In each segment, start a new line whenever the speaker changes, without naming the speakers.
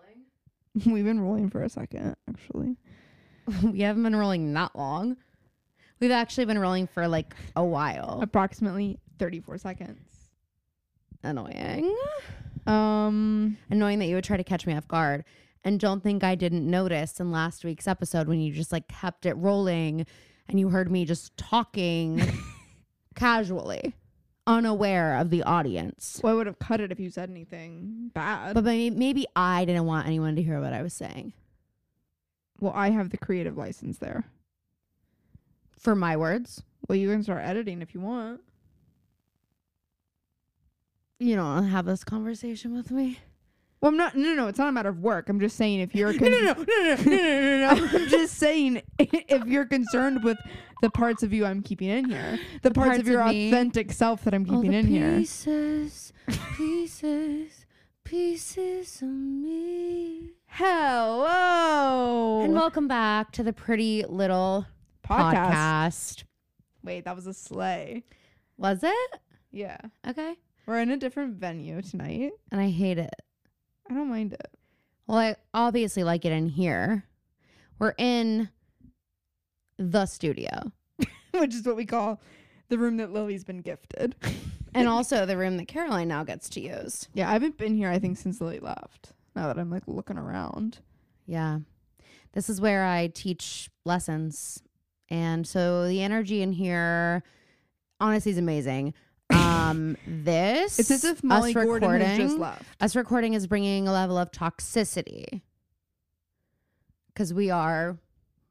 We've been rolling for a second, actually.
we haven't been rolling that long. We've actually been rolling for like a while.
Approximately 34 seconds.
Annoying.
Um,
Annoying that you would try to catch me off guard. And don't think I didn't notice in last week's episode when you just like kept it rolling and you heard me just talking casually, unaware of the audience.
well, I would have cut it if you said anything bad.
But maybe, maybe I didn't want anyone to hear what I was saying
well, I have the creative license there.
for my words.
Well, you can start editing if you want.
You don't wanna have this conversation with me.
Well, I'm not. No, no, no, it's not a matter of work. I'm just saying if you're.
No, no, no, no, no, no, no, no, no.
I'm just saying if you're concerned with the parts of you I'm keeping in here, the, parts,
parts
of your
of me.
authentic self that I'm
All
keeping
the
in here.
pieces, pieces, pieces of me.
Hello.
And welcome back to the Pretty Little
podcast.
podcast.
Wait, that was a sleigh.
Was it
Yeah.
okay?
We're in a different venue tonight.
And I hate it.
I don't mind it.
Well, I obviously like it in here. We're in the studio,
Which is what we call the room that Lily's been gifted.
and also the room that Caroline now gets to use.
Yeah, I haven't been here, I think, since Lily left. Now that I'm like looking around.
Yeah. This is where I teach lessons. And so the energy in here honestly is amazing. Um this
It's as if Molly
us
Gordon has just left.
us recording is bringing a level of toxicity. Cuz we are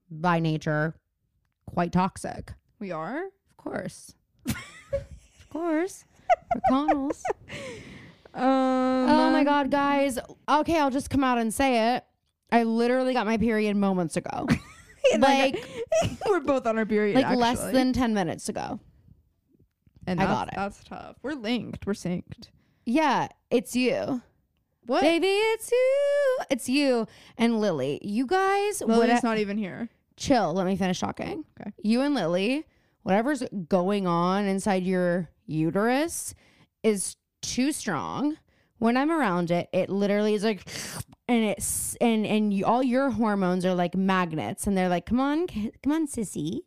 by nature quite toxic.
We are?
Of course. of course. McConnell's.
Um,
Oh my god, guys. Okay, I'll just come out and say it. I literally got my period moments ago. like
We're both on our period.
like less
actually.
than 10 minutes ago.
And
I
that's,
got it.
That's tough. We're linked. We're synced.
Yeah, it's you.
What?
Baby, it's you. It's you and Lily. You guys, what
Lily's not even here.
chill. Let me finish talking.
Okay.
You and Lily, whatever's going on inside your uterus is too strong. When I'm around it, it literally is like, and it's and and you, all your hormones are like magnets, and they're like, come on, ki- come on, sissy,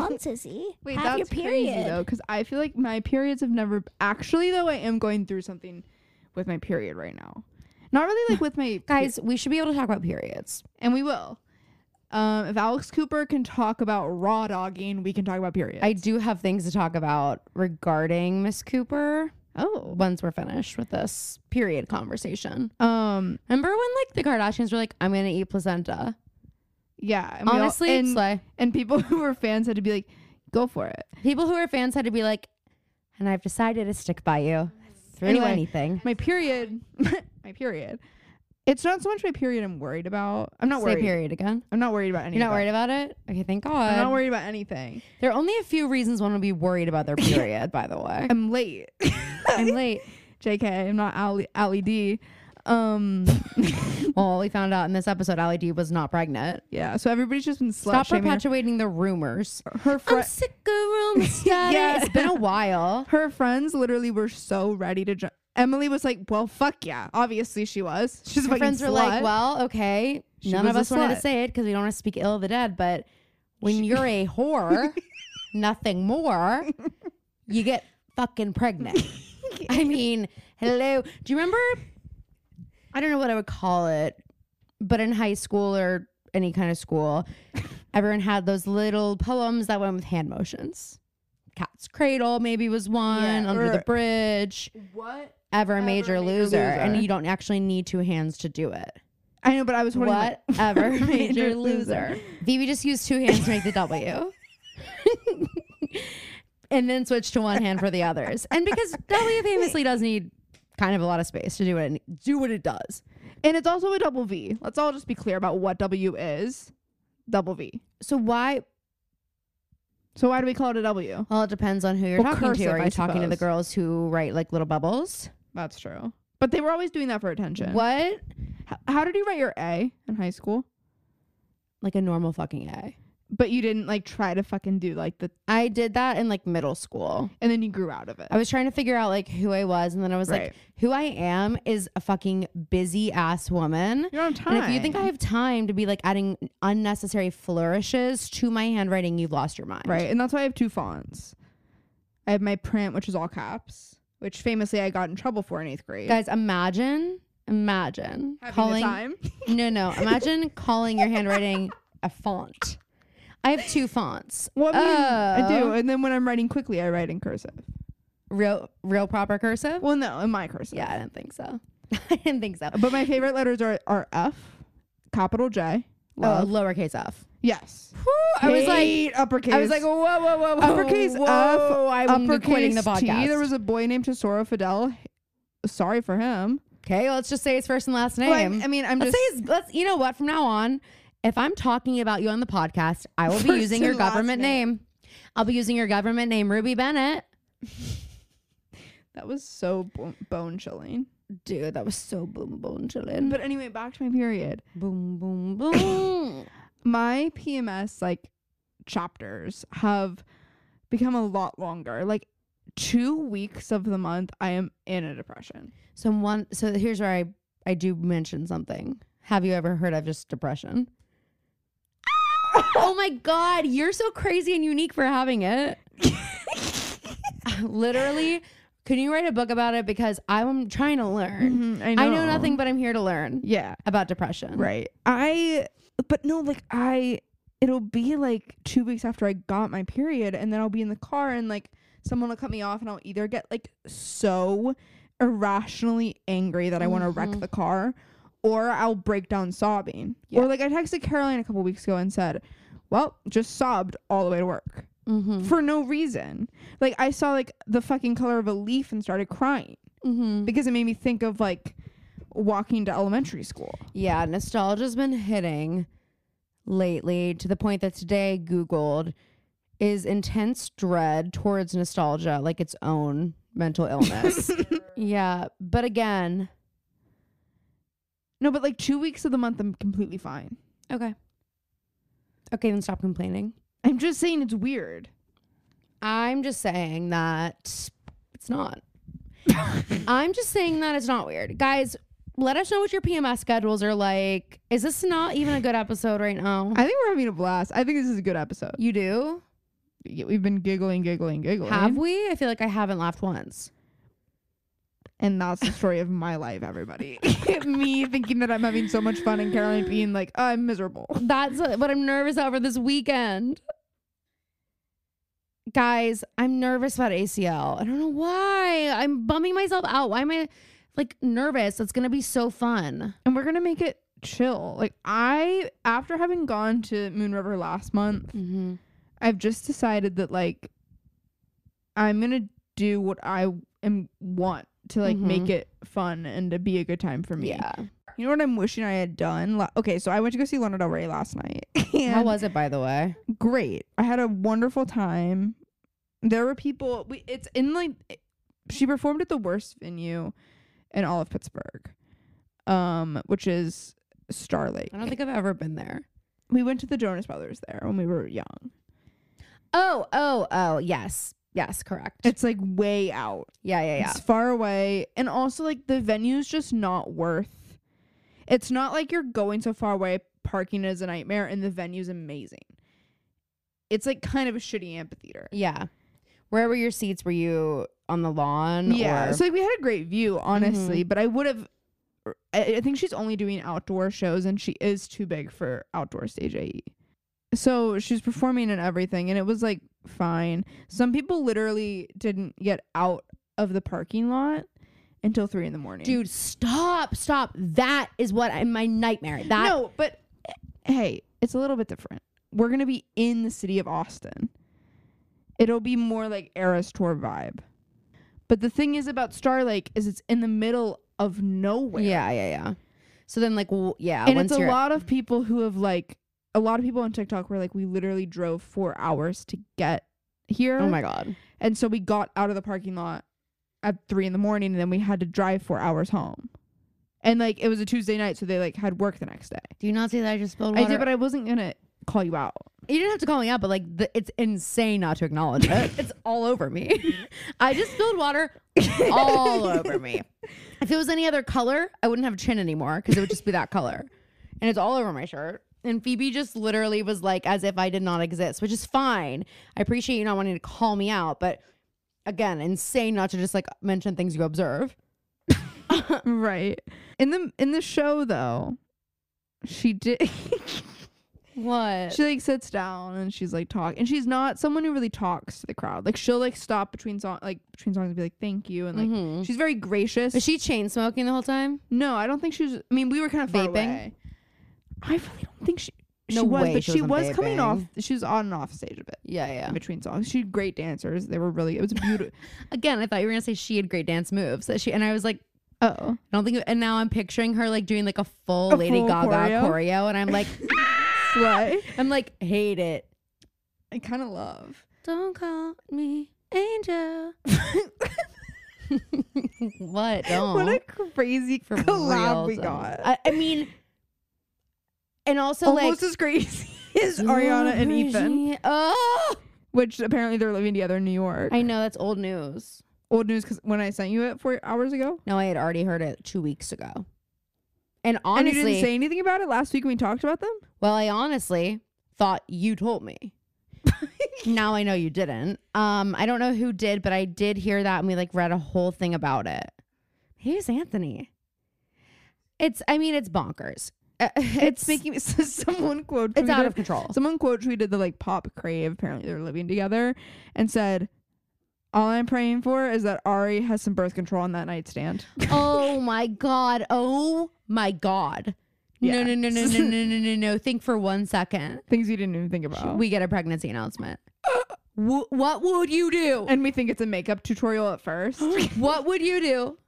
on, sissy,
Wait,
have your
that's crazy
period.
though, because I feel like my periods have never actually though. I am going through something with my period right now. Not really like with my
Guys, we should be able to talk about periods.
and we will. Um, if Alex Cooper can talk about raw dogging, we can talk about periods.
I do have things to talk about regarding Miss Cooper
oh.
once we're finished with this period conversation.
Um.
Remember when like the Kardashians were like, "I'm gonna eat placenta."
Yeah. and we all-
Honestly, it's
and,
like
and people who were fans had to be like, "Go for it."
people who are fans had to be like, "And I've decided to stick by you through
Anyway.
anything."
My period. my period. It's not so much my period. I'm worried about. I'm not
Say
worried.
period again.
I'm not worried about anything.
You're not worried about it? Okay, thank God.
I'm not worried about anything.
There are only a few reasons one would be worried about their period, by the way.
I'm late.
I'm late.
JK, I'm not Ali, Ali D. Um,
Well, we found out in this episode Ali D was not pregnant.
yeah, so everybody's just been slut
Stop
shaming her.
perpetuating the rumors.
Her, fri-
I'm sick of rumor status.
Yeah.
It's been a while.
her friends literally were so ready to jump. Emily was like, well, fuck yeah. Obviously she was. She's a
Her
fucking
friends
slut.
were like, "Well, okay,
She
none of
was a
us wanted to
slut.
say it because we don't want to speak ill of the dead, but when you're a whore, nothing more, you get fucking pregnant." I mean, hello. Do you remember? I don't know what I would call it, but in high school or any kind of school, everyone had those little poems that went with hand motions. Cat's Cradle maybe was one.
Yeah,
Under the
or-
Bridge.
what?
Ever,
Ever
major,
Major
loser, and
Loser.
you don't actually need two hands to do it.
I know, but I was holding my-
Whatever, major loser. Phoebe just used two hands to make the W. and then switched to one hand for the others. And because W famously does need kind of a lot of space to do what it do what it does.
And it's also a double V. Let's all just be clear about what W is. Double V.
So why
So why do we call it a W?
well it depends on who you're
Well,
talking to.
cursive,
Are you
I
talking to the
suppose.
girls who write like little bubbles?
That's true. But they were always doing that for attention.
What?
H- How did you write your A in high school?
Like a normal fucking A.
But you didn't like try to fucking do like the
I did that in like middle school.
and then you grew out of it.
I was trying to figure out like who I was, and then I was
Right.
like, who I am is a fucking busy ass woman.
You don't have time.
And if you think I have time to be like adding unnecessary flourishes to my handwriting, you've lost your mind.
Right. And that's why I have two fonts. I have my print, which is all caps, which famously I got in trouble for in eighth grade.
Guys, imagine, imagine
Having
calling
the time.
No, no. Imagine calling your handwriting a font. I have two fonts.
Well, I, mean, I do.
Oh.
And then when I'm writing quickly, I write in cursive.
Real real proper cursive?
Well, no, in my cursive.
Yeah, I didn't think so. I didn't think so.
But my favorite letters are, are F, capital J.
Oh,
Love.
lowercase f.
yes.
I was like
Hate uppercase.
I was like, whoa, whoa, whoa, whoa.
uppercase
whoa,
F,
I'm quitting
uppercase
the podcast.
T. There was a boy named Tesoro Fidel. Sorry for him.
okay, let's just say his first and last name.
Well, I'm- I mean, I'm
let's
just
say his, let's you know what, from now on, if I'm talking about you on the podcast, I will be
First
using your
and last
government name.
name.
I'll be using your government name, Ruby Bennett.
that was so bo- bone chilling.
Dude, that was so boom boom chillin'.
But anyway, back to my period.
boom boom boom.
my PMS like chapters have become a lot longer. Like two weeks of the month, I am in a depression.
So one, so here's where I I do mention something. Have you ever heard of just depression? oh my god, you're so crazy and unique for having it. Literally, can you write a book about it? Because I'm trying to learn.
I,
Mm-hmm. I know nothing, but I'm here to learn
Yeah,
about depression.
right. I but no, like I it'll be like two weeks after I got my period, and then I'll be in the car and like someone will cut me off, and I'll either get like so irrationally angry that I want to
Mhm.
wreck the car, or I'll break down sobbing.
Yeah.
Or like I texted Caroline a couple weeks ago and said, "Well, just sobbed all the way to work."
Mm-hmm.
for no reason. Like I saw like the fucking color of a leaf and started crying
Mm-hmm.
because it made me think of like walking to elementary school.
Yeah, nostalgia's been hitting lately to the point that today Googled is intense dread towards nostalgia like its own mental illness. yeah, but again,
No, but like two weeks of the month, I'm completely fine.
okay. Okay, then stop complaining.
I'm just saying it's weird.
I'm just saying that it's not. I'm just saying that it's not weird. Guys, let us know what your PMS schedules are like. Is this not even a good episode right now?
I think we're having a blast. I think this is a good episode.
you do?
Y- We've been giggling, giggling, giggling.
Have we? I feel like I haven't laughed once.
And that's the story of my life, everybody. me thinking that I'm having so much fun and Caroline being like, I'm miserable.
That's what I'm nervous over this weekend. Guys, I'm nervous about ACL. I don't know why. I'm bumming myself out. Why am I like nervous? It's going to be so fun.
And we're going to make it chill. Like, I, after having gone to Moon River last month,
Mm-hmm.
I've just decided that like I'm gonna do what I am want to like
Mhm.
make it fun and to be a good time for me.
Yeah.
You know what I'm wishing I had done? La- okay, so I went to go see Lana Del Rey last night.
How
and
was it, by the way?
great. I had a wonderful time. There were people. We, it's in like it- she performed at the worst venue in all of Pittsburgh, um, which is Star Lake.
I don't think I've ever been there.
we went to the Jonas Brothers there when we were young.
Oh, oh, oh, yes. Yes, correct.
It's like way out.
yeah, yeah, yeah.
It's far away. And also like the venue's just not worth it's not like you're going so far away, parking is a nightmare, and the venue's amazing. It's like kind of a shitty amphitheater.
Yeah. Where were your seats? Were you on the lawn?
Yeah.
or-
So like we had a great view, honestly, but I would have er, I, I think she's only doing outdoor shows and she is too big for outdoor stage AE. So she's performing and everything and it was like fine. Some people literally didn't get out of the parking lot until three in the morning.
dude, stop, stop. That is what I, my nightmare. That
no, but hey, it's a little bit different. We're gonna be in the city of Austin. It'll be more like Eras Tour vibe. But the thing is about Star Lake is it's in the middle of nowhere.
Yeah, yeah, yeah. So then, like, w- yeah,
and
once
it's a
you're
lot of people who have like a lot of people on TikTok were like, we literally drove four hours to get here.
oh my god,
And so we got out of the parking lot at three in the morning, and then we had to drive four hours home. And like it was a Tuesday night, so they like had work the next day.
do you not see that I just spilled
I did, but I wasn't gonna call you out.
you didn't have to call me out, but like the, it's insane not to acknowledge it. it's all over me. I just spilled water all over me. If it was any other color, I wouldn't have a chin anymore because it would just be that color. And it's all over my shirt. And Phoebe just literally was like as if I did not exist, which is fine. I appreciate you not wanting to call me out, but again, insane not to just like mention things you observe. Uh,
right. In the in the show though, she did
What?
she like sits down and she's like talk and she's not someone who really talks to the crowd. Like she'll like stop between song like between songs and be like thank you and like
Mhm.
she's very gracious.
Was she chain smoking the whole time?
no, I don't think she was I mean we were kind of far
Vaping?
away. I really don't think she
No
she was,
way
but
she
she
wasn't
was coming
vaping.
off. She was on and off stage a bit
Yeah, yeah.
in between songs. She had great dancers. They were really. It was beautiful.
Again, I thought you were gonna say she had great dance moves. That she and I was like,
oh,
I don't think. And now I'm picturing her like doing like a full
A
Lady
full
Gaga choreo.
choreo?
and I'm like,
slay!
I'm like, hate it.
I kind of love.
Don't call me angel. what? Don't.
What a crazy
For real,
collab we
don't.
got.
I, I mean, and also
Almost
like
as crazy as Ariana and Ethan,
Oh,
which apparently they're living together in New York.
I know that's old news.
Old news because when I sent you it four hours ago,
No, I had already heard it two weeks ago. And
and
honestly,
you didn't say anything about it last week when we talked about them.
Well, I honestly thought you told me. now I know you didn't. Um, I don't know who did, but I did hear that, and we like read a whole thing about it. Maybe it's Anthony. It's. I mean, it's bonkers. Uh,
It's,
it's it's,
making me. So someone quote. tweeted,
out of control.
Someone quote tweeted the like pop crave. Apparently they're living together, and said, "All I'm praying for is that Ari has some birth control on that nightstand."
oh my god. Oh my god. No,
Yeah.
no, no, no, no, no, no, no, no. Think for one second.
Things you didn't even think about.
We get a pregnancy announcement. Wh- what would you do?
and we think it's a makeup tutorial at first.
what would you do?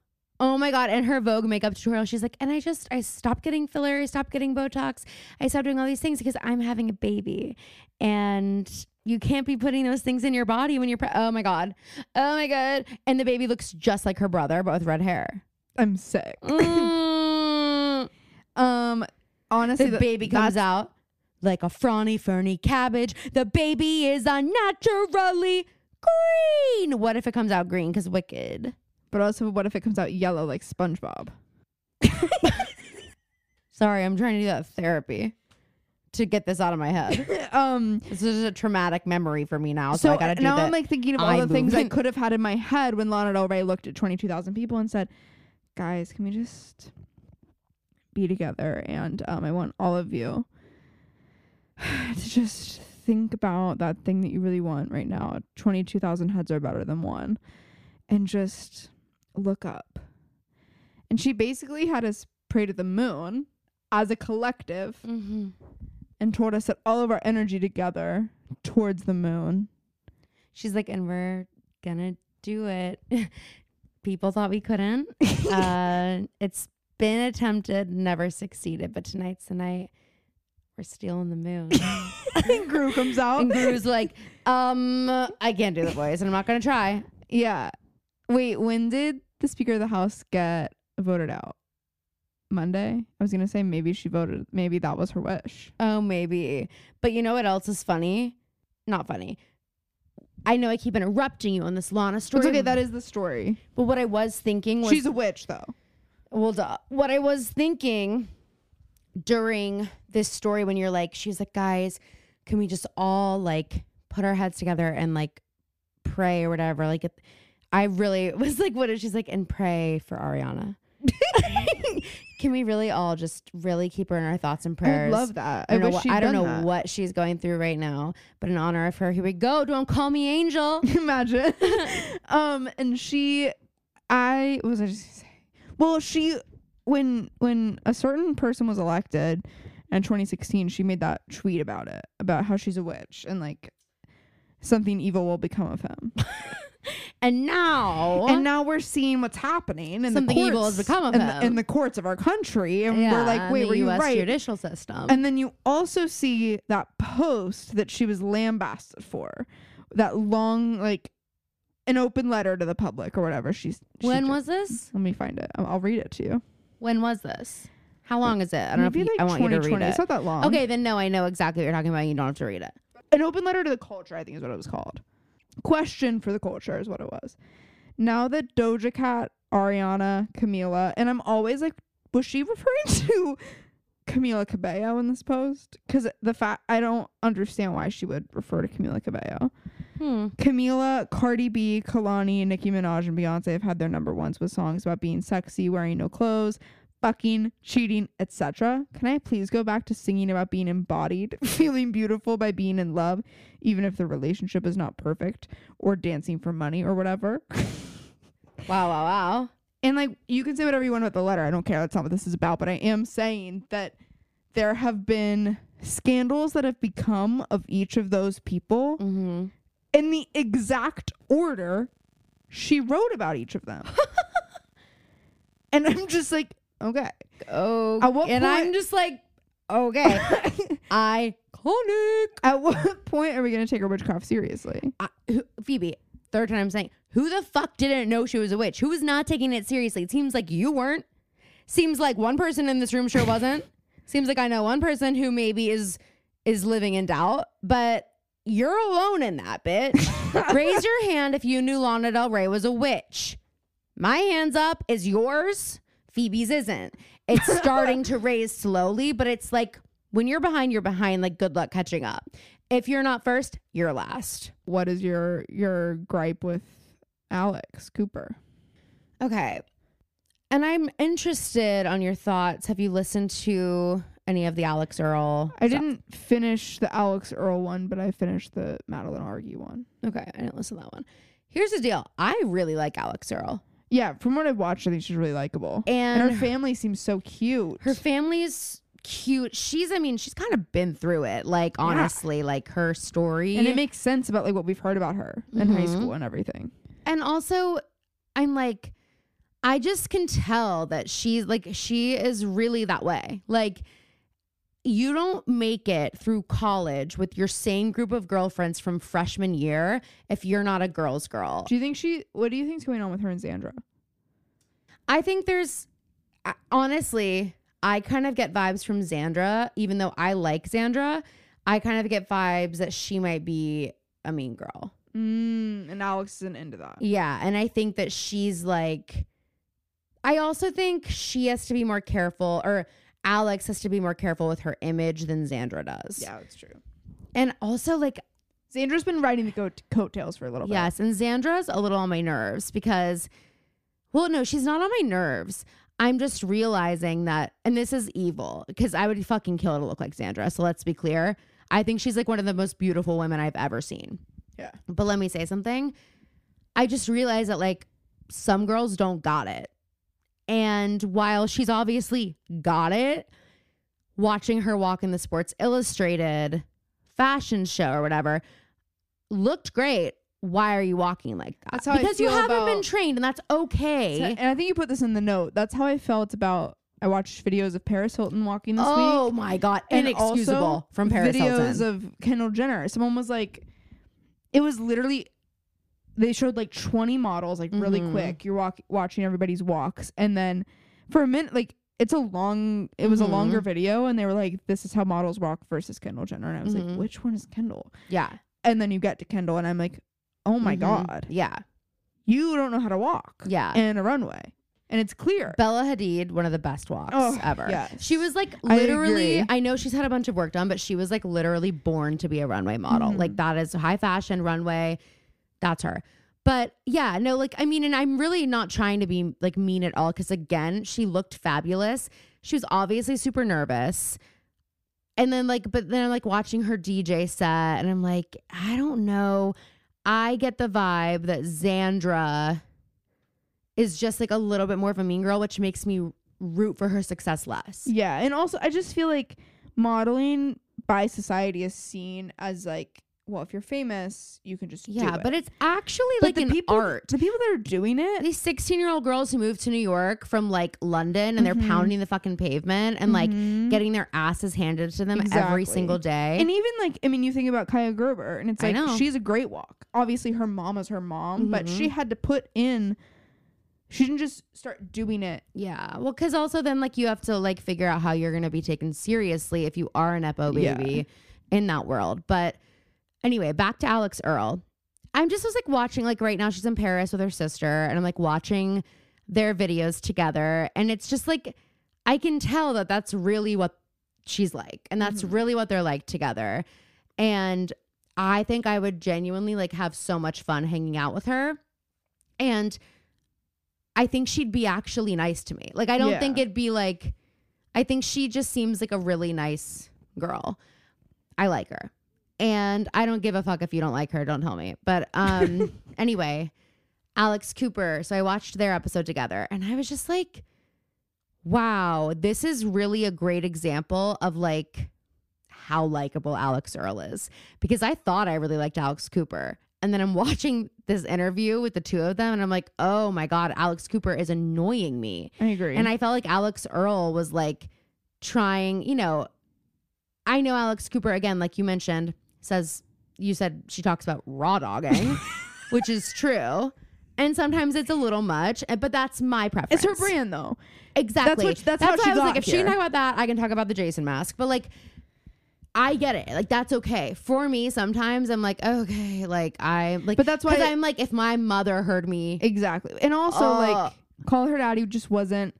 Oh my god! And her Vogue makeup tutorial, she's like, and I just I stopped getting filler, I stopped getting Botox, I stopped doing all these things because I'm having a baby, and you can't be putting those things in your body when you're. Pre- oh my god! Oh my god! And the baby looks just like her brother, but with red hair.
I'm sick.
Mm.
Um, honestly,
the
th-
baby comes out like a frawny ferny cabbage. The baby is unnaturally green. What if it comes out green? Because wicked.
But also, what if it comes out yellow like SpongeBob?
Sorry, I'm trying to do that therapy to get this out of my head.
um,
this is a traumatic memory for me now, so,
so
I gotta do
now
that.
I'm like thinking of all
eye
the things I
movement.
could have had in my head when Lana Del Rey looked at 22,000 people and said, "Guys, can we just be together?" And um, I want all of you to just think about that thing that you really want right now. 22,000 heads are better than one, and just look up. And she basically had us pray to the moon as a collective.
mm-hmm.
and told us that all of our energy together towards the moon.
she's like, and we're gonna do it. People thought we couldn't. uh, it's been attempted, never succeeded, but tonight's the night. We're stealing the moon.
And Gru comes out.
and Guru's like, um, I can't do the voice, and I'm not gonna try.
yeah. Wait, when did the Speaker of the House get voted out? Monday? I was going to say maybe she voted. Maybe that was her wish.
Oh, maybe. But you know what else is funny? Not funny. I know I keep interrupting you on this Lana story.
It's okay. That is the story.
But what I was thinking was
She's a witch, though.
well, duh. what I was thinking during this story when you're like, she's like, guys, can we just all like put our heads together and like pray or whatever? Like, it, I really was like, what is she's like, and pray for Ariana. can we really all just really keep her in our thoughts
I
and
would
prayers?
love that.
I
I,
don't know,
wish
what,
she'd
I don't
done
know
that.
what she's going through right now, but in honor of her, here we go. Don't call me Angel.
Imagine. um, and she, I what was I just gonna say. Well, she when when a certain person was elected in 2016, she made that tweet about it about how she's a witch and like something evil will become of him.
And now,
And now we're seeing what's happening and
Something
the courts,
evil has become of
in
him.
The, in the courts of our country, and we're like,
and
wait,
the
were you
US
right?
Judicial system.
And then you also see that post that she was lambasted for, that long like an open letter to the public or whatever. She's she
when
did.
was this?
Let me find it. I'll, I'll read it to you.
When was this? How long is it? I don't know if
Maybe
you,
like
I want you to read
2020. It's
it.
not that long.
Okay, then no, I know exactly what you're talking about. You don't have to read it.
an open letter to the culture, I think is what it was called. Question for the culture is what it was. Now that Doja Cat, Ariana, Camila, and I'm always like, was she referring to Camila Cabello in this post? Because the fact I don't understand why she would refer to Camila Cabello.
Hmm.
Camila, Cardi B, Kalani, Nicki Minaj, and Beyonce have had their number ones with songs about being sexy, wearing no clothes, fucking, cheating, etc. Can I please go back to singing about being embodied, feeling beautiful by being in love, even if the relationship is not perfect, or dancing for money or whatever?
Wow, wow, wow.
and like you can say whatever you want about the letter. I don't care. That's not what this is about. But I am saying that there have been scandals that have become of each of those people
Mm-hmm.
in the exact order she wrote about each of them. and I'm just like, okay.
Oh,
At what
and I'm
point-
just like, okay, iconic.
At what point are we going to take her witchcraft seriously?
I, who, Phoebe, third time saying, who the fuck didn't know she was a witch? Who was not taking it seriously? It seems like you weren't. Seems like one person in this room sure wasn't. seems like I know one person who maybe is is living in doubt, but you're alone in that, bitch. Raise your hand if you knew Lana Del Rey was a witch. My hands up is yours. Phoebe's isn't. It's starting to raise slowly, but it's like when you're behind, you're behind. Like good luck catching up. If you're not first, you're last.
What is your your gripe with Alex Cooper?
Okay. And I'm interested on your thoughts. Have you listened to any of the Alex Earl?
I didn't finish the Alex Earl one, but I finished the Madeline Argy one.
Okay, I didn't listen to that one. Here's the deal. I really like Alex Earl.
Yeah, from what I've watched, I think she's really likable.
And,
her
her,
family seems so cute.
family's cute. She's I mean, she's kind of been through it. Like
Yeah.
honestly, like her story.
and it makes sense about like what we've heard about her in high
Mhm.
school and everything.
and also i'm like i just can tell that she's like she is really that way like you don't make it through college with your same group of girlfriends from freshman year if you're not a girl's girl
Do you think she? What do you think's going on with her and Xandra?
i think there's I- honestly i kind of get vibes from xandra even though i like xandra i kind of get vibes that she might be a mean girl
Mm, and Alex isn't into that.
Yeah, and I think that she's like I also think she has to be more careful or Alex has to be more careful with her image than Xandra does.
Yeah, it's true.
And also like
Xandra's been riding the goat- coattails for a little
yes, and Xandra's a little on my nerves because well, no, she's not on my nerves. I'm just realizing that and this is evil because I would fucking kill her to look like Xandra. So let's be clear. I think she's like one of the most beautiful women I've ever seen.
bit. Yeah.
But let me say something. I just realized that like some girls don't got it. And while she's obviously got it, watching her walk in the Sports Illustrated fashion show or whatever looked great. Why are you walking like that?
That's how I
because you
feel
haven't
about-
been trained, and that's okay.
So- and I think you put this in the note. That's how I felt about. I watched videos of Paris Hilton walking this
oh
week.
my god,
and
inexcusable
also
from Paris
videos
Hilton.
of Kendall Jenner. Someone was like, it was literally. They showed like 20 models, like really
Mhm.
quick. You're walk- watching everybody's walks, and then for a minute, like it's a long. It was
Mhm.
a longer video, and they were like, "This is how models walk versus Kendall Jenner," and I was
Mhm.
like, "Which one is Kendall?"
yeah.
and then you get to Kendall, and I'm like, oh my
Mhm.
god,
Yeah.
you don't know how to walk
Yeah.
in a runway, and it's clear.
Bella Hadid, one of the best walks
Oh,
ever.
yes.
She was like
I
literally, I,
agree.
know she's had a bunch of work done, but she was like literally born to be a runway model.
Mhm.
Like that is high fashion runway. That's her. But yeah, no, like, I mean, and I'm really not trying to be like mean at all because again, she looked fabulous. She was obviously super nervous. And then, like, but then I'm like watching her DJ set and I'm like, I don't know. I get the vibe that Xandra is just like a little bit more of a mean girl, which makes me root for her success less.
yeah, and also I just feel like modeling by society is seen as like, well, if you're famous, you can just
Yeah,
do it.
but it's actually
But
like
the
an
people,
art.
the people that are doing it,
These 16 year old girls who moved to New York from like London and they're
Mhm.
pounding the fucking pavement and like
Mhm.
getting their asses handed to them every
Exactly.
single day.
And even like, I mean, you think about Kaya Gerber, and it's
I
like
know.
she's a great walk. Obviously, her mom is her mom, but
Mhm.
she had to put in. She didn't just start doing it.
yeah. Well, because also then like you have to like figure out how you're going to be taken seriously if you are an Epo
Yeah.
baby in that world. But Anyway, back to Alex Earl. I'm just was like watching like right now she's in Paris with her sister and I'm like watching their videos together and it's just like I can tell that that's really what she's like and that's really what they're like together. And I think I would genuinely like have so much fun hanging out with her. And I think she'd be actually nice to me. Like I don't
Yeah.
think it'd be like I think she just seems like a really nice girl. I like her. And I don't give a fuck if you don't like her, don't tell me. But um anyway, Alex Cooper. So I watched their episode together and I was just like, wow, this is really a great example of like how likable Alex Earl is. Because I thought I really liked Alex Cooper. And then I'm watching this interview with the two of them and I'm like, oh my God, Alex Cooper is annoying me.
I agree.
And I felt like Alex Earl was like trying, you know, I know Alex Cooper again, like you mentioned, says you said she talks about raw dogging, which is true. And sometimes it's a little much, eh, but that's my preference.
it's her brand though.
Exactly.
what- that's how
why
she
I was like,
got
if she can
here.
talk about that, I can talk about the Jason mask. But like, I get it. Like that's okay for me. Sometimes I'm like, okay, like I like,
But that's why-
'cause I'm like, if my mother heard me,
Exactly. And also
Ugh.
like Call Her Daddy just wasn't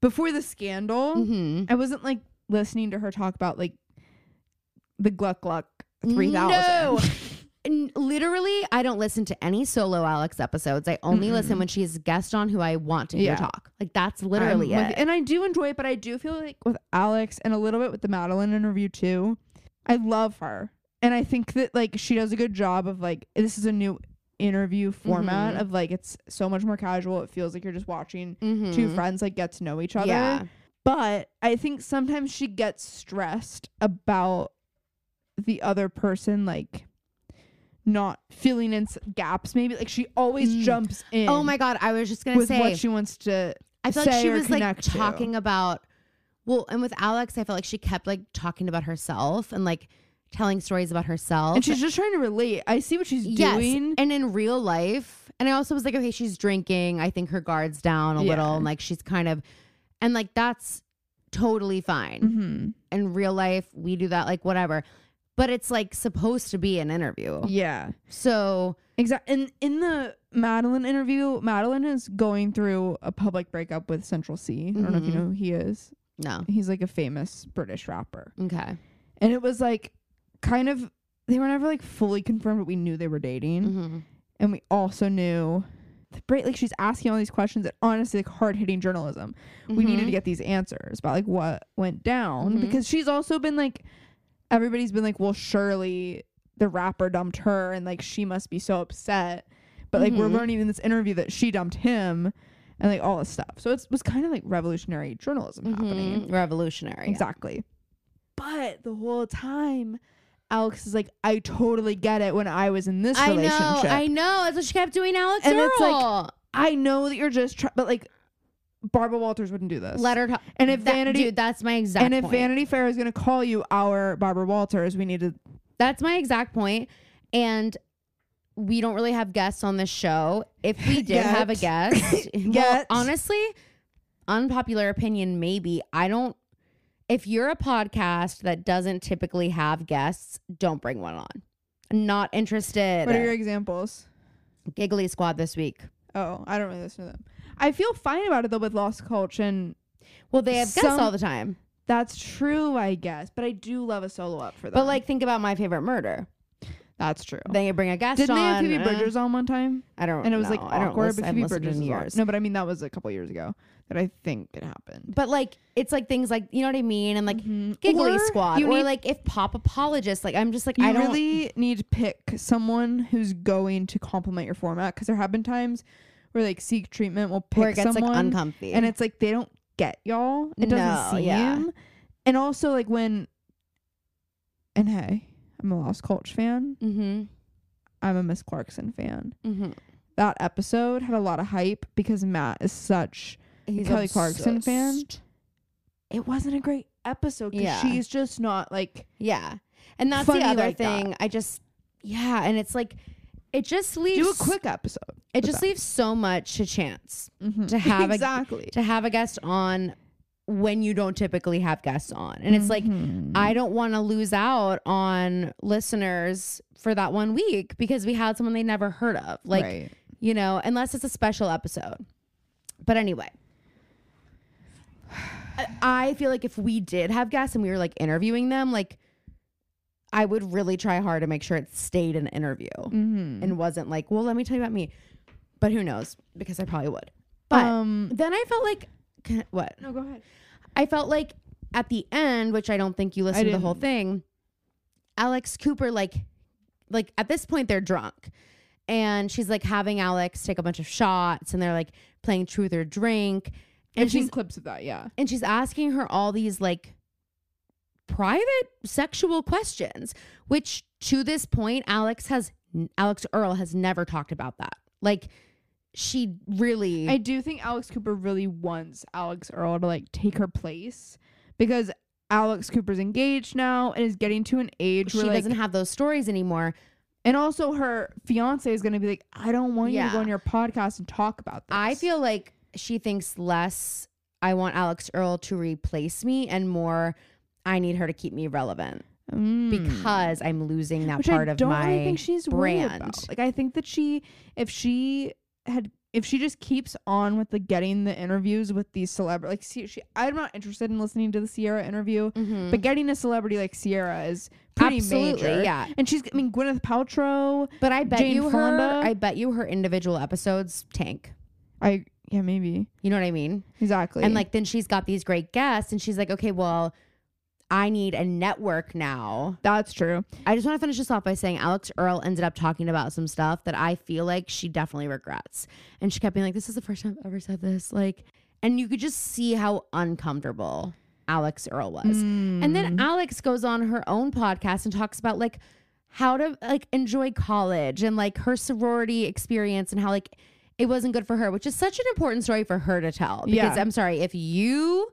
before the scandal.
Mhm.
I wasn't like listening to her talk about like the Gluck Gluck three
No.
thousand.
N- literally, I don't listen to any solo Alex episodes. I only listen when she's guest on who I want to hear
Yeah.
talk. Like that's literally
I'm with-
it.
and I do enjoy it, but I do feel like with Alex and a little bit with the Madeline interview too, I love her. And I think that like she does a good job of like this is a new interview format
Mm-hmm.
of like it's so much more casual. It feels like you're just watching
Mhm.
two friends like get to know each other.
Yeah.
But I think sometimes she gets stressed about the other person like not filling in s- gaps maybe like she always
Mm.
jumps in
Oh my god, I was just gonna
with
say
what she wants to
I felt like
say
she
or
was like
connect to.
talking about well, and with Alex, I felt like she kept like talking about herself and like telling stories about herself.
and she's just trying to relate. I see what she's
yes,
doing.
and in real life, and I also was like, okay, she's drinking. I think her guard's down a
Yeah.
little, and like she's kind of, and like that's totally fine.
Mhm.
in real life we do that like whatever but it's like supposed to be an interview
Yeah,
so
exactly. And in the Madeline interview, Madeline is going through a public breakup with Central C. I don't know if you
Mhm.
know who he is.
no
He's like a famous British rapper,
okay
and it was like kind of they were never like fully confirmed, but we knew they were dating,
hmm
and we also knew. the Break, like she's asking all these questions that honestly like hard hitting journalism. we needed to get these answers about like what went down
Mhm.
because she's also been like everybody's been like well surely the rapper dumped her and like she must be so upset but like we're
Mhm.
learning in this interview that she dumped him and like all this stuff so it was kind of like revolutionary journalism
Mm-hmm.
happening
revolutionary
Mm-hmm. exactly but the whole time alex is like i totally get it when i was in this
i
relationship
know i know that's what she kept doing alex
And it's like,
Earl.
I know that you're just try- but like barbara walters wouldn't do this
let her talk
and if
That-
Vanity-
dude, that's my exact
and if
point.
Vanity Fair is going to call you our Barbara Walters, we need to.
That's my exact point. And we don't really have guests on this show. If we did
Yet.
have a guest, well,
Yet.
honestly, unpopular opinion, maybe. I don't. If you're a podcast that doesn't typically have guests, don't bring one on. Not interested.
What are your examples?
Giggly Squad this week.
Oh, I don't really listen to them. I feel fine about it though with Lost Culture, and
Well, they have guests
Some-
all the time.
that's true, I guess. But I do love a solo up for them.
But like, think about my favorite murder.
that's true.
They bring a guest
Didn't they have
on.
Phoebe
uh,
Bridgers on one time?
I don't.
And it was
know.
like
I don't
awkward,
listen-
but
I
Phoebe
haven't listened to
Bridgers was on.
yours.
No, but I mean that was a couple years ago that I think it happened.
But like, it's like things like you know what I mean, and like
Mhm.
giggly
Or
squad,
you
or
need-
like if pop apologists, like I'm just like
You
I don't.
really need to pick someone who's going to complement your format because there have been times where like seek treatment will pick
where it gets
someone
like uncomfy.
and it's like they don't get y'all. It doesn't
No,
seem.
yeah.
And also like when and hey, I'm a Lost Culture fan.
mm-hmm,
I'm a Miss Clarkson fan.
mm-hmm.
That episode had a lot of hype because Matt is such
He's
Kelly Clarkson fan?
obsessed.
it wasn't a great episode because
Yeah.
she's just not like
Yeah, and that's
Funny
the other
like that.
thing. I just yeah, and it's like it just leaves
do a quick episode.
it
with
just
that.
leaves so much to chance
Mhm.
to have a-
exactly.
to have a guest on when you don't typically have guests on. And it's like,
Mhm.
I don't want to lose out on listeners for that one week because we had someone they never heard of. Like,
Right.
you know, unless it's a special episode. But anyway, I- I feel like if we did have guests and we were like interviewing them, like I would really try hard to make sure it stayed an interview
Mhm.
and wasn't like, well, let me tell you about me. But who knows? Because I probably would. But
um,
then I felt like, what?
no, go ahead.
I felt like at the end, which I don't think you listened to the whole
didn't.
thing, Alex Cooper like like at this point they're drunk. And she's like having Alex take a bunch of shots and they're like playing truth or drink. And
I've seen
she's
clips of that. Yeah.
and she's asking her all these like private sexual questions, which to this point Alex has Alex Earl has never talked about that. Like she really
I do think Alex Cooper really wants Alex Earl to like take her place because Alex Cooper's engaged now and is getting to an age
she
where like,
doesn't have those stories anymore.
and also her fiance is gonna be like, I don't want you to go
Yeah.
on your podcast and talk about this.
I feel like she thinks less I want Alex Earl to replace me and more I need her to keep me relevant
Mm.
because I'm losing that
Which
part
I
of
don't
my
really think she's worried about.
brand.
Like I think that she, if she had, if she just keeps on with the getting the interviews with these celebrities, like see, she, I'm not interested in listening to the Sierra interview,
Mhm.
but getting a celebrity like Sierra is pretty
Absolutely,
major.
yeah.
and she's, I mean, Gwyneth Paltrow.
But I bet
Jane
you her
Fonda?
I bet you her individual episodes tank.
I yeah maybe
You know what I mean?
exactly
And like then she's got these great guests and she's like, "Okay, well, I need a network now."
that's true.
I just want to finish this off by saying Alex Earl ended up talking about some stuff that I feel like she definitely regrets. And she kept being like, This is the first time I've ever said this. Like, and you could just see how uncomfortable Alex Earl was.
Mm.
And then Alex goes on her own podcast and talks about like how to like enjoy college and like her sorority experience and how like it wasn't good for her, which is such an important story for her to tell. Because
Yeah.
I'm sorry, if you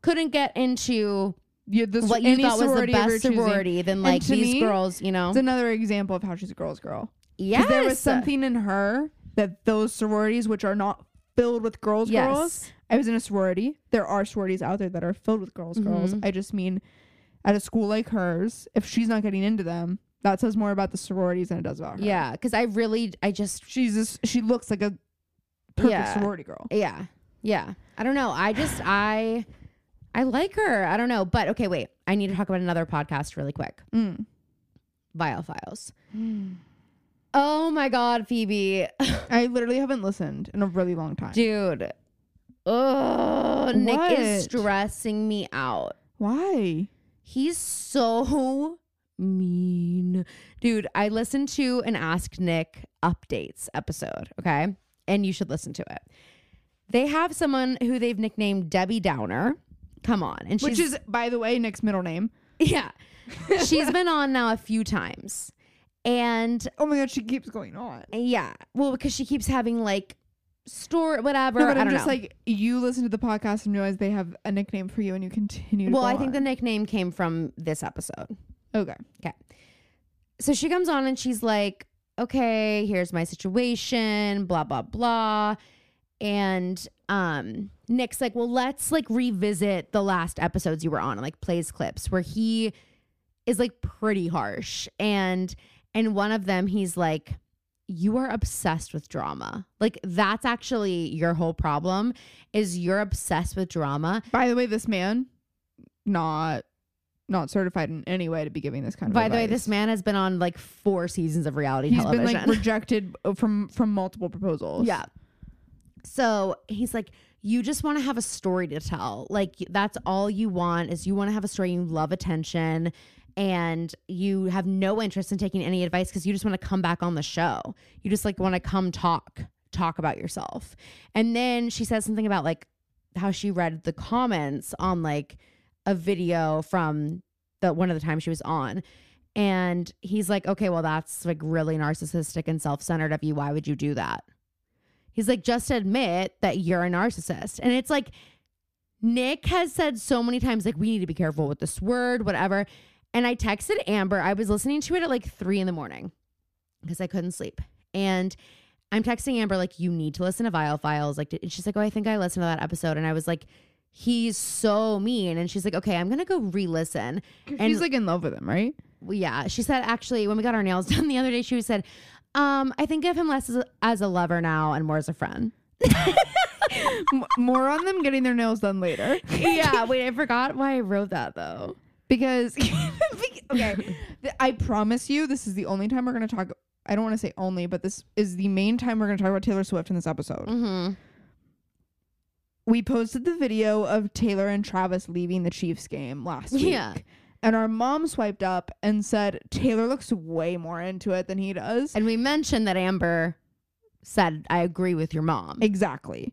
couldn't get into
Yeah, this
what you
any
thought was the
sorority of your
best
choosing.
sorority, then like
to
these
me,
girls, you know.
It's another example of how she's a girl's girl.
Yes.
Because there was something in her that those sororities, which are not filled with girls,
Yes.
girls. I was in a sorority. There are sororities out there that are filled with girls,
Mm-hmm.
girls. I just mean, at a school like hers, if she's not getting into them, that says more about the sororities than it does about her.
Yeah, because I really, I just,
she's just, she looks like a perfect
Yeah.
sorority girl.
yeah, yeah. I don't know. I just, I, I like her. I don't know. But okay, wait. I need to talk about another podcast really quick.
Mm.
Vile Files. Oh my God, Phoebe,
I literally haven't listened in a really long time.
dude. Oh, Nick is
What?
stressing me out.
Why?
He's so mean. Dude, I listened to an Ask Nick updates episode, okay? And you should listen to it. They have someone who they've nicknamed Debbie Downer. Come on. And she's
Which is, by the way, Nick's middle name.
yeah. she's been on now a few times. And
Oh my god, she keeps going on.
yeah, well because she keeps having like store whatever,
No, but
I
I'm
don't
just
know.
like you listen to the podcast and realize they have a nickname for you, and you continue. To
well,
go
I think the
on.
nickname came from this episode.
okay.
so she comes on and she's like, okay, here's my situation, blah, blah, blah. And um, Nick's like, well, let's like revisit the last episodes you were on, and, like plays clips where he is like pretty harsh. And in one of them, he's like, you are obsessed with drama. Like that's actually your whole problem is you're obsessed with drama.
By the way, this man, not not certified in any way to be giving this kind of.
By the way, this
advice.
man has been on like four seasons of reality
he's
television.
been like rejected from from multiple proposals.
Yeah. So he's like, you just want to have a story to tell. Like that's all you want is you want to have a story. You love attention, and you have no interest in taking any advice because you just want to come back on the show. You just like want to come talk, talk about yourself. And then she says something about like how she read the comments on like a video from the one of the times she was on. And he's like, okay, well, that's like really narcissistic and self centered of you. Why would you do that? He's like, just admit that you're a narcissist. And it's like, Nick has said so many times, like, we need to be careful with this word, whatever. And I texted Amber, I was listening to it at like three in the morning because I couldn't sleep. And I'm texting Amber, like, you need to listen to Vile Files. Like, and she's like, oh, I think I listened to that episode. And I was like, he's so mean. And she's like, okay, I'm going to go re listen.
And
And-
she's like in love with him, right?
Well, Yeah, she said actually when we got our nails done the other day, she said, um, "I think of him less as a, as a lover now and more as a friend."
M- More on them getting their nails done later.
yeah, wait, I forgot why I wrote that though.
because bec- okay th- i promise you this is the only time we're going to talk i don't want to say only but this is the main time we're going to talk about taylor swift in this episode
Mm-hmm.
we posted the video of taylor and travis leaving the chiefs game last week
Yeah.
and our mom swiped up and said taylor looks way more into it than he does
And we mentioned that Amber said, "I agree with your mom."
exactly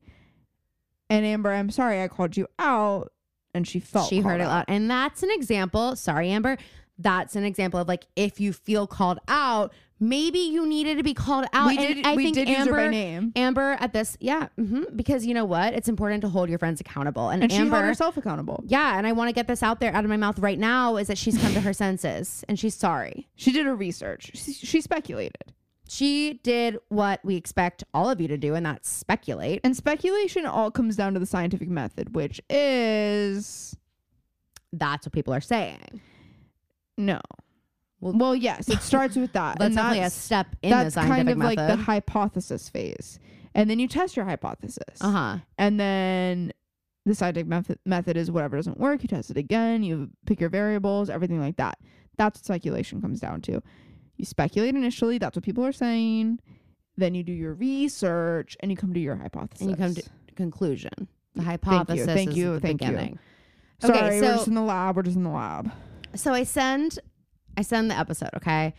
and amber i'm sorry i called you out and she felt
she heard
called
it
out.
loud, and that's an example. Sorry, Amber. That's an example of like if you feel called out, maybe you needed to be called out.
we
and
did
I
we
think
did
Amber
use her by name
Amber at this, yeah, hmm because you know what? It's important to hold your friends accountable. And,
and she
Amber,
held herself accountable
Yeah, and I want to get this out there out of my mouth right now is that she's come to her senses and she's sorry.
she did her research she, she speculated
She did what we expect all of you to do and that's speculate.
And speculation all comes down to the scientific method, which is
That's what people are saying.
no.
Well-
Well, yes, it starts with that.
That's
and
definitely a
that's,
step in the
that's
scientific
kind of
method.
like the hypothesis phase. And then you test your hypothesis.
uh-huh.
And then the scientific method, method is whatever doesn't work, you test it again, you pick your variables, everything like that. That's what speculation comes down to. You speculate initially, that's what people are saying. Then you do your research and you come to your hypothesis.
And you come to conclusion. The
Thank you,
hypothesis
thank
is
you,
the
thank you.
beginning. Okay,
Sorry, we're
so-
just in the lab. We're just in the lab.
So I send I send the episode, okay?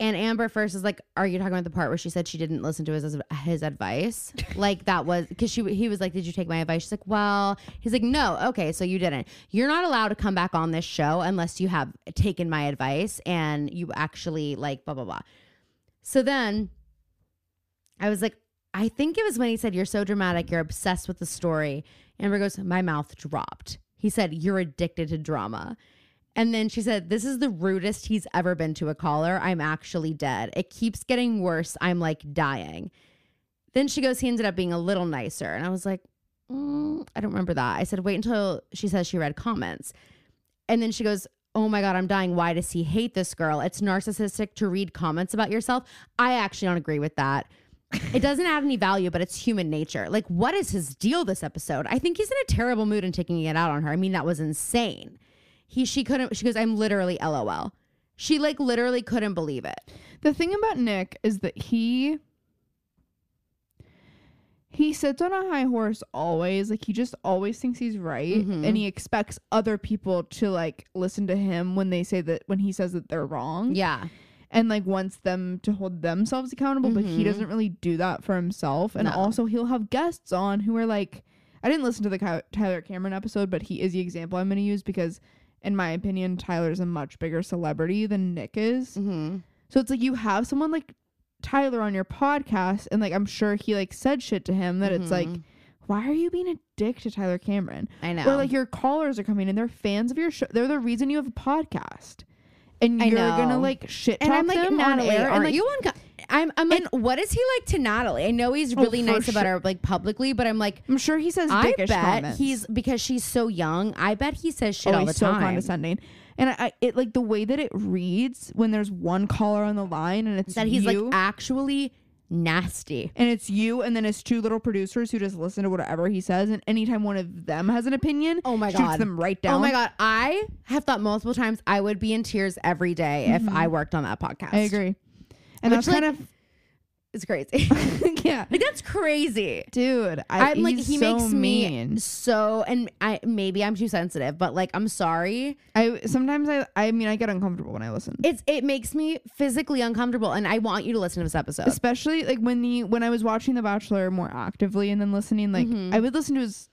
And Amber first is like, "Are you talking about the part where she said she didn't listen to his his advice? like that was because she he was like, "Did you take my advice?" She's like, "Well," he's like, "No, okay, so you didn't. You're not allowed to come back on this show unless you have taken my advice and you actually like blah blah blah." So then I was like, I think it was when he said, You're so dramatic, you're obsessed with the story. Amber goes, My mouth dropped. He said, You're addicted to drama. And then she said, This is the rudest he's ever been to a caller. I'm actually dead. It keeps getting worse. I'm like dying. Then she goes, He ended up being a little nicer. And I was like, "Mm, I don't remember that. I said, Wait until she says she read comments. And then she goes, Oh my God, I'm dying. Why does he hate this girl? It's narcissistic to read comments about yourself. I actually don't agree with that. It doesn't add any value, but it's human nature. Like, what is his deal this episode? I think he's in a terrible mood and taking it out on her. I mean, that was insane. He, she couldn't, she goes, I'm literally LOL. She, like, literally couldn't believe it.
The thing about Nick is that he he sits on a high horse always. Like he just always thinks he's right
Mhm.
and he expects other people to like listen to him when they say that when he says that they're wrong
Yeah.
and like wants them to hold themselves accountable, but he
Mhm.
doesn't really do that for himself. And
No.
also he'll have guests on who are like I didn't listen to the Ky- Tyler Cameron episode, but he is the example I'm going to use because in my opinion, Tyler's a much bigger celebrity than Nick is.
Mm-hmm.
So it's like you have someone like Tyler on your podcast, and like I'm sure he like said shit to him that it's like,
Mhm.
why are you being a dick to Tyler Cameron?
I know.
Or like your callers are coming in, they're fans of your show. They're the reason you have a podcast, and
I
you're gonna
know.
like shit talk
and I'm like,
them
Natalie,
on air.
aren't
and like,
you on? I'm, I'm like, what is he like to Natalie? I know he's
Oh,
really
for
nice about
sure.
her, like publicly, but I'm like,
I'm sure he says
I
dickish
bet
comments.
he's because she's so young. I bet he says shit
Oh,
all the
he's so
time.
condescending. And I, I, it like the way that it reads when there's one caller on the line, and it's
that he's
you,
like actually nasty.
and it's you and then it's two little producers who just listen to whatever he says and anytime one of them has an opinion
Oh my
shoots
God.
them right down
Oh my god, I have thought multiple times I would be in tears every day if Mm-hmm. I worked on that podcast.
i agree and
Which,
that's kind
like-
of
It's crazy. like
yeah
that's crazy.
dude I,
I'm like
he's
he
so
makes
mean
me so and I maybe I'm too sensitive, but like I'm sorry.
i sometimes i i mean i get uncomfortable when i listen
It's it makes me physically uncomfortable and I want you to listen to this episode.
especially like when the when i was watching the bachelor more actively and then listening like i would listen to his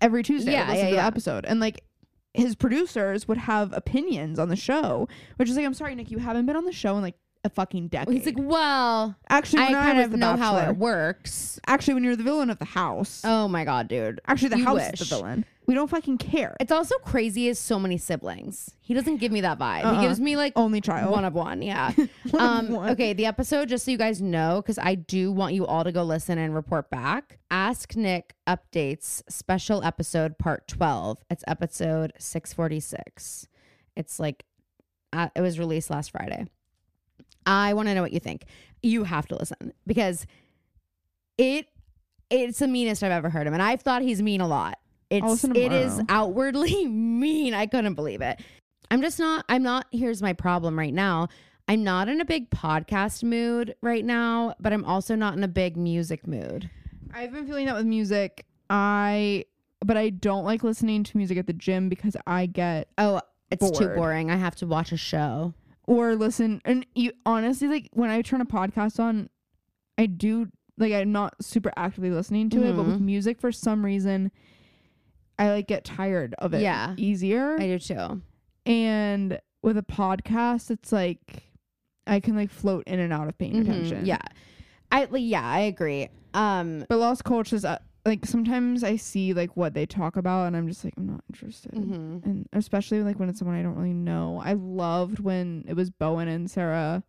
every tuesday
Mm-hmm.
I
Yeah,
would listen
yeah,
to
yeah.
the episode and like his producers would have opinions on the show which is like i'm sorry nick you haven't been on the show in like a fucking decade
He's like, "Well,
actually
I
when i,
kind
was
of
the
know how
Bachelor-
it works."
actually when you're the villain of the house
Oh my god, dude.
actually the
you
house is
wish.
the villain We don't fucking care.
It's also crazy is so many siblings. He doesn't give me that vibe.
Uh-uh.
He gives me like
Only child.
one of one. Yeah.
One of
um,
one.
Okay, the episode, just so you guys know, because I do want you all to go listen and report back. Ask Nick updates special episode part 12. It's episode 646. It's like, uh, it was released last Friday. I want to know what you think. You have to listen because it it's the meanest I've ever heard him, and I've thought he's mean a lot. It's
listen
it is
tomorrow.
outwardly mean. I couldn't believe it. I'm just not. I'm not. Here's my problem right now. I'm not in a big podcast mood right now, but I'm also not in a big music mood.
I've been feeling that with music. I but I don't like listening to music at the gym because I get
Oh, it's too
Bored.
boring. I have to watch a show.
or listen and you honestly like when I turn a podcast on, I do like I'm not super actively listening to it, but with music for some reason I like get tired of it
Yeah.
easier.
I do too.
and with a podcast it's like I can like float in and out of paying
Mhm.
attention.
Yeah, I like, yeah I agree. Um,
But Lost Culture is uh, like sometimes I see like what they talk about and I'm just like I'm not interested.
mhm.
and especially like when it's someone I don't really know. I loved when it was Bowen and Sarah,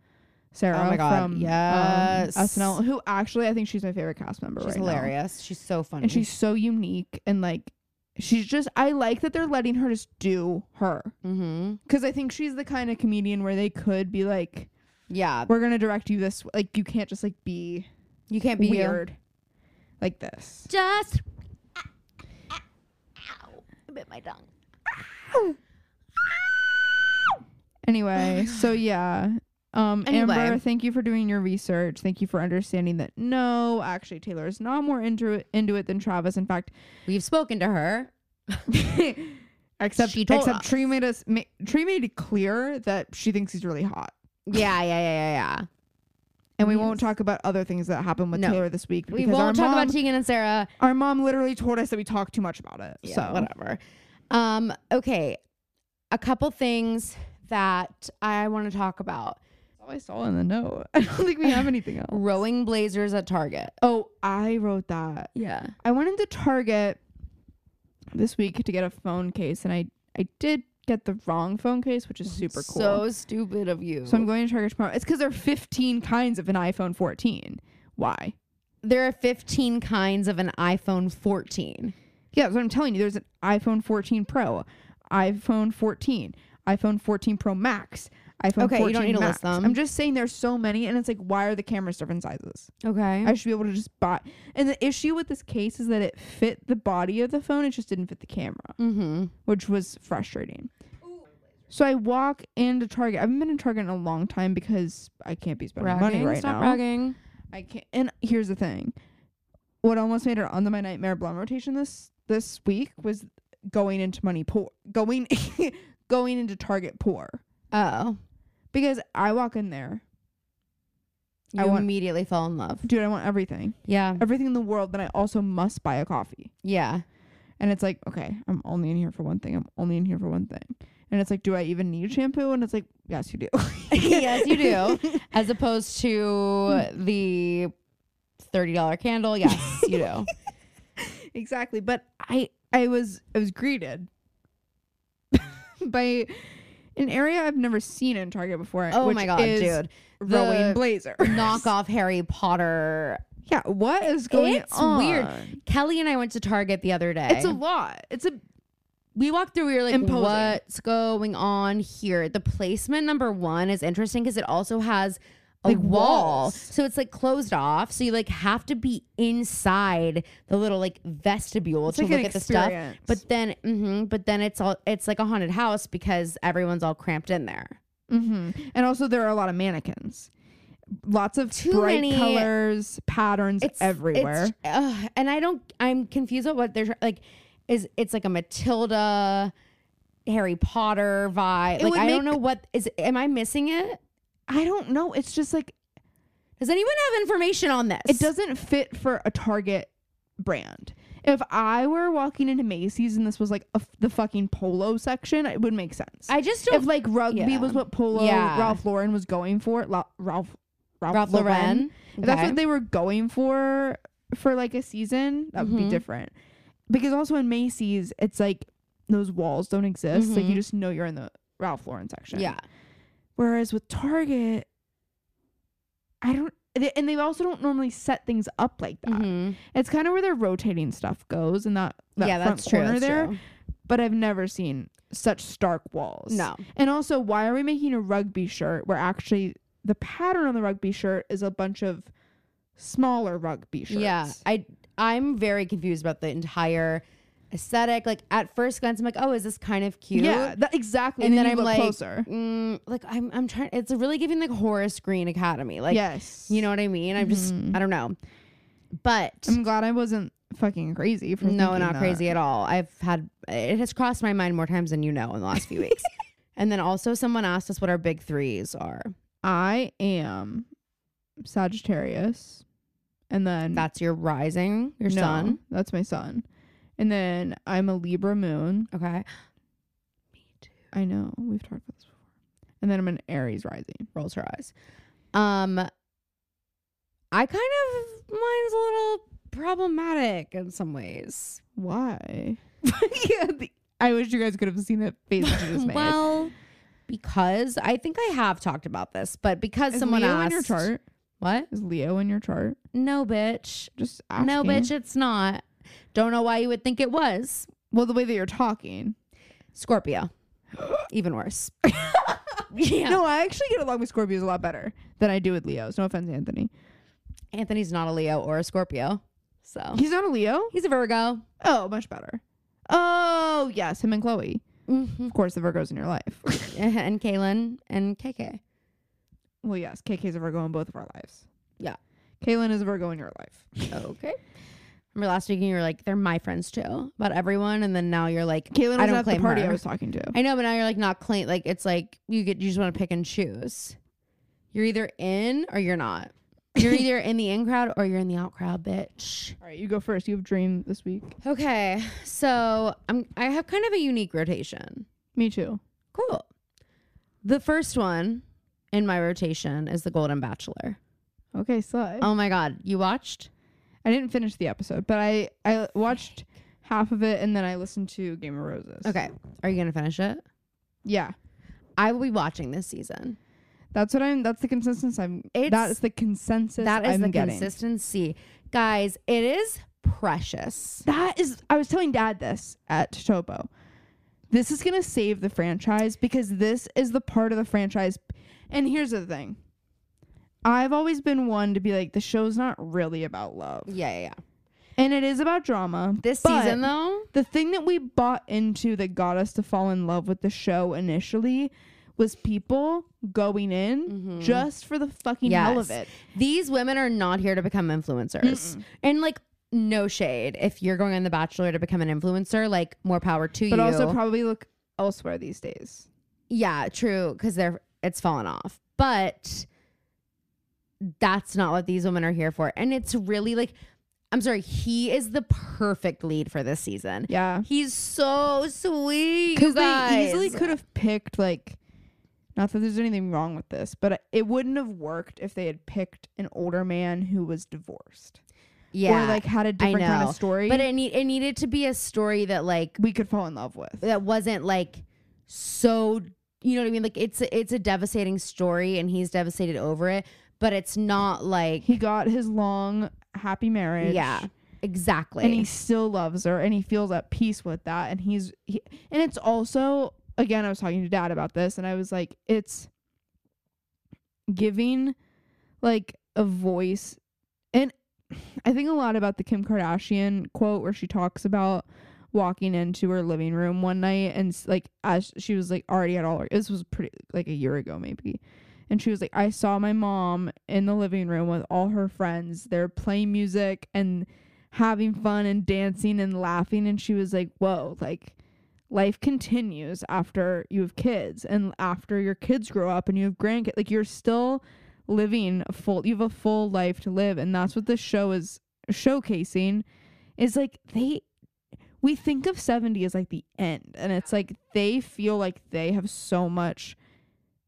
Sarah
Oh my God,
from
yes.
um, SNL, who actually I think she's my favorite cast member.
she's
right now.
hilarious. She's so funny.
and she's so unique and like she's just. I like that they're letting her just do her
hmm
because I think she's the kind of comedian where they could be like,
yeah.
we're gonna direct you this. Like you can't just like be,
You can't be you.
weird like this.
Just. Ow. I bit my tongue.
Anyway, so yeah. Um, Amber,
Anyway.
thank you for doing your research. Thank you for understanding that no, actually, Taylor is not more into it, into it than Travis. In fact,
We've spoken to her.
except
She told
except
us.
Tree made us ma- Tree made it clear that she thinks he's really hot,
Yeah, yeah, yeah, yeah, yeah.
and we
Yes.
won't talk about other things that happened with
No.
Taylor this week.
We
because our
won't talk
mom,
about Tegan and Sarah.
Our mom literally told us that we talked too much about it.
so
so
whatever. Um, okay. A couple things that I want to talk about.
that's all I saw in the note. I don't think we have anything else.
Rowing blazers at Target.
Oh, I wrote that.
Yeah.
I went into Target this week to get a phone case, and I I did get the wrong phone case, which is super cool.
So stupid of you.
So I'm going to Target tomorrow. It's because there are 15 kinds of an iPhone 14. Why?
there are 15 kinds of an iPhone 14.
Yeah, that's what I'm telling you. There's an iPhone 14 Pro, iPhone 14, iPhone 14 Pro Max, iPhone
Okay,
14
you don't need to
Max.
list them.
I'm just saying there's so many, and it's like, why are the cameras different sizes?
Okay.
I should be able to just buy. And the issue with this case is that it fit the body of the phone. It just didn't fit the camera.
mm-hmm.
which was frustrating. So I walk into Target. I haven't been in Target in a long time because I can't be spending money right
stop
now.
bragging.
I can't. And here's the thing: what almost made it onto my nightmare blonde rotation this this week was going into money poor, going going into Target poor
Oh.
because I walk in there,
You
I want-
immediately fell in love.
dude. I want everything,
Yeah.
everything in the world. But I also must buy a coffee.
Yeah.
And it's like, okay, I'm only in here for one thing. I'm only in here for one thing. And it's like, do I even need shampoo? And it's like, yes, you do.
yes, you do. As opposed to the $30 candle. Yes, you do.
exactly but i i was i was greeted by an area i've never seen in target before
Oh
which
my God,
is
dude.
rowing
The
blazer
Knock off Harry Potter.
yeah what is going
It's
on
weird. Kelly and I went to Target the other day.
it's a lot it's a
we walked through, we were like,
Imposing.
what's going on here? The placement, number one, is interesting because it also has a
Like
wall.
walls.
So it's like closed off. So you like have to be inside the little like vestibule to
like
look
an
at the stuff.
experience.
But then, hmm but then it's all it's like a haunted house because everyone's all cramped in there.
mhm. and also there are a lot of mannequins lots of
Too
bright
many-
colors patterns everywhere
It's, ugh, and I don't. I'm confused about what they're tr- like. Is it's like a Matilda, Harry Potter vibe?
It
like
would
I don't
make-
know what is. Am I missing it?
i don't know it's just like
Does anyone have information on this?
it doesn't fit for a Target brand. If I were walking into Macy's and this was like a f the fucking polo section, it would make sense.
I just
if
don't.
like rugby
yeah.
was what polo
Yeah.
Ralph Lauren was going for, La- Ralph Ralph,
Ralph
Lauren.
Lauren.
If that's
Okay.
what they were going for for like a season, that would be
Mhm.
different. because also in Macy's, it's like those walls don't exist. Like you
Mhm.
just know you're in the Ralph Lauren section.
Yeah.
Whereas with Target, I don't, they, and they also don't normally set things up like that.
Mhm.
It's kind of where their rotating stuff goes and that, that
yeah,
front
that's true.
corner
that's
there.
true.
But I've never seen such stark walls.
No.
And also, why are we making a rugby shirt where actually the pattern on the rugby shirt is a bunch of smaller rugby shirts?
Yeah, I I'm very confused about the entire aesthetic. Like at first glance, I'm like, oh, is this kind of cute?
Yeah, that, exactly.
And
And,
then
then,
I'm
you look
like,
closer.
Mm, like I'm I'm trying. It's really giving like Horace Green Academy. Like
yes.
you know what I mean. I'm just
Mhm.
I don't know. But
I'm glad I wasn't fucking crazy for
no,
thinking
not
that.
crazy at all. I've had it has crossed my mind more times than you know in the last few weeks. And then also someone asked us what our big threes are.
I am Sagittarius, and then
That's your rising, your
no,
sun.
That's my sun, and then I'm a Libra moon.
Okay,
I know we've talked about this before. And then I'm an Aries rising.
rolls her eyes. Um, I kind of mine's a little problematic in some ways.
Why? yeah, the- I wish you guys could have seen that face that you just made.
well, because I think I have talked about this, but because
Is
someone
Leo
asked
in your chart.
what?
Is Leo in your chart?
No, bitch.
Just asking.
No, bitch. It's not. Don't know why you would think it was
Well, the way that you're talking.
Scorpio. Even worse. yeah.
No, I actually get along with Scorpios a lot better than I do with Leos. No offense, Anthony.
Anthony's not a Leo or a Scorpio, so
He's not a Leo.
he's a Virgo.
Oh, much better. Oh, yes, him and Chloe.
hmm
Of course, the Virgos in your life.
and Kaylin and KK.
well, yes, KK's a Virgo in both of our lives.
Yeah.
Kaylin is a Virgo in your life.
Okay. Remember last week you were like, they're my friends too, about everyone, and then now you're like,
Kaylin
I
was
don't
at the
claim
party
her.
I was talking to.
I know, but now you're like not clean. Like it's like you get you just want to pick and choose. You're either in or you're not. You're either in the in crowd or you're in the out crowd, bitch.
All right, you go first. You have dream this week.
Okay, so I'm I have kind of a unique rotation.
Me too.
Cool. The first one in my rotation is the Golden Bachelor.
Okay, slide.
Oh my god, you watched?
I didn't finish the episode, but I I watched half of it and then I listened to Game of Roses.
Okay, are you gonna finish it?
Yeah.
I will be watching this season.
That's what I'm. That's the consensus I'm. that
It's-
is the consensus.
That is
I'm
the
getting.
consistency, guys. It is precious.
That is, I was telling dad this at Tobo. This is going to save the franchise because this is the part of the franchise. And here's the thing I've always been one to be like, the show's not really about love.
Yeah, yeah. yeah.
And it is about drama.
This
but
season though,
the thing that we bought into that got us to fall in love with the show initially was people going in just for the fucking hell of
Mm-hmm. Yes.
it.
These women are not here to become influencers. And like no shade. If you're going on The Bachelor to become an influencer, like more power to
But
you.
also probably look elsewhere these days.
yeah, true, because they're it's fallen off. But that's not what these women are here for. And it's really like I'm sorry, he is the perfect lead for this season.
Yeah.
He's so sweet. you
because they easily
guys.
could have picked like not that there's anything wrong with this but uh, it wouldn't have worked if they had picked an older man who was divorced
yeah,
or like had a
I
different
know.
kind of story
But it need, it needed to be a story that like
we could fall in love with
that wasn't like so you know what I mean? Like it's a, it's a devastating story and he's devastated over it, but it's not like
he got his long happy marriage
yeah, exactly.
and he still loves her and he feels at peace with that and he's he, and it's also again i was talking to dad about this and i was like it's giving like a voice and i think a lot about the kim kardashian quote where she talks about walking into her living room one night and s- like as she was like already at all her, this was pretty like a year ago maybe and she was like i saw my mom in the living room with all her friends they're playing music and having fun and dancing and laughing and she was like whoa like life continues after you have kids and after your kids grow up and you have grandkids like you're still living a full you have a full life to live and that's what this show is showcasing is like they we think of 70 as like the end and it's like they feel like they have so much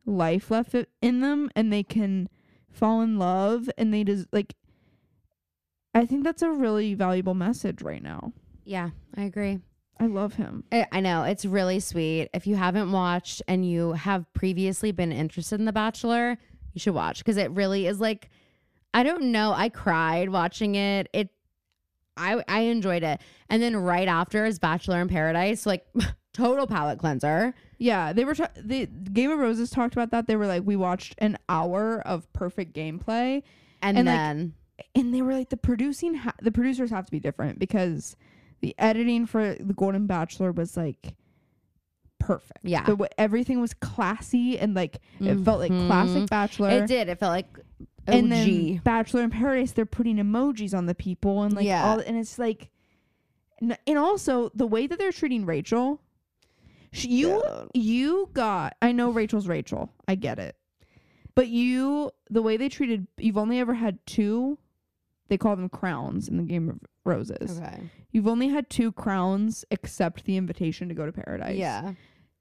life left i- in them and they can fall in love and they just like i think that's a really valuable message right now
Yeah, I agree.
I love him.
I I know it's really sweet. If you haven't watched and you have previously been interested in The Bachelor, you should watch because it really is like, I don't know. I cried watching it. It, I I enjoyed it. And then right after is Bachelor in Paradise, like total palate cleanser.
Yeah, they were. T- the Game of Roses talked about that. They were like, we watched an hour of perfect gameplay,
And,
And, like,
then
and they were like, the producing, ha- the producers have to be different because the editing for the Golden Bachelor was like perfect.
Yeah.
the, wa- everything was classy and like it felt like
Mm-hmm.
classic Bachelor.
it did. It felt like OG.
and then Bachelor in Paradise, they're putting emojis on the people and like
Yeah.
all, and it's like, n- and also the way that they're treating Rachel, sh you you got. I know Rachel's Rachel, I get it, but you the way they treated. You've only ever had two. They call them crowns in the Game of Roses.
okay.
You've only had two crowns, except the invitation to go to paradise.
Yeah.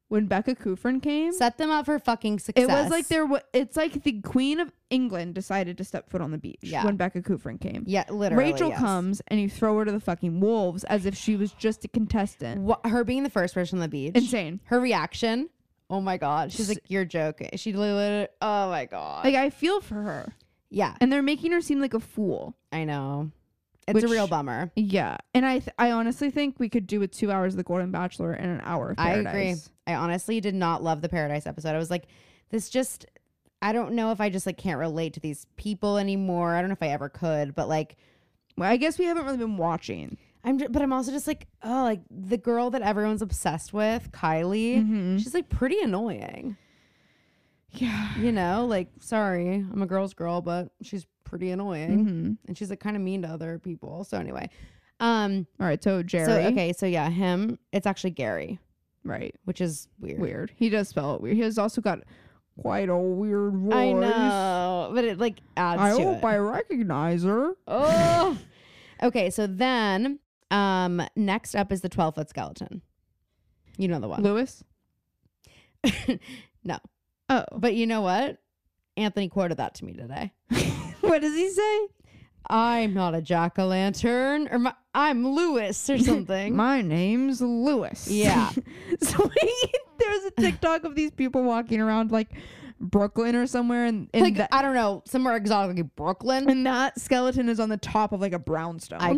When Becca Kufrin came,
Set them up for fucking success.
it was like there. wa- It's like the Queen of England decided to step foot on the beach
Yeah.
when Becca Kufrin came.
Yeah, literally.
Rachel
yes.
comes and you throw her to the fucking wolves as if she was just a contestant.
Wha- her being the first person on the beach.
Insane.
Her reaction. Oh my god. She's like, "You're joking." She literally. Oh my god.
Like I feel for her,
yeah,
and they're making her seem like a fool.
I know. It's a
Which-
real bummer.
Yeah, and I th- I honestly think we could do with two hours of the Golden Bachelor and an hour. Of
I agree.
Paradise.
I honestly did not love the Paradise episode. I was like, this just. I don't know if I just like can't relate to these people anymore. I don't know if I ever could, but like
Well, I guess we haven't really been watching.
I'm, ju- but I'm also just like, oh, like the girl that everyone's obsessed with, Kylie.
Mm-hmm.
She's like pretty annoying,
Yeah.
you know. Like, sorry, I'm a girl's girl, but she's pretty annoying,
Mm-hmm.
and she's like kind of mean to other people. So anyway, um,
All right. So Jerry.
so okay, so yeah, him. It's actually Gary,
Right.
which is weird.
Weird. He does spell it weird. He has also got quite a weird voice.
I know, but it like adds
I
to
hope
it.
I recognize her.
oh, okay. So then, um, next up is the twelve foot skeleton. You know the one.
Lewis.
no.
Oh.
But you know what? Anthony quoted that to me today.
what does he say?
I'm not a jack o' lantern, or my, I'm Lewis or something.
My name's Lewis.
Yeah.
so there's a TikTok of these people walking around like Brooklyn or somewhere, and and,
like
that,
I don't know, somewhere exotic like Brooklyn.
and that skeleton is on the top of like a brownstone.
Uh-huh.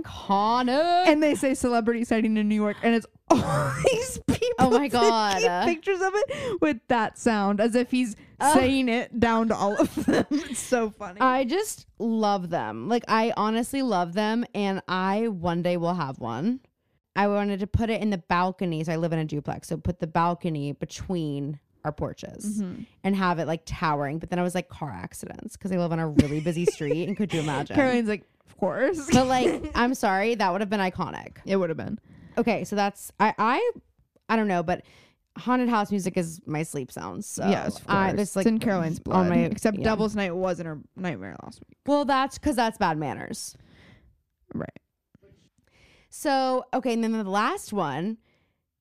Iconic.
and they say celebrity sighting in New York, and it's all these people.
Oh my
that
God.
keep pictures of it with that sound, as if he's saying it down to all of them. It's so funny.
I just love them. Like I honestly love them, and I one day will have one. I wanted to put it in the balcony, so I live in a duplex. So put the balcony between our porches
Mm-hmm.
and have it like towering. But then I was like car accidents because I live on a really busy street, and could you imagine?
Caroline's like, of course,
But like, I'm sorry, that would have been iconic.
it would have been.
Okay, so that's I I I don't know, but haunted house music is my sleep sounds. So
yes, of course.
I, this like
it's in Caroline's blood.
on my-
Except
yeah.
Devil's Night was in her nightmare last week.
Well, that's because that's bad manners.
Right.
So okay, and then the last one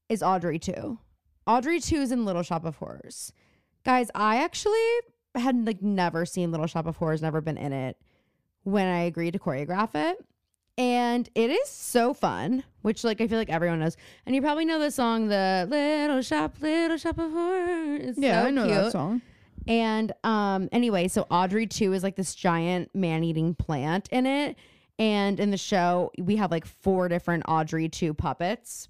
is Audrey two. Audrey two is in Little Shop of Horrors. Guys, I actually had like never seen Little Shop of Horrors, never been in it when I agreed to choreograph it. And it is so fun, which like I feel like everyone knows. And you probably know the song, the Little Shop, Little Shop of Horrors. It's
Yeah,
so
I know
cute.
that song.
And um anyway, so Audrey 2 is like this giant man-eating plant in it. And in the show, we have like four different Audrey 2 puppets.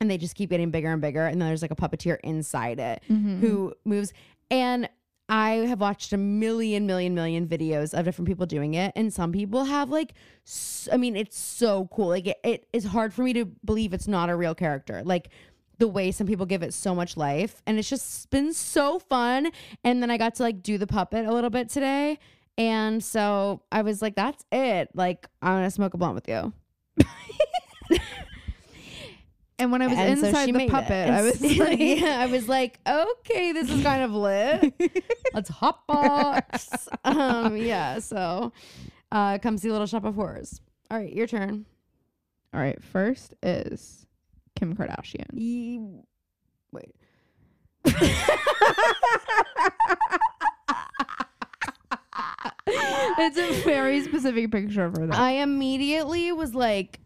And they just keep getting bigger and bigger. And then there's like a puppeteer inside it who moves. And I have watched a million, million, million videos of different people doing it. And some people have like, s- I mean, it's so cool. Like, it, it is hard for me to believe it's not a real character. Like, the way some people give it so much life. And it's just been so fun. And then I got to like do the puppet a little bit today. And so I was like, that's it. Like, I'm going to smoke a blunt with you.
And when I was
And so
inside
she
the
made it.
puppet,
And
I was
so-
like,
yeah, I was like, okay, this is kind of lit. Let's hot box. um, yeah. So, uh, come see Little Shop of Horrors. All right, your turn.
all right, first is Kim Kardashian.
Wait.
it's a very specific picture of her. Though.
I immediately was like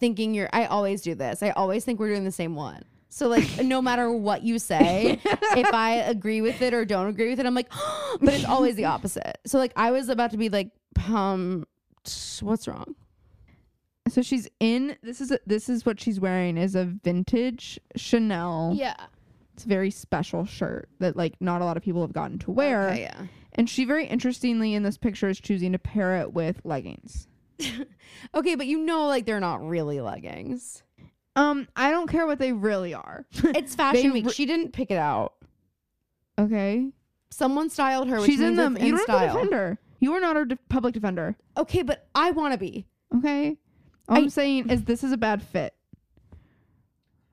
thinking you're I always do this. I always think we're doing the same one. So like no matter what you say, if I agree with it or don't agree with it, I'm like, but it's always the opposite. So like I was about to be like, um, what's wrong?
So she's in this is a, this is what she's wearing is a vintage Chanel.
Yeah.
It's a very special shirt that like not a lot of people have gotten to wear.
Okay, yeah.
And she very interestingly in this picture is choosing to pair it with leggings.
Okay, but you know like they're not really leggings.
Um, I don't care what they really are.
It's fashion
re-
week. She didn't pick it out.
Okay.
Someone styled her. Which
she's in them.
It's in
You don't have to
style.
defend her. You are not her de- public defender.
okay, but I want to be.
Okay. All I,
I-
am saying is this is a bad fit.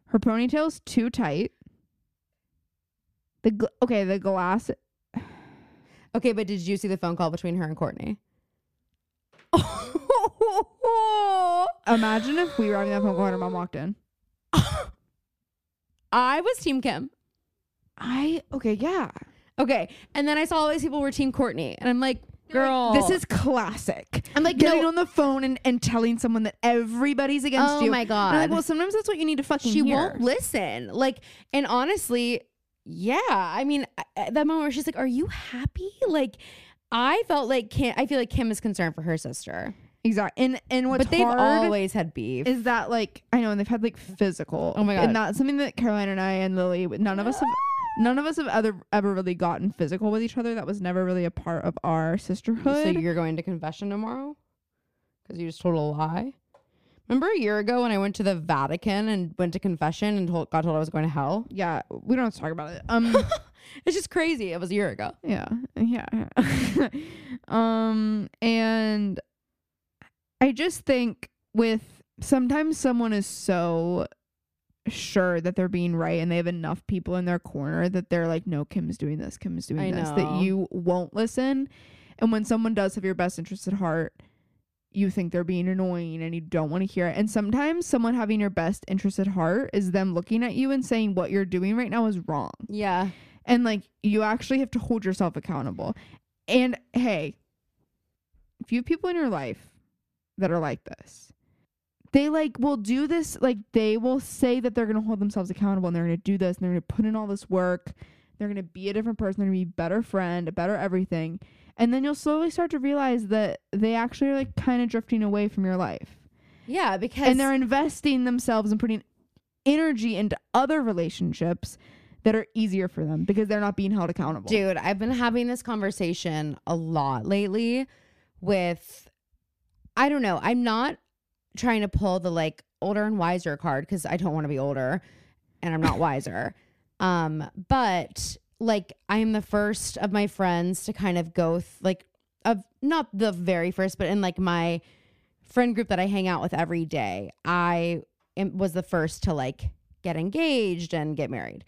Her ponytail's too tight. The gl- okay, the glass.
Okay, but did you see the phone call between her and Courtney?
Imagine if we were having that phone call and her mom walked in.
I was Team Kim.
I okay, yeah.
Okay, and then I saw all these people were Team Courtney, and I'm like, girl,
This is classic.
I'm like,
Getting
no,
on the phone and, and telling someone that everybody's against
Oh
you.
my
And I'm
God.
Like, well, sometimes that's what you need to fucking
she
hear.
won't listen. Like, and honestly, yeah. I mean, I- at that moment where she's like, "Are you happy?" Like, I felt like Kim. I feel like Kim is concerned for her sister,
Exactly. And and what's
but they've
hard
always had beef.
is that like I know, and they've had like physical.
Oh my God.
And that's something that Caroline and I and Lily, none of us have, none of us have ever ever really gotten physical with each other. That was never really a part of our
So
sisterhood.
you're going to confession tomorrow? Because you just told a lie? Remember a year ago when I went to the Vatican and went to confession and told, got told I was going to hell?
yeah, we don't have to talk about it. Um,
It's just crazy. It was a year ago.
yeah, yeah. um, and I just think with sometimes someone is so sure that they're being right and they have enough people in their corner that they're like, no, Kim's doing this, Kim's doing
I
this,
know.
that you won't listen. And when someone does have your best interest at heart, you think they're being annoying and you don't want to hear it. And sometimes someone having your best interest at heart is them looking at you and saying what you're doing right now is wrong.
Yeah.
And like you actually have to hold yourself accountable. And hey, if you have people in your life that are like this, they like will do this, like they will say that they're gonna hold themselves accountable and they're gonna do this and they're gonna put in all this work, they're gonna be a different person, they're gonna be a better friend, a better everything. And then you'll slowly start to realize that they actually are like kind of drifting away from your life.
Yeah, because
And they're investing themselves and putting energy into other relationships that are easier for them because they're not being held accountable.
Dude, I've been having this conversation a lot lately with I don't know. I'm not trying to pull the like older and wiser card cuz I don't want to be older and I'm not wiser. Um but like I am the first of my friends to kind of go th- like of not the very first but in like my friend group that I hang out with every day. I am, was the first to like get engaged and get married.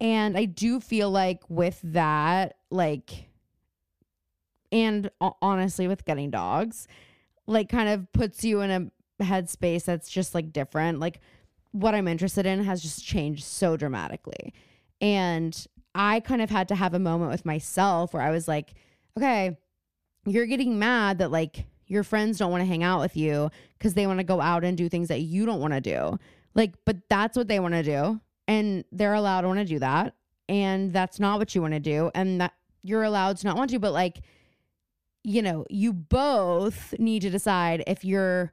And I do feel like with that, like, and ho- honestly, with getting dogs, like, kind of puts you in a headspace that's just like different. Like, what I'm interested in has just changed so dramatically. And I kind of had to have a moment with myself where I was like, okay, you're getting mad that like your friends don't want to hang out with you because they want to go out and do things that you don't want to do. Like, but that's what they want to do. And they're allowed to want to do that. And that's not what you want to do. And that you're allowed to not want to. But like, you know, you both need to decide if your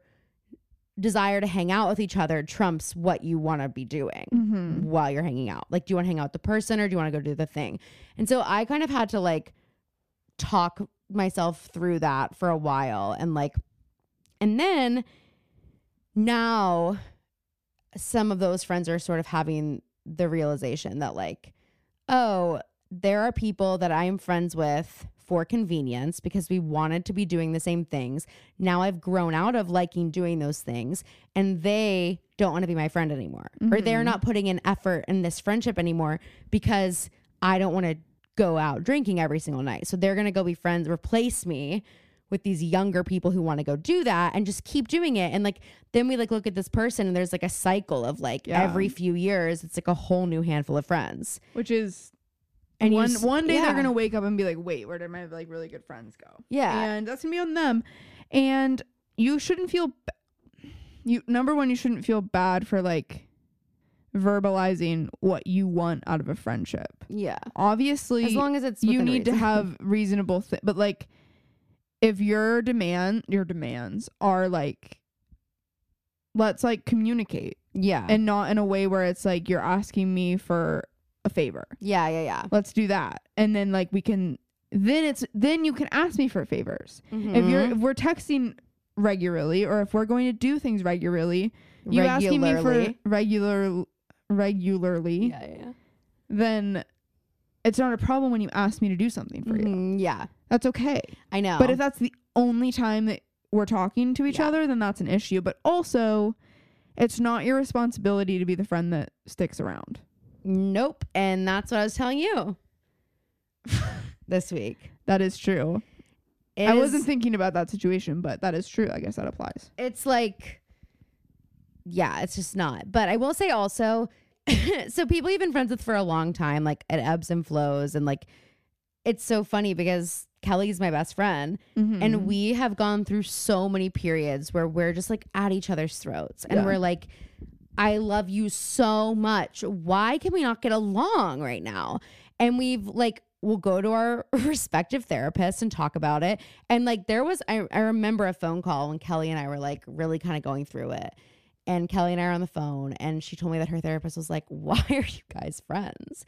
desire to hang out with each other trumps what you want to be doing
Mm-hmm.
while you're hanging out. Like, do you want to hang out with the person or do you want to go do the thing? And so I kind of had to like talk myself through that for a while and like, and then now some of those friends are sort of having the realization that like, oh, there are people that I am friends with for convenience because we wanted to be doing the same things. Now I've grown out of liking doing those things and they don't want to be my friend anymore. Or they're not putting in effort in this friendship anymore because I don't want to go out drinking every single night. So they're going to go be friends, replace me with these younger people who want to go do that and just keep doing it and like then we like look at this person and there's like a cycle of like
Yeah.
every few years it's like a whole new handful of friends
Which is
and you
one
s-
one day
yeah.
they're gonna wake up and be like, wait, where did my like really good friends go?
yeah
And that's gonna be on them. And you shouldn't feel. b- you number one, you shouldn't feel bad for like verbalizing what you want out of a friendship.
Yeah.
Obviously,
As long as it's
you
within
need to
reason.
have reasonable thi- but like if your demand your demands are like let's like communicate
yeah.
and not in a way where it's like you're asking me for a favor
yeah, yeah, yeah.
let's do that and then like we can then it's then you can ask me for favors if you're
Mm-hmm.
if we're texting regularly or if we're going to do things regularly you asking me for
Regularly.
regular regularly
yeah, yeah, yeah.
then it's not a problem when you ask me to do something for you
Mhm, yeah.
that's okay
I know.
but if that's the only time that we're talking to each
Yeah.
other then that's an issue but also it's not your responsibility to be the friend that sticks around
nope. And that's what I was telling you this week.
that is true
It
i
is-
wasn't thinking about that situation but that is true i guess that applies
it's like yeah it's just not but i will say also so people you've been friends with for a long time like it ebbs and flows and like it's so funny because kelly's my best friend
Mm-hmm.
and we have gone through so many periods where we're just like at each other's throats and
Yeah.
we're like i love you so much why can we not get along right now and we've like we'll go to our respective therapists and talk about it and like there was i, I remember a phone call when kelly and i were like really kind of going through it and Kelly and I are on the phone, and she told me that her therapist was like, "Why are you guys friends?"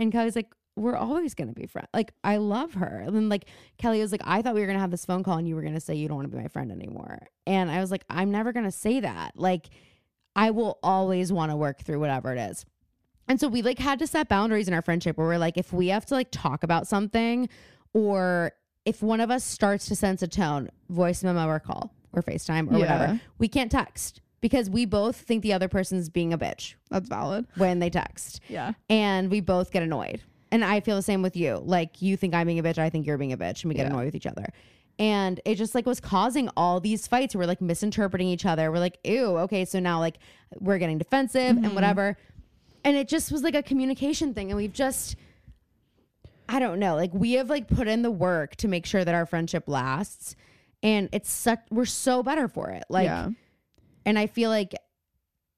And Kelly's like, "We're always gonna be friends. Like, I love her." And then like Kelly was like, "I thought we were gonna have this phone call, and you were gonna say you don't want to be my friend anymore." And I was like, "I'm never gonna say that. Like, I will always want to work through whatever it is." And so we like had to set boundaries in our friendship where we're like, if we have to like talk about something, or if one of us starts to sense a tone, voice memo or call or FaceTime or
Yeah.
whatever, we can't text because we both think the other person's being a bitch
that's valid
when they text
yeah
and we both get annoyed. And I feel the same with you. Like you think I'm being a bitch, I think you're being a bitch, and we get
Yeah.
annoyed with each other. And it just like was causing all these fights. We're like misinterpreting each other. We're like, ew, okay, so now like we're getting defensive
Mm-hmm.
and whatever. And it just was like a communication thing. And we've just I don't know. Like we have like put in the work to make sure that our friendship lasts. And it's such we're so better for it. Like
yeah
and I feel like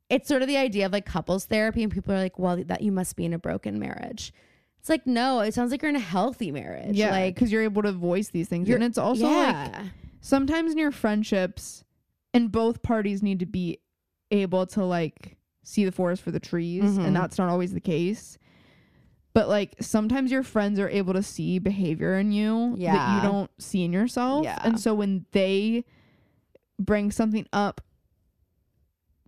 it's sort of the idea of like couples therapy, and people are like, well, that you must be in a broken marriage. It's like, no, it sounds like you're in a healthy marriage.
yeah
Like,
because you're able to voice these things
you're-
and it's also like
yeah.
sometimes in your friendships and both parties need to be able to like see the forest for the trees
Mhm.
and that's not always the case but like sometimes your friends are able to see behavior in you that
Yeah.
you don't see in yourself
Yeah.
and so when they bring something up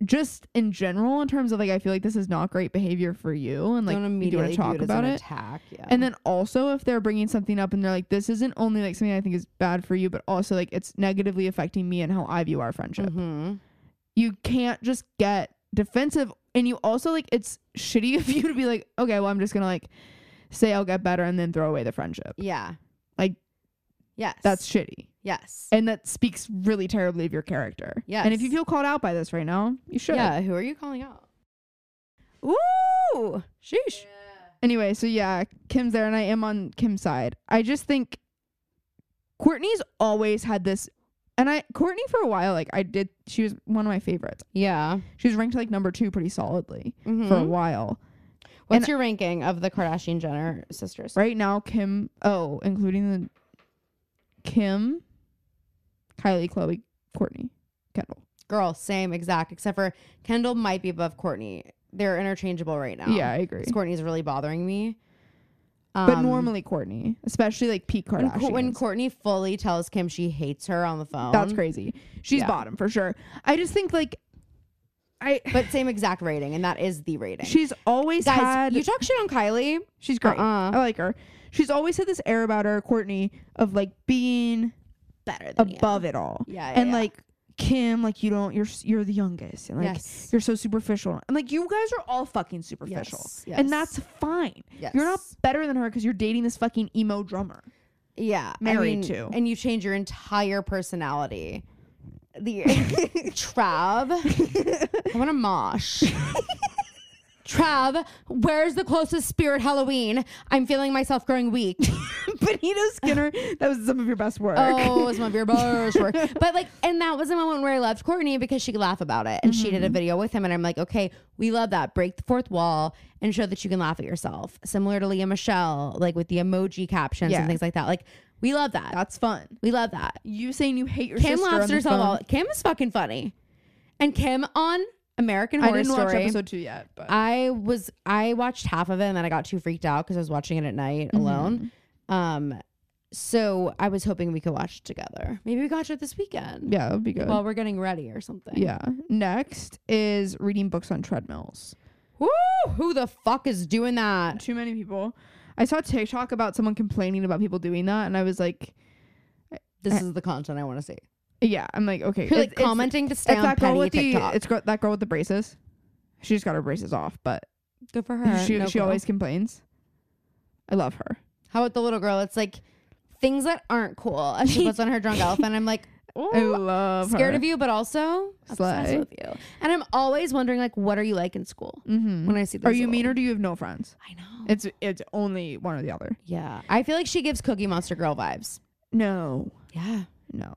just in general in terms of like i feel like this is not great behavior for you and like
don't
you want
immediately
to
view
talk
as
about
an
it
Attack. Yeah.
and then also if they're bringing something up and they're like, this isn't only like something I think is bad for you, but also like it's negatively affecting me and how I view our friendship.
Mhm.
You can't just get defensive. And you also like, it's shitty of you to be like, okay, well, I'm just going to like say I'll get better and then throw away the friendship.
yeah.
Like,
yes.
That's shitty.
yes.
And that speaks really terribly of your character. And if you
Yes.
feel called out by this right now, you should.
Yeah. Who are you calling out? Ooh. Sheesh.
Anyway, so yeah, Kim's there and I am on Kim's side. I just think Courtney's always had this and I Courtney for a while, like I did she was one of my favorites.
Yeah.
She was ranked like number two pretty solidly for a
Mhm.
while.
What's your ranking of the Kardashian Jenner sisters?
Right now, Kim oh, including the Kim, Kylie, Chloe, Courtney, Kendall.
Girl, same exact, except for Kendall might be above Courtney. They're interchangeable right now.
Yeah, I agree.
Because Courtney's really bothering me.
but
Um,
normally Courtney, especially like Pete
when,
Kardashian.
Co- when Courtney fully tells Kim she hates her on the phone,
That's crazy. She's
Um, Yeah.
bottom for sure. I just think like I
But same exact rating, and that is the rating.
she's always
Guys,
had
you talk shit on Kylie.
She's great.
Uh-uh.
I like her. She's always had this air about her, Courtney, of like being
Better than you.
above it all.
Yeah, yeah,
and
yeah.
like Kim, like you don't, you're s- you're the youngest, and like
Yes.
you're so superficial, and like you guys are all fucking superficial,
Yes, yes.
and that's fine. You're not
Yes.
better than her because you're dating this fucking emo drummer.
yeah, I
married
mean,
to.
and you change your entire personality. The Trav, I want to mosh. Trav, where's the closest spirit Halloween? I'm feeling myself growing weak.
Benito Skinner, that was some of your best work.
oh, it's my beer bars work. But like, and that was the moment where I loved Courtney because she could laugh about it. And she did a
Mm-hmm.
video with him. And I'm like, okay, we love that. Break the fourth wall and show that you can laugh at yourself. Similar to Leah Michelle, like with the emoji captions
Yeah.
and things like that. Like, we love that.
That's fun.
we love that.
You saying you hate your
Kim
sister on
laughs
the
at herself.
phone.
All. Kim is fucking funny. And Kim on American
I
Horror
didn't watch
Story.
episode two yet, but
I was I watched half of it and then I got too freaked out because I was watching it at night
Mm-hmm.
alone. Um, so I was hoping we could watch it together. Maybe we could watch it this weekend
yeah, that would be good.
while we're getting ready or something.
yeah. Next is reading books on treadmills.
Woo! Who the fuck is doing that?
Too many people. I saw TikTok about someone complaining about people doing that, and I was like,
This is the content I want to see.
yeah, I'm like, okay,
You're like
Eh. it's- it's-
commenting to stay
It's
on
that girl
petty
with the
TikTok.
it's gr- that girl with the braces. She just got her braces off, but
good for her.
she
no
she
girl.
always complains. I love her.
How about the little girl? It's like things that aren't cool. As she puts on her drunk elephant, I'm like,
I
ooh,
love
Oh, scared
her.
of you, but also obsessed
Slay.
with you. And I'm always wondering, like, what are you like in school?
Mhm.
When I see, those
Are you
little-
mean or do you have no friends?
I know.
It's it's only one or the other.
yeah, I feel like she gives Cookie Monster girl vibes.
No,
Yeah.
no,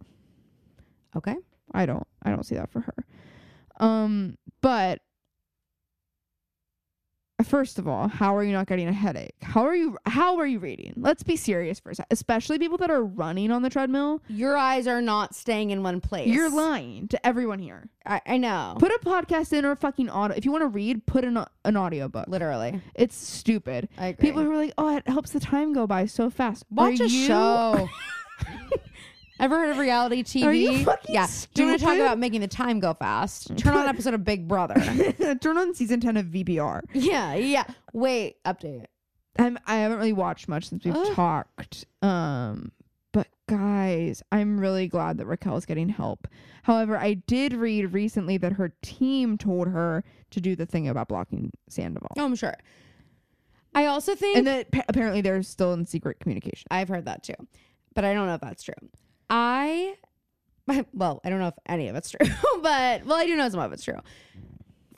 Okay.
I don't. I don't see that for her. Um, but first of all, how are you not getting a headache? How are you? How are you reading? Let's be serious for a second. Especially people that are running on the treadmill.
Your eyes are not staying in one place.
You're lying to everyone here.
I, I know.
Put a podcast in or a fucking audio. If you want to read, put an an audiobook.
Literally.
It's stupid.
I agree.
People who are like, "Oh, it helps the time go by so fast."
watch
Are
a
you-
show. Ever heard of reality TV?
Are you fucking
yeah. Do you want to talk
stupid?
about making the time go fast? Turn on an episode of Big Brother.
Turn on season ten of VBR.
yeah. Yeah. Wait. Update.
I'm, I haven't really watched much since we've
Ugh.
talked. Um, but guys, I'm really glad that Raquel is getting help. However, I did read recently that her team told her to do the thing about blocking Sandoval,
Oh, I'm sure. I also think
and that pa- apparently they're still in secret communication.
I've heard that too, but I don't know if that's true. I, well, I don't know if any of it's true, but well, I do know some of it's true.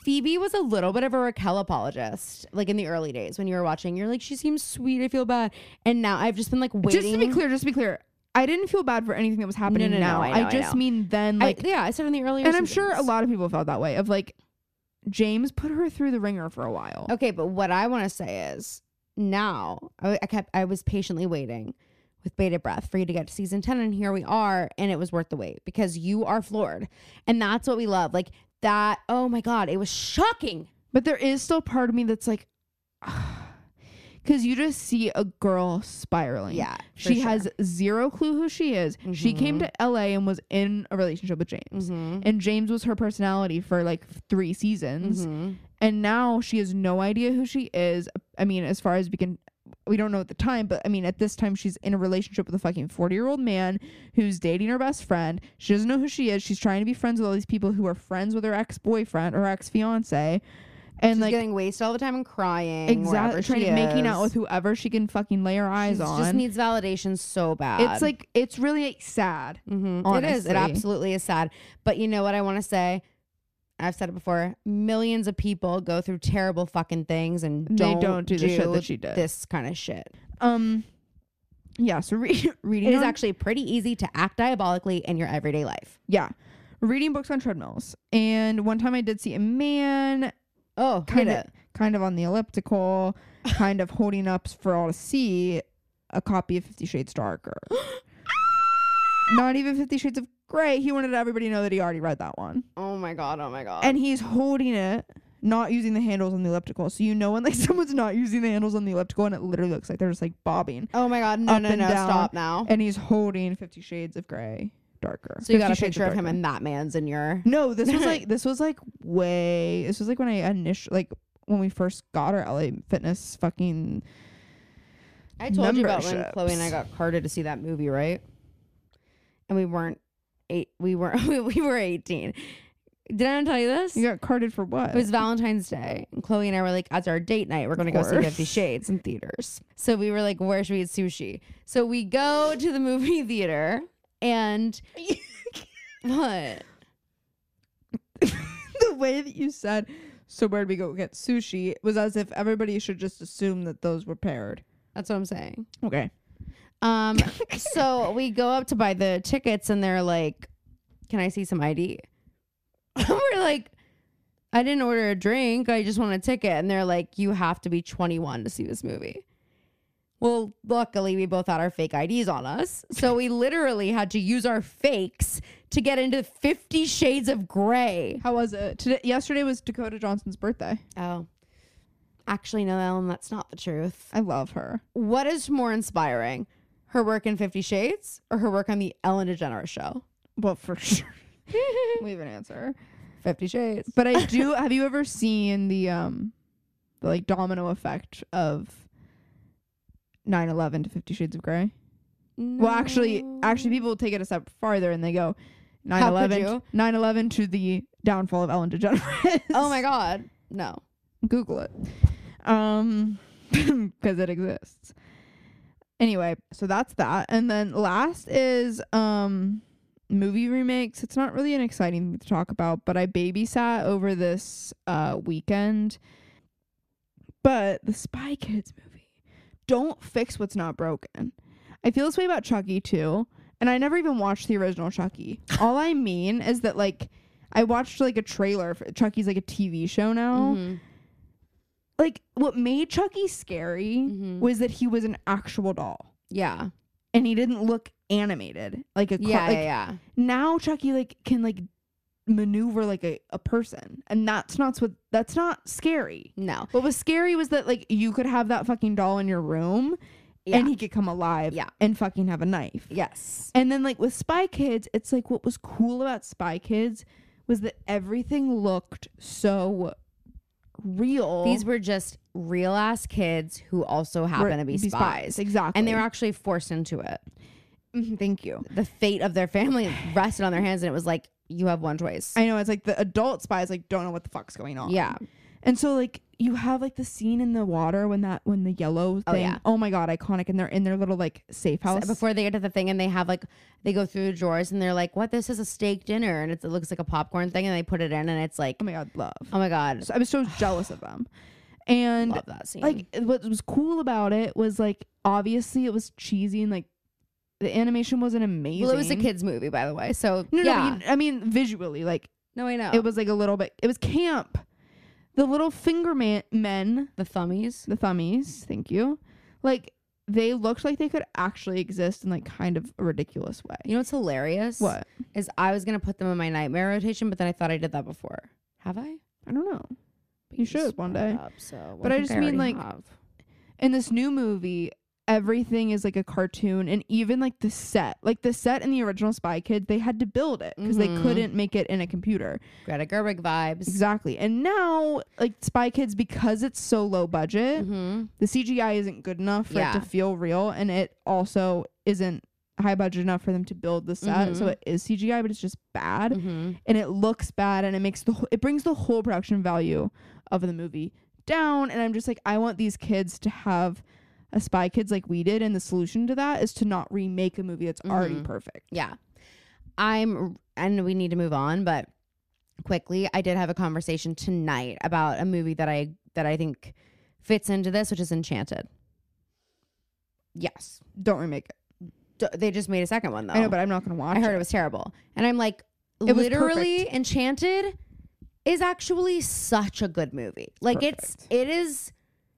Phoebe was a little bit of a Raquel apologist, like in the early days when you were watching. You're like, she seems sweet. I feel bad, and now I've just been like waiting.
Just to be clear, just to be clear, I didn't feel bad for anything that was happening
no, no,
now.
I know, I
just
know.
mean then,
I-
like,
yeah, I said in the earlier,
and I'm sure a
seasons.
lot of people felt that way. Of like, James put her through the ringer for a while.
Okay, but what I want to say is now I, I kept I was patiently waiting with bated breath for you to get to season 10 and here we are and it was worth the wait because you are floored. And that's what we love. Like that oh my god, it was shocking.
But there is still part of me that's like, because you just see a girl spiraling.
Yeah, Mm, for
She
sure. Mm-hmm.
has zero clue who she is. She came to LA and was in a relationship with James. And James was her personality for like three
Mm-hmm.
seasons. And now she has no idea who she is. I mean, as far as we can, we don't know at the time, but I mean, at this time, she's in a relationship with a fucking 40 year old man who's dating her best friend. She doesn't know who she is. She's trying to be friends with all these people who are friends with her ex boyfriend or ex fiance. And
She's
like,
getting wasted all the time and crying. wherever
exactly trying
she
to making out
is.
with whoever she can fucking lay her eyes
She
on.
just needs validation so bad.
it's like it's really like, sad.
Mhm. It is. It
honestly.
absolutely is sad. But you know what I want to say? I've said it before. Millions of people go through terrible fucking things and
They
don't,
don't do the shit that she did.
This kind of shit.
Um, yeah. So re- reading
It is
on-
actually pretty easy to act diabolically in your everyday life.
yeah, reading books on treadmills. And one time I did see a man
Oh,
kind of kind of on the elliptical, kind of holding up for all to see a copy of Fifty Shades Darker.
Ah!
Not even Fifty Shades of Grey. He wanted everybody to know that he already read that one.
Oh my god. Oh my god.
and he's holding it not using the handles on the elliptical so you know when like someone's not using the handles on the elliptical and it literally looks like they're just like bobbing
oh my god. No,
up
no,
and
no.
down.
Stop now.
and he's holding 50 shades of gray darker
Oh. So
50
you got a
Shades
picture of him
Darker.
and that man's in your.
no this was like this was like way this was like when i initially like when we first got our la fitness fucking
I told you about when
Memberships.
Chloe and I got carded to see that movie, right? And we weren't eight. We weren't. We, we were eighteen. Did I not tell you this?
you got carded for what
It was Valentine's Day. And Chloe and I were like, as our date night, we're going to go see
course.
Fifty Shades in theaters. So we were like, where should we eat sushi? So we go to the movie theater and what?
the way that you said So where'd we go get sushi? It was as if everybody should just assume that those were paired.
That's what I'm saying.
Okay.
Um, so we go up to buy the tickets, and they're like, "Can I see some ID?" We're like, "I didn't order a drink. I just want a ticket." And they're like, "You have to be 21 to see this movie." Well, luckily, we both had our fake IDs on us, so we literally had to use our fakes to get into Fifty Shades of Grey.
How was it? Today yesterday was Dakota Johnson's birthday.
Oh, actually, no, Ellen, that's not the truth.
I love her.
What is more inspiring, her work in Fifty Shades or her work on the Ellen DeGeneres show?
Well, for sure. we have an answer.
Fifty Shades.
But I do have you ever seen the um the like domino effect of 9/11 to 50 Shades of Grey? Well, actually, actually, people take it a step farther and they go
How could
9/11,
you?
9/11 to the downfall of Ellen DeGeneres.
Oh my God, no.
Google it, um, because it exists. Anyway, so that's that, and then last is um movie remakes. It's not really an exciting thing to talk about, but I babysat over this uh weekend. But the Spy Kids movie, don't fix what's not broken. I feel this way about Chucky too, and I never even watched the original Chucky. All I mean is that like I watched like a trailer for Chucky's like a TV show now
Mhm.
like what made Chucky scary
Mhm.
was that he was an actual doll
Yeah,
and he didn't look animated like a car-
yeah,
like,
yeah, yeah.
now Chucky like can like maneuver like a, a person and that's not what that's not scary.
No,
What was scary was that like you could have that fucking doll in your room
Yeah.
and he could come alive
Yeah.
and fucking have a knife.
yes,
And then like with Spy Kids, it's like what was cool about Spy Kids was that everything looked so real.
these were just real ass kids who also happen
were-
to be spies.
Exactly.
And they were actually forced into it.
Mhm, Thank you.
The fate of their family rested on their hands, and it was like, you have one choice.
I know it's like the adult spies like don't know what the fuck's going on.
yeah.
And so like you have like the scene in the water when that when the yellow thing.
Oh, yeah.
oh my god, iconic. And they're in their little like safe
So
house.
before they get to the thing and they have like they go through the drawers and they're like what this is a steak dinner and it's, it looks like a popcorn thing and they put it in and it's like
oh my god, love.
oh my god
So I was so jealous of them. And
love that scene
like what was cool about it was like obviously it was cheesy and like the animation wasn't amazing.
well it was a kids movie by the way so
No, no,
yeah Oh.
I, mean, I mean visually like
no I know
it was like a little bit. It was camp. The little finger man men
the thummies
the thummies thank you like they looked like they could actually exist in like kind of a ridiculous way
you know what's hilarious
what
is I was gonna put them in my nightmare rotation but then I thought I did that before have I
i don't know
But
You should
just
one
brought it
day.
up, so well,
But I
think
just mean,
already
like-
have.
in this new movie everything is like a cartoon and even like the set like the set in the original spy kid they had to build it because
Mhm.
they couldn't make it in a computer
Greta Gerwig vibes
exactly and now like spy kids because it's so low budget
hmm
the cgi isn't good enough for it
Yeah.
to feel real and it also isn't high budget enough for them to build the set so
Mhm.
it is cgi but it's just bad
hmm
and it looks bad and it makes the wh- it brings the whole production value of the movie down and i'm just like i want these kids to have a spy kids like we did and the solution to that is to not remake a movie that's already
Mhm.
perfect
Yeah. I'm, and we need to move on, but quickly, I did have a conversation tonight about a movie that I, that I think fits into this, which is Enchanted. Yes.
don't remake it
D- They just made a second one though.
i know but i'm not gonna watch
Oh. I heard
it,
it was terrible. And I'm like,
It was
literally
perfect.
Enchanted is actually such a good movie. Like it's
Perfect.
it is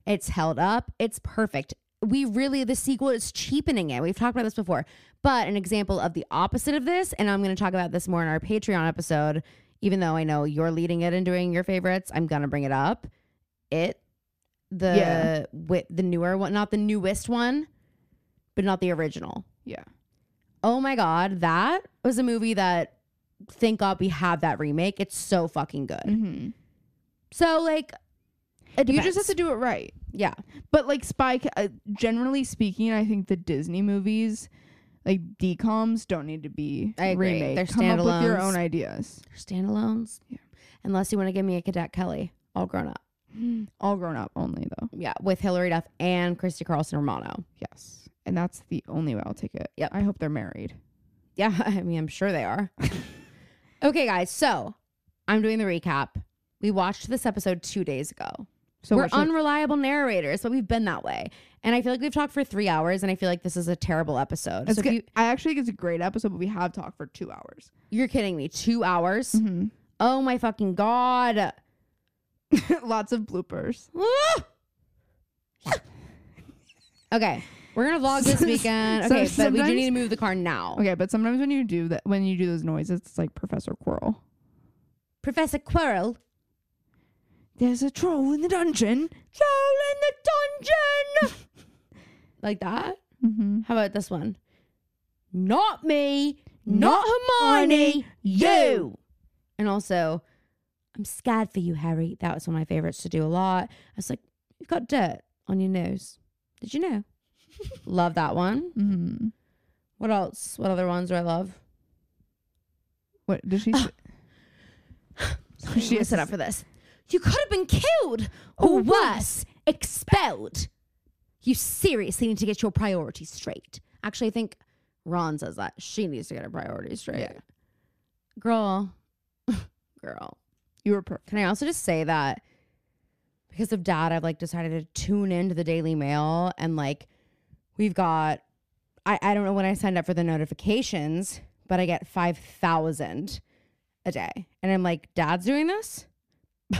it's held up. It's perfect. We really the sequel is cheapening it. We've talked about this before. But an example of the opposite of this, and I'm gonna talk about this more in our Patreon episode, even though I know you're leading it and doing your favorites, I'm gonna bring it up. It the
Yeah.
with the newer one, not the newest one, but not the original
yeah
oh my god, that was a movie that thank God we have that remake. It's so fucking good.
mm-hmm.
So like, it
you just have
depends.
to do it right
yeah,
but like spy Ki- uh, generally speaking i think the disney movies like decoms don't need to be
I agree.
remade
They're
come up with your
standalones.
own ideas
standalones.
Yeah.
Unless you want to give me a Cadet Kelly, all grown up.
all grown up only though
Yeah, with Hilary Duff and Christy Carlson Romano.
Yes. And that's the only way I'll take it.
Yep.
I hope they're married.
Yeah, I mean, I'm sure they are. okay, guys. So I'm doing the recap. We watched this episode two days ago.
So
We're
what should-
unreliable narrators, but we've been that way. And I feel like we've talked for three hours, and I feel like this is a terrible episode.
it's
so if
good-
you,
I actually think it's a great episode, but we have talked for two hours.
you're kidding me. Two hours?
Mm-hmm.
Oh my fucking God.
Lots of bloopers.
okay. We're going to vlog this weekend.
So-
Okay, but we do
sometimes-
need to move the car now.
Okay, but sometimes when you do that, when you do those noises, it's like Professor Quirrell.
Professor Quirrell.
There's a troll in the dungeon.
Troll in the dungeon. like that?
Mm-hmm.
How about this one? Not me, not, Hermione,
Hermione,
you. And also, I'm scared for you, Harry. That was one of my favorites to do a lot. I was like, you've got dirt on your nose. Did you know? love that one.
Mm-hmm.
What else? What other ones do I love?
What did she? say?
She
has
set
to
up for this. You could have been killed or
Or
worse, expelled. You seriously need to get your priorities straight. Actually, I think Ron says that. She needs to get her priorities straight.
Yeah.
Girl, girl.
You were perfect.
Can I also just say that because of dad, I've like decided to tune into the Daily Mail and like we've got, I, I don't know when I signed up for the notifications, but I get 5,000 a day. And I'm like, dad's doing this?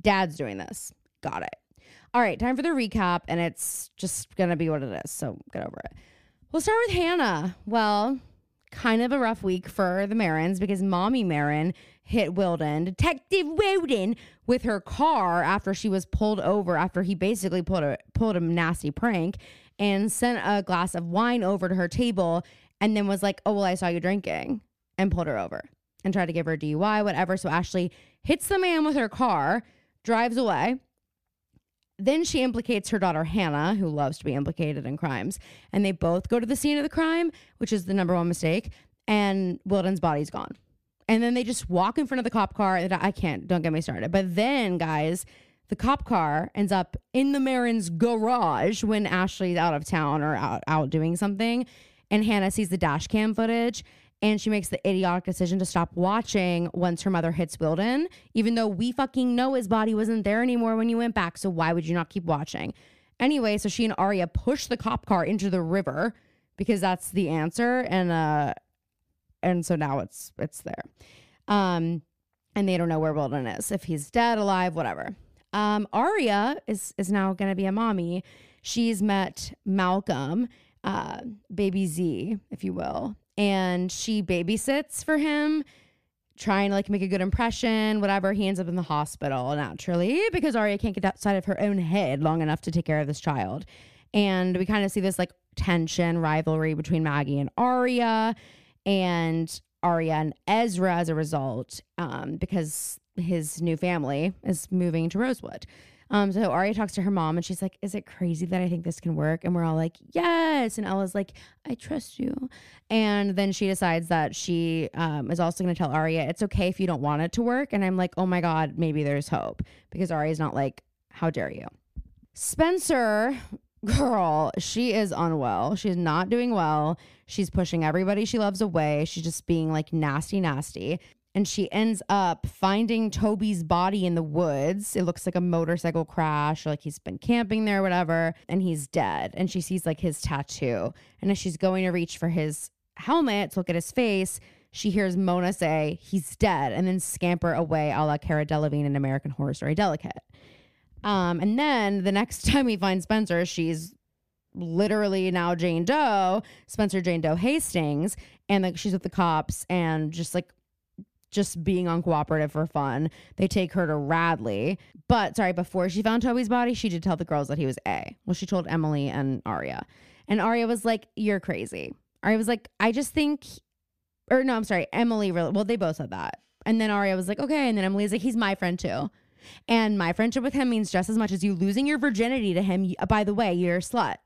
dad's doing this. Got it. All right, time for the recap. And it's just going to be what it is. So get over it. We'll start with Hannah. Well, kind of a rough week for the Marins because mommy Marin hit Wilden, Detective Wilden, with her car after she was pulled over after he basically pulled a pulled a nasty prank and sent a glass of wine over to her table and then was like, "Oh well, I saw you drinking," and pulled her over and tried to give her a DUI, whatever. So Ashley hits the man with her car, drives away. Then she implicates her daughter Hannah, who loves to be implicated in crimes, and they both go to the scene of the crime, which is the number one mistake. And Wilden's body's gone. And then they just walk in front of the cop car. And I can't, don't get me started. But then, guys, the cop car ends up in the Marin's garage when Ashley's out of town or out, out doing something. And Hannah sees the dash cam footage and she makes the idiotic decision to stop watching once her mother hits Wilden, even though we fucking know his body wasn't there anymore when you went back. So why would you not keep watching? Anyway, so she and Arya push the cop car into the river because that's the answer. And uh, and so now it's it's there um and they don't know where Wilden is if he's dead alive whatever um Aria is is now going to be a mommy she's met Malcolm uh baby Z if you will and she babysits for him trying to like make a good impression whatever he ends up in the hospital naturally because Aria can't get outside of her own head long enough to take care of this child and we kind of see this like tension rivalry between Maggie and Aria and Arya and Ezra as a result, um, because his new family is moving to Rosewood. Um, so Arya talks to her mom and she's like, Is it crazy that I think this can work? And we're all like, Yes. And Ella's like, I trust you. And then she decides that she um, is also going to tell Arya, It's okay if you don't want it to work. And I'm like, Oh my God, maybe there's hope because Arya's not like, How dare you? Spencer, girl, she is unwell. She's not doing well. She's pushing everybody she loves away. She's just being like nasty, nasty. And she ends up finding Toby's body in the woods. It looks like a motorcycle crash, or like he's been camping there, whatever. And he's dead. And she sees like his tattoo. And as she's going to reach for his helmet to look at his face, she hears Mona say, he's dead, and then scamper away a la Cara Delevingne in American Horror Story Delicate. Um, and then the next time we find Spencer, she's literally now Jane Doe, Spencer Jane Doe Hastings, and like she's with the cops and just like just being uncooperative for fun. They take her to Radley. But sorry, before she found Toby's body, she did tell the girls that he was A. Well, she told Emily and Aria. And Aria was like, You're crazy. Aria was like, I just think or no, I'm sorry, Emily really well, they both said that. And then Aria was like, Okay, and then Emily's like, He's my friend too. And my friendship with him means just as much as you losing your virginity to him. Y- By the way, you're a slut.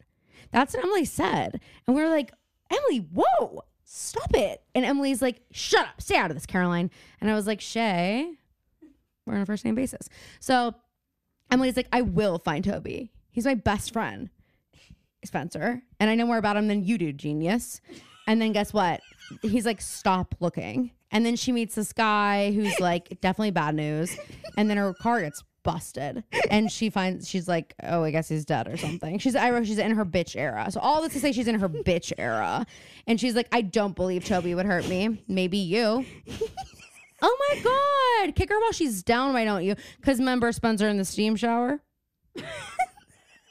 That's what Emily said. And we are like, Emily, whoa, stop it. And Emily's like, shut up, stay out of this, Caroline. And I was like, Shay, we're on a first name basis. So Emily's like, I will find Toby. He's my best friend, Spencer. And I know more about him than you do, genius. And then guess what? he's like, stop looking. And then she meets this guy who's like, definitely bad news. And then her car gets busted. And she finds, she's like, oh, I guess he's dead or something. She's, I wrote, she's in her bitch era. So all this to say she's in her bitch era. And she's like, I don't believe Toby would hurt me. Maybe you. Oh my God. Kick her while she's down. Why don't you? Because remember Spencer in the steam shower?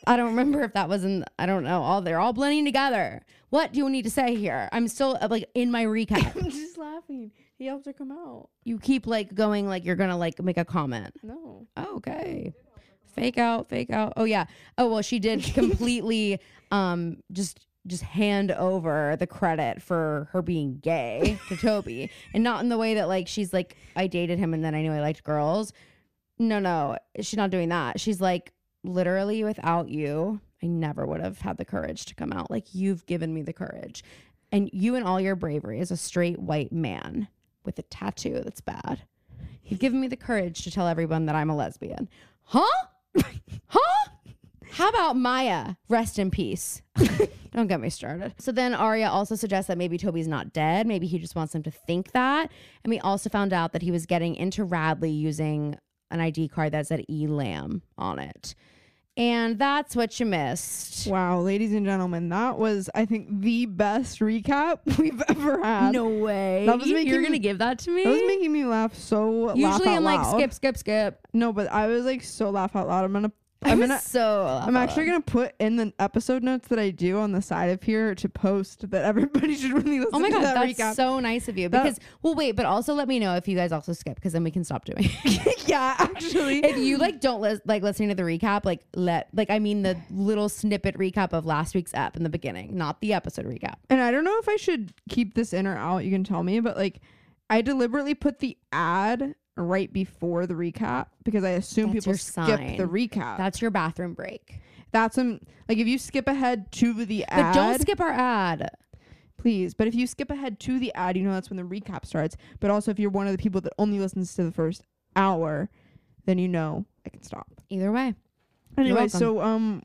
I don't remember if that was in, I don't know. All they're all blending together. What do you need to say here? I'm still uh, like in my recap.
I'm just laughing. He helped her come out.
you keep like going like you're gonna like make a comment.
No.
Oh, okay. Fake out, fake out. Oh yeah. Oh well, she did completely um just just hand over the credit for her being gay to Toby. and not in the way that like she's like, I dated him and then I knew I liked girls. No, no, she's not doing that. She's like, literally without you, I never would have had the courage to come out. Like you've given me the courage. And you and all your bravery as a straight white man with a tattoo that's bad. You've given me the courage to tell everyone that I'm a lesbian. Huh? Huh? How about Maya? Rest in peace. Don't get me started. So then Arya also suggests that maybe Toby's not dead. Maybe he just wants them to think that. And we also found out that he was getting into Radley using an ID card that said E Lamb on it. And that's what you missed.
Wow, ladies and gentlemen, that was I think the best recap we've ever had.
way.
That was
You-
making
You're
me-
going to give that to me?
That was making me laugh so laugh
Usually
out
I'm like,
loud.
skip, skip, skip.
No, but I was like so laugh out loud. I'm gonna
I'm
I'm gonna
so.
I'm actually gonna put in the episode notes that I do on the side of here to post that everybody should really listen
Oh my
to
god,
that
that's
recap.
so nice of you.
That-
Because well, wait, but also let me know if you guys also skip, because then we can stop doing. it.
yeah, actually.
if you like don't lis- like listening to the recap, like let like I mean the little snippet recap of last week's app in the beginning, not the episode recap.
and I don't know if I should keep this in or out, you can tell me, but like I deliberately put the ad right before the recap because I assume
That's
people
your
skip
sign.
the recap.
That's your bathroom break.
That's when, like, if you skip ahead to the
But
ad,
don't skip our ad.
please. But if you skip ahead to the ad, you know that's when the recap starts. But also, if you're one of the people that only listens to the first hour, then you know I can stop.
Either way.
Anyway,
welcome.
so um,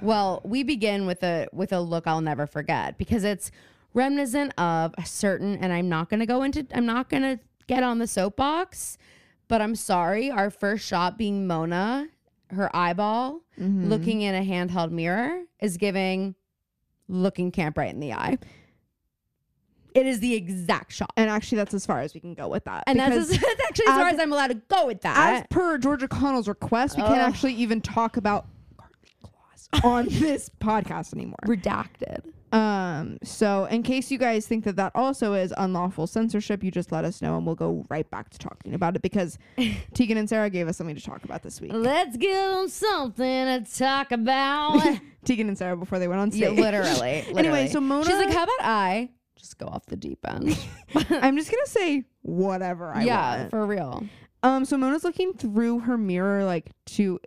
Well, we begin with a with a look I'll never forget because it's reminiscent of a certain and I'm not going to go into I'm not going to get on the soapbox, but I'm sorry, our first shot being Mona, her eyeball
Mm-hmm.
looking in a handheld mirror is giving looking camp right in the eye. It is the exact shot.
and actually, that's as far as we can go with that.
And that's,
because
as, that's actually as,
as-
far as I'm allowed to go with
as
that.
per Georgia Connell's request, we can't
Ugh.
actually even talk about Carly Claus on this podcast anymore.
redacted.
Um, so in case you guys think that that also is unlawful censorship, you just let us know and we'll go right back to talking about it because Tegan and Sarah gave us something to talk about this week.
Let's give them something to talk about.
Tegan and Sarah before they went on
Yeah,
stage.
literally,
anyway,
literally.
so Mona,
She's like, how about I just go off the deep end?
I'm just gonna say whatever I
yeah,
want.
for real.
Um, so Mona's looking through her mirror, like to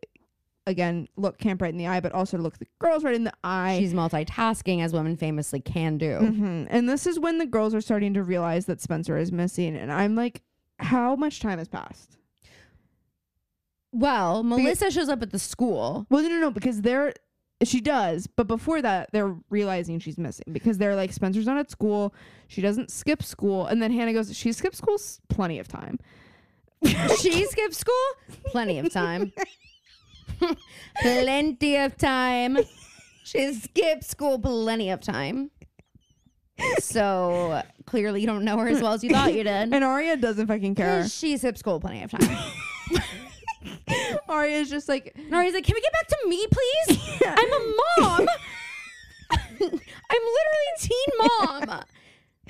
again look camp right in the eye, but also look the girls right in the eye.
She's multitasking, as women famously can do.
Mhm. And this is when the girls are starting to realize that Spencer is missing, and I'm like, how much time has passed?
Well, Melissa shows up at the school.
Well, no, no, no, because they're she does, but before that, they're realizing she's missing because they're like Spencer's not at school. She doesn't skip school, and then Hannah goes, she skips school s- plenty of time.
she skips school plenty of time. plenty of time. She skipped school plenty of time. So clearly, you don't know her as well as you thought you did.
And Arya doesn't fucking care.
She skipped school plenty of time.
Arya is just like,
And Ari's like, can we get back to me, please? I'm a mom. I'm literally teen mom.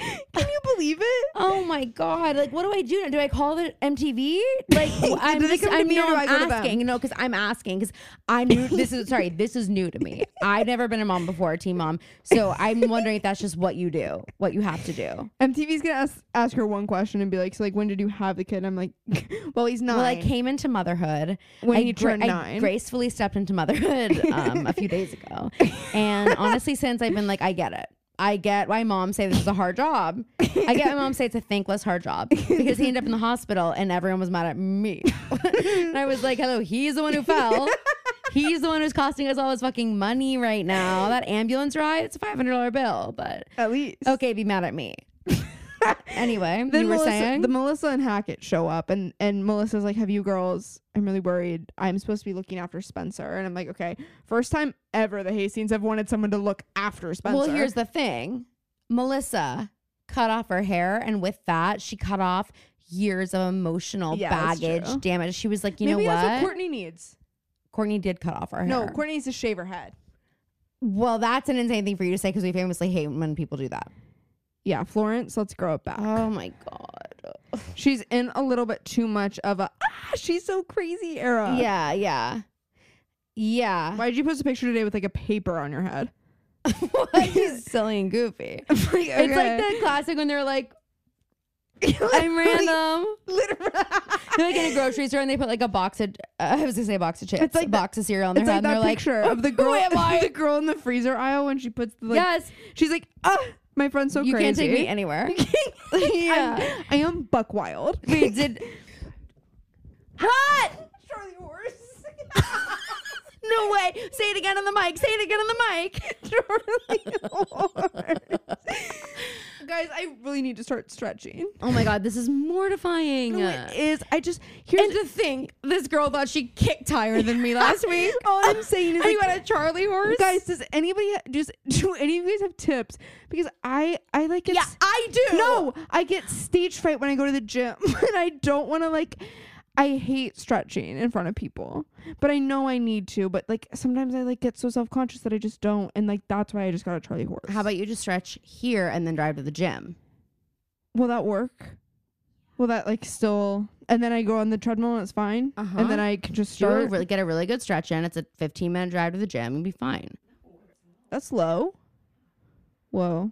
can you believe it?
Oh my god! Like, what do I do now? Do I call the MTV? Like, I'm
they
just,
come to
I'm,
me
no,
or do I
I'm
go to them?
asking. No, because I'm asking because I'm new. This is sorry. This is new to me. I've never been a mom before, a teen mom. So I'm wondering if that's just what you do, what you have to do.
MTV's gonna ask ask her one question and be like, so like, when did you have the kid? And I'm like, well, he's nine.
Well, I came into motherhood
When
I
you turned
I
nine.
gracefully stepped into motherhood um, a few days ago, and honestly, since I've been like, I get it. I get why mom say this is a hard job. I get my mom say it's a thankless hard job because he ended up in the hospital and everyone was mad at me. and I was like, "Hello, he's the one who fell." He's the one who's costing us all his fucking money right now. That ambulance ride, it's a five hundred dollar bill, but
At least.
okay, be mad at me. anyway,
Then
you were
Melissa,
saying
the Melissa and Hackett show up, and and Melissa's like, "Have you girls? I'm really worried. I'm supposed to be looking after Spencer." And I'm like, "Okay, first time ever the Hastings have wanted someone to look after Spencer."
Well, here's the thing. Melissa cut off her hair, and with that, she cut off years of emotional
Yeah, that's
baggage
true.
damage. She was like, you
maybe
know
that's
what?
what Courtney needs.
Courtney did cut off her
No,
hair.
Courtney needs to shave her head.
well, that's an insane thing for you to say because we famously hate when people do that.
Yeah, Florence, let's grow it back.
Oh my god.
Uh, she's in a little bit too much of a ah, she's so crazy era.
Uh, yeah, yeah, yeah.
Why did you post a picture today with like a paper on your head?
What is silly and goofy? It's like the classic when they're like, "I'm random."
literally.
They're like in a grocery store and they put like a box of uh, I was gonna say a box of chips,
It's like
a
the-
box of cereal on their
It's
head,
like
and
that
they're
picture
like, "Oh,
of the
"Who
girl,
am I?"
the girl in the freezer aisle when she puts the like,
yes,
she's like, ah, my friend's so
you
crazy.
can't take me anywhere. yeah,
I am buck wild.
we did. What?
Charlie horse.
No way! Say it again on the mic. Say it again on the mic.
Charlie horse. Guys, I really need to start stretching.
Oh my god, this is mortifying.
No, it is. I just here's
and to think, this girl thought she kicked higher than me last week.
all I'm saying is
and you
like,
had a Charlie horse,
guys, does anybody ha- just do any of you guys have tips? Because I I like it's
Yeah, I do.
No, I get stage fright when I go to the gym, and I don't want to like. I hate stretching in front of people, but I know I need to. But like sometimes I like get so self conscious that I just don't, and like that's why I just got a Charlie horse.
How about you just stretch here and then drive to the gym?
will that work? Will that like still? And then I go on the treadmill and it's fine,
Uh-huh.
and then I can just
Do a
start.
really, get a really good stretch in. It's a 15 minute drive to the gym. You'll be fine.
that's low. Whoa,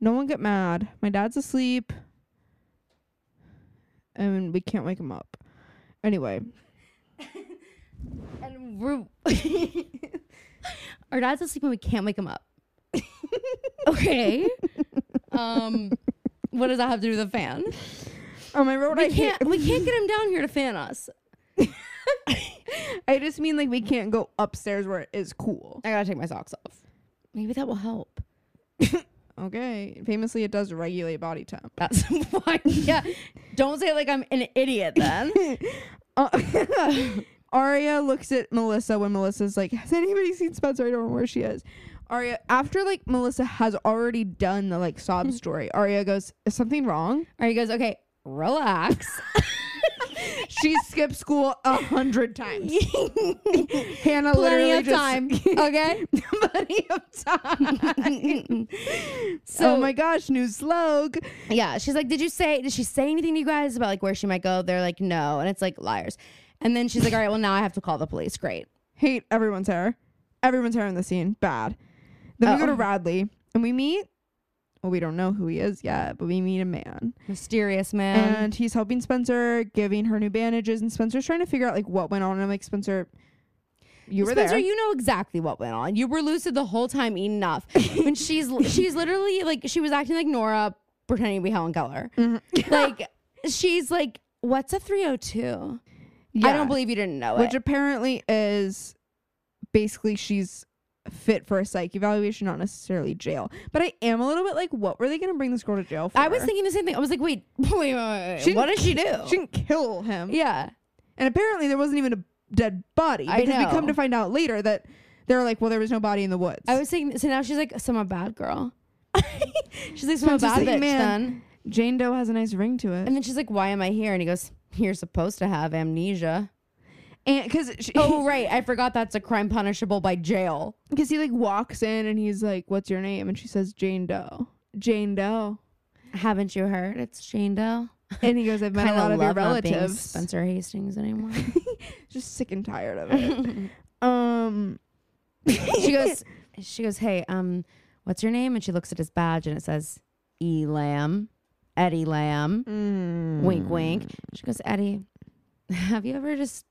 no one get mad. My dad's asleep, and we can't wake him up. Anyway,
And we're our dad's asleep and we can't wake him up. okay. Um, what does that have to do with the fan?
oh my road,
We
I hate-
can't. We can't get him down here to fan us.
I just mean like we can't go upstairs where it is cool.
I gotta take my socks off. Maybe that will help.
Okay. Famously, it does regulate body temp.
That's why. Yeah. Don't say it like I'm an idiot then.
Uh, Aria looks at Melissa when Melissa's like, "Has anybody seen Spencer? I don't know where she is." Aria, after like Melissa has already done the like sob story, Aria goes, "Is something wrong?"
Are you guys okay? Relax.
She skipped school a hundred times. Hannah
Plenty
literally
of
just- Oh
time. Okay.
Plenty of time.
So-
oh my gosh, new slog.
Yeah, she's like, "Did you say? Did she say anything to you guys about like where she might go?" They're like, "No," and it's like liars. And then she's like, "All right, well now I have to call the police." Great.
Hate everyone's hair. Everyone's hair in the scene. Bad. Then we go to
Oh.
Radley and we meet. Well, we don't know who he is yet, but we meet a man.
Mysterious man.
and he's helping Spencer, giving her new bandages, and Spencer's trying to figure out like what went on. And I'm like, Spencer, you were
Spencer,
there.
you know exactly what went on. You were lucid the whole time. Enough. when she's she's literally like she was acting like Nora pretending to be Helen Keller.
Mm-hmm.
like she's like, "What's a 302?" I
Yeah.
don't believe you didn't know
Which
it.
apparently is basically she's fit for a psych evaluation, not necessarily jail. But I am a little bit like, what were they gonna bring this girl to jail for?
I was thinking the same thing. I was like, "Wait, wait, wait, wait, wait.
She
what
didn't
did she do?"
she didn't kill him.
yeah.
And apparently there wasn't even a dead body.
I
Because we come
know.
to find out later that they're like, well, there was no body in the woods.
I was saying, so now she's like, so I'm a bad girl. she's like, so I'm a
I'm just
bad
like,
bitch
man.
then.
Jane Doe has a nice ring to it.
And then she's like, why am I here? And he goes, you're supposed to have amnesia.
And because she,
Oh, right. I forgot that's a crime punishable by jail.
because he like walks in and he's like, what's your name? And she says, Jane Doe. Jane Doe.
Haven't you heard? It's Shane Doe.
And he goes, I've met a lot of your relatives.
Spencer Hastings anymore.
Just sick and tired of it. um,
she goes, she goes, hey, um, what's your name? And she looks at his badge and it says E Lamb, Eddie Lamb. Wink,
Mm.
wink. She goes, Eddie, have you ever just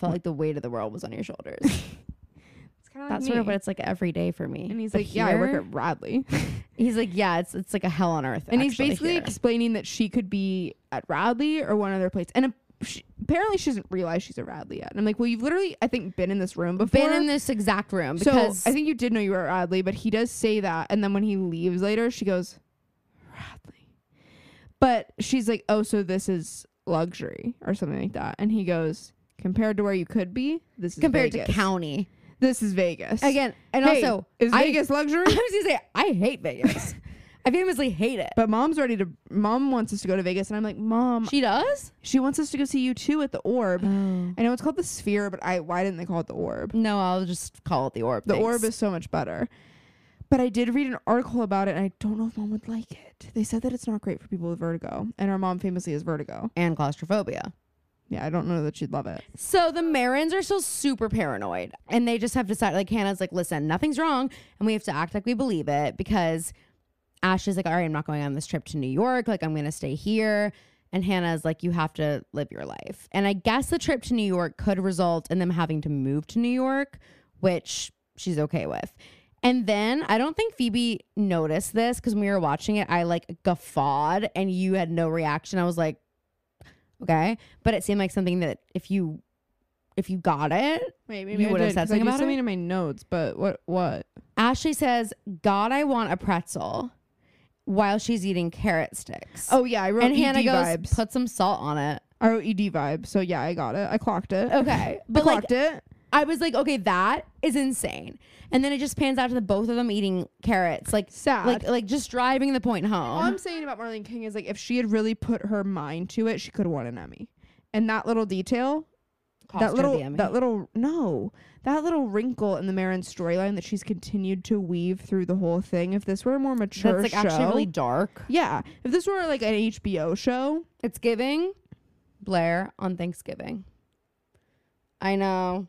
felt like the weight of the world was on your shoulders?
It's kind of
That's sort of what it's like every day for me.
And he's
But
like, yeah, I work
here-
at Radley.
He's like, yeah, it's it's like a hell on earth.
and he's
actually
basically
here."
explaining that she could be at Radley or one other place. And a, she, apparently she doesn't realize she's a Radley yet. And I'm like, well, you've literally, I think, been in this room before.
Been in this exact room
so
because
I think you did know you were a Radley, but he does say that. And then when he leaves later, she goes, Radley. But she's like, oh, so this is luxury or something like that. And he goes, compared to where you could be, this is
compared to
Vegas.
county
This is Vegas.
again, and
Hey,
also
is
I,
Vegas luxury?
I was gonna say I hate Vegas. I famously hate it.
But mom's ready to. Mom wants us to go to Vegas, and I'm like, mom,
She does.
she wants us to go see you too at the Orb.
Uh.
I know it's called the Sphere, but I why didn't they call it the Orb?
Oh. No, I'll just call it the orb.
The
Thanks.
Orb is so much better. But I did read an article about it, and I don't know if mom would like it. They said that it's not great for people with vertigo, and our mom famously has vertigo.
and claustrophobia.
Yeah, I don't know that she'd love it.
So the Marins are still super paranoid, and they just have decided. Like Hannah's like, listen, nothing's wrong, and we have to act like we believe it because Ash is like, all right, I'm not going on this trip to New York. Like I'm gonna stay here. And Hannah's like, you have to live your life. And I guess the trip to New York could result in them having to move to New York, which she's okay with. And then I don't think Phoebe noticed this because when we were watching it, I like guffawed and you had no reaction. I was like, okay. But it seemed like something that if you if you got it,
Wait,
maybe I did, 'cause I do something
something in my notes, but what? What?
Ashley says, God, I want a pretzel while she's eating carrot sticks.
Oh yeah, I wrote
and
ED
Hannah goes,
vibes.
put some salt on it.
I wrote ED vibes, so yeah, I got it. I clocked it.
Okay.
I
But like
clocked it.
I was like, okay, that is insane. And then it just pans out to the both of them eating carrots. Like
Sad.
Like like just driving the point
All
home.
I'm saying about Marlene King is like if she had really put her mind to it, she could have won an Emmy. And that little detail,
Cost her
that
the
little,
Emmy.
that little, no, that little wrinkle in the Marin storyline that she's continued to weave through the whole thing. If this were a more mature
That's like
show,
actually really dark.
yeah. If this were like an HBO show,
It's giving Blair on Thanksgiving. I know.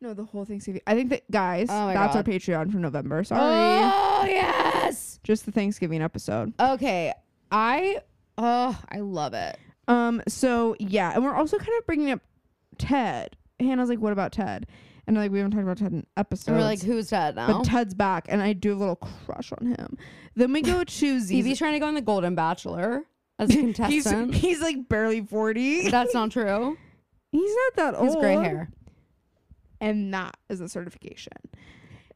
no, the whole thing's. I think that guys,
Oh my
that's
God.
our Patreon for November. Sorry,
Oh yes.
just the Thanksgiving episode.
Okay. I oh I love it.
Um, so yeah, and we're also kind of bringing up Ted. Hannah's like, "What about Ted?" And like, we haven't talked about Ted in episodes.
And we're like, who's Ted now?
Oh, But Ted's back, and I do have a little crush on him. Then we go to
Phoebe's
Zizi.
trying to go on the Golden Bachelor as a
He's,
contestant.
he's like barely 40.
That's not true.
He's not that old.
His gray hair.
And that is a certification.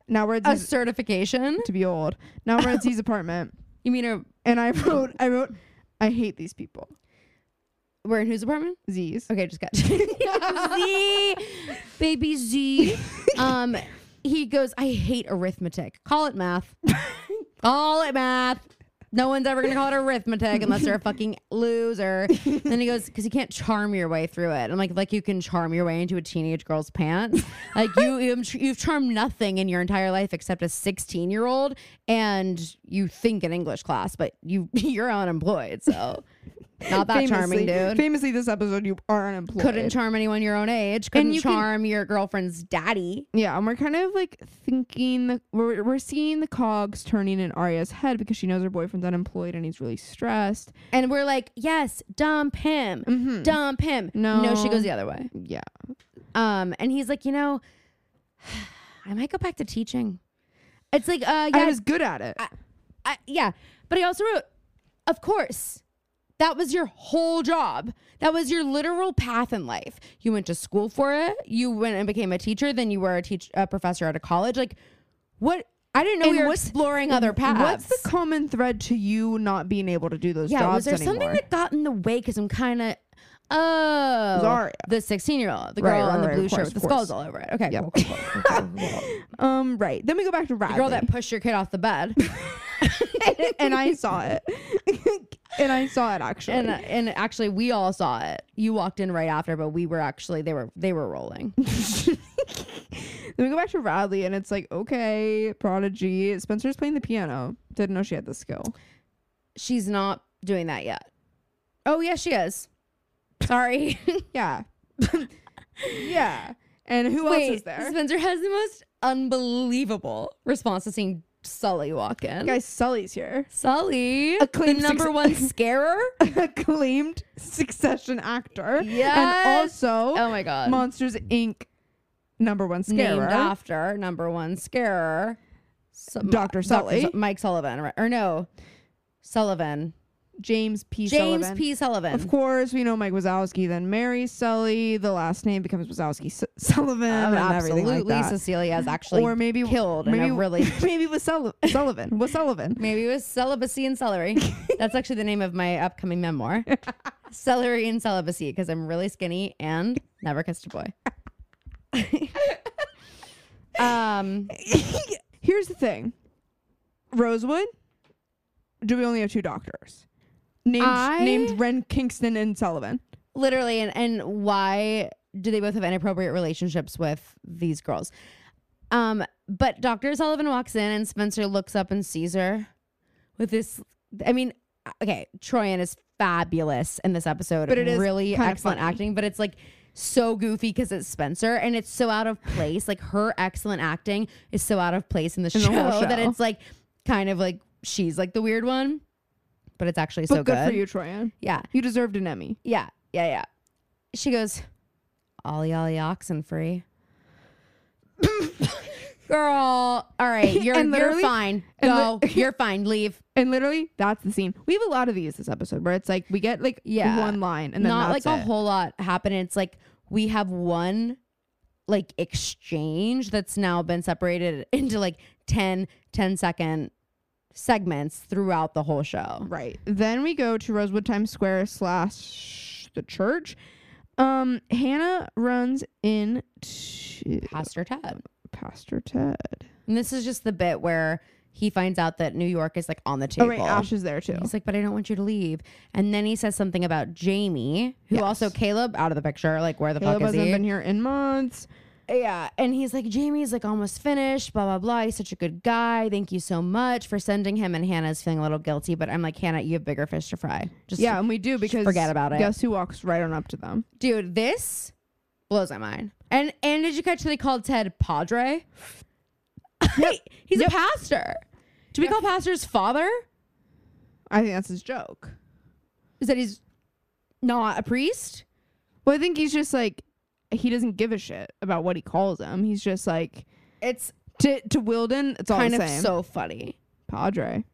Now we're at
A
Ziz-
certification?
to be old. Now we're at Z's apartment.
You mean a
And I wrote, I wrote, I hate these people.
we're in whose apartment?
Z's.
Okay, just got Z, baby Z. Um, he goes, I hate arithmetic. Call it math. call it math. No one's ever gonna call it arithmetic unless they're a fucking loser. then he goes, because you can't charm your way through it. I'm like, like you can charm your way into a teenage girl's pants. like you, you've you've charmed nothing in your entire life except a 16 year old, and you think in English class, but you you're unemployed, so not that charming, dude
Famously, this episode, you are unemployed.
couldn't charm anyone your own age couldn't
you can-
charm your girlfriend's daddy
Yeah, and we're kind of like thinking the we're we're seeing the cogs turning in Arya's head because she knows her boyfriend's unemployed and he's really stressed.
and we're like yes dump him dump him no she
Mm-hmm. No.
goes the other way
Yeah.
um and he's like you know i might go back to teaching it's like uh yeah
I was good at it.
I, yeah but i also wrote of course that was your whole job that was your literal path in life you went to school for it you went and became a teacher then you were a teach a professor at a college like what i didn't know
And
we were
what's-
exploring other paths
What's the common thread to you not being able to do those
Yeah,
jobs
was there
anymore?
something that got in the way? Because I'm kind of oh,
Zarya.
the 16 year old, the girl
Right, right,
on the
right,
blue
of
shirt
course,
with the
of course.
skulls all over it. Okay,
Yep.
cool, cool, cool, cool, cool, cool.
um, right. Then we go back to Radley.
girl that pushed your kid off the bed,
and I saw it. and I saw it actually.
and and actually we all saw it. You walked in right after, but we were actually they were they were rolling.
then we go back to Radley, and it's like, okay, prodigy. Spencer's playing the piano. Didn't know she had the skill.
She's not doing that yet. Oh yeah, she is. Sorry.
Yeah. yeah. And who else is there?
Spencer has the most unbelievable response to seeing Sully walk in.
Guy Sully's here.
Sully, the
Acclaimed
number
success-
one scarer.
Acclaimed succession actor.
Yes.
And also
Oh my god.
Monsters Inc. number one
Named
scarer.
after number one scarer. Some-
Dr. Sully.
Su- Mike Sullivan. Right? Or no. Sullivan.
James P.
James
Sullivan.
P. Sullivan.
Of course, we know Mike Wazowski, then Mary Sully. The last name becomes Wazowski S- Sullivan,
Um,
and everything like
absolutely.
that.
Cecilia is actually
or maybe
killed
maybe,
in a really
maybe with Sulli- Sullivan. Was Sullivan?
Maybe it was celibacy and celery. That's actually the name of my upcoming memoir. celery and celibacy, because I'm really skinny and never kissed a boy. um,
Here's the thing, Rosewood. Do we only have two doctors? Named
I-
named Ren Kingston and Sullivan.
literally, and and why do they both have inappropriate relationships with these girls? Um, but Doctor Sullivan walks in and Spencer looks up and sees her with this. I mean, okay, Troyan is fabulous in this episode,
But it is
really
kinda
excellent
funny.
acting. But it's like so goofy because it's Spencer, and it's so out of place. Like her excellent acting is so out of place in the,
the
show,
whole
that
show.
it's like kind of like she's like the weird one, but it's actually
But
so
good, for you, Troyan.
Yeah,
You deserved an Emmy.
yeah, yeah, yeah. She goes, Ollie Ollie oxen free. Girl, all right, you're
And
you're
literally-
fine.
and
Go,
li-
you're fine. Leave.
And literally, that's the scene. We have a lot of these this episode where it's like we get like
Yeah.
one line and then
Not like
that's
a
it.
whole lot happened. It's like we have one like exchange that's now been separated into like 10 10 second segments throughout the whole show.
Right. Then we go to Rosewood Times Square slash the church. Um, Hannah runs in to
Pastor Ted.
Pastor Ted.
And this is just the bit where he finds out that New York is like on the
Oh
table.
right, Ash is there too.
He's like, but I don't want you to leave. And then he says something about Jamie, who
Yes.
also Caleb out of the picture. Like, where the
Caleb
fuck is
hasn't
he?
been here in months.
yeah. And he's like, Jamie's like almost finished. Blah blah blah. He's such a good guy. Thank you so much for sending him. And Hannah's feeling a little guilty, but I'm like, Hannah, you have bigger fish to fry. Just
Yeah, and we do because
forget about it.
Guess who walks right on up to them?
dude, this blows my mind. And and did you catch they called Ted Padre? he's a pastor. Do we
Yep.
call pastors father?
I think that's his joke.
Is that he's not a priest?
Well, I think he's just like he doesn't give a shit about what he calls him. He's just like
It's
to to Wilden. It's all
kind
the
of
same.
so funny.
Padre.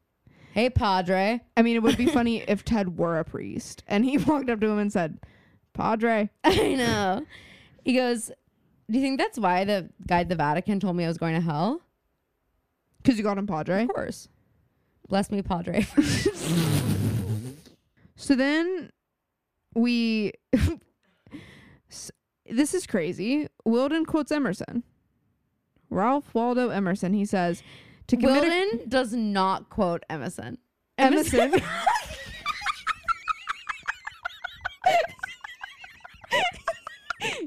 Hey, Padre.
I mean, it would be funny if Ted were a priest and he walked up to him and said, "Padre."
I know. He goes, Do you think that's why the guy at the Vatican told me I was going to hell?
Because you got him Padre.
Of course. Bless me, Padre.
So then we. S- this is crazy. Wilden quotes Emerson. Ralph Waldo Emerson. He says, to commit a-
Wilden does not quote Emerson.
Emerson.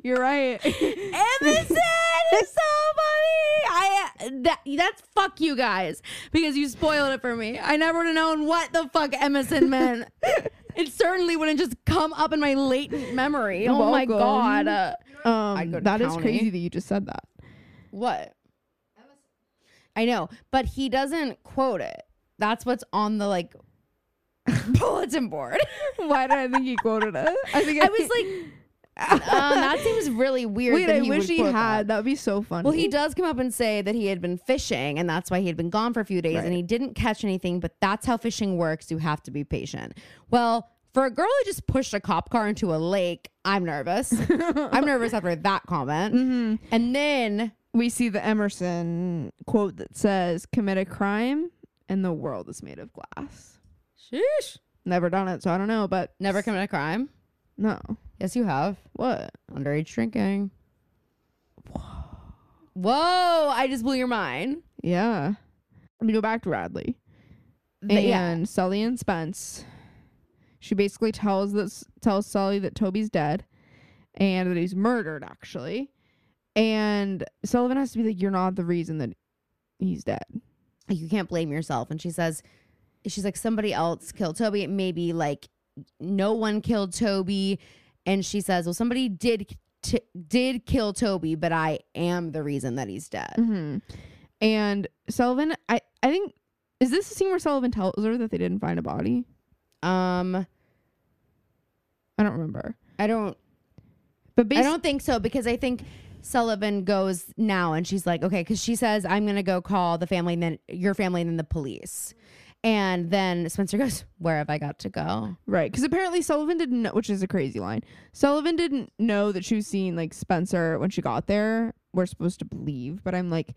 You're right.
Emerson is so funny. I that that's fuck you guys because you spoiled it for me. I never would have known what the fuck Emerson meant. it certainly wouldn't just come up in my latent memory.
You're
oh my
welcome.
god. Uh, go
Um,
to
that is
county.
crazy that you just said that.
What? I know, but he doesn't quote it. That's what's on the like bulletin board.
Why did I think he quoted it? I think
I was like, um, that seems really weird.
Wait,
that
I
he
wish
would
he
quote
had.
that.
That. would be so funny.
Well, he does come up and say that he had been fishing and that's why he had been gone for a few days
Right.
and he didn't catch anything, but that's how fishing works. You have to be patient. Well, for a girl who just pushed a cop car into a lake, I'm nervous. I'm nervous after that comment.
Mm-hmm.
And then
we see the Emerson quote that says, "Commit a crime, and the world is made of glass."
sheesh,
Never done it, so I don't know. But
never commit a crime.
no,
Yes, you have.
what?
Underage drinking. Whoa, I just blew your mind.
Yeah, let me go back to Radley
Th- yeah.
and Sully and Spence. She basically tells this tells Sully that Toby's dead, and that he's murdered actually, and Sullivan has to be like, "You're not the reason that he's dead."
like you can't blame yourself. And she says, she's like, somebody else killed Toby. Maybe like no one killed Toby. And she says, well, somebody did t- did kill Toby, but I am the reason that he's dead.
hmm And Sullivan, I, I think, is this the scene where Sullivan tells her that they didn't find a body?
Um,
I don't remember.
I don't,
But basically,
I don't think so because I think Sullivan goes now and she's like, okay, because she says, I'm gonna go call the family and then your family and then the police. And then Spencer goes, Where have I got to go?
Right, because apparently Sullivan didn't know, which is a crazy line. Sullivan didn't know that she was seeing like Spencer when she got there. We're supposed to believe, but I'm like,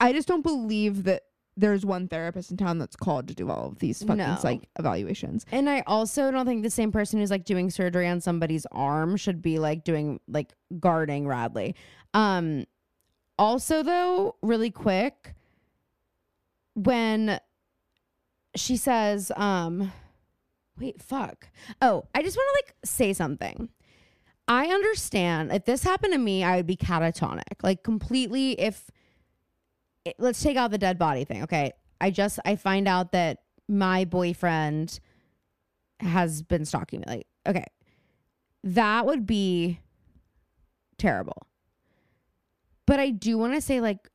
I just don't believe that there's one therapist in town that's called to do all of these fucking
No.
psych evaluations.
And I also don't think the same person who's like doing surgery on somebody's arm should be like doing like guarding Radley. Um also though, really quick, when she says, um wait, fuck. Oh, I just want to like say something. I understand if this happened to me, I would be catatonic. Like completely if it- let's take out the dead body thing. Okay. I just I find out that my boyfriend has been stalking me. Like, okay, that would be terrible. But I do want to say, like,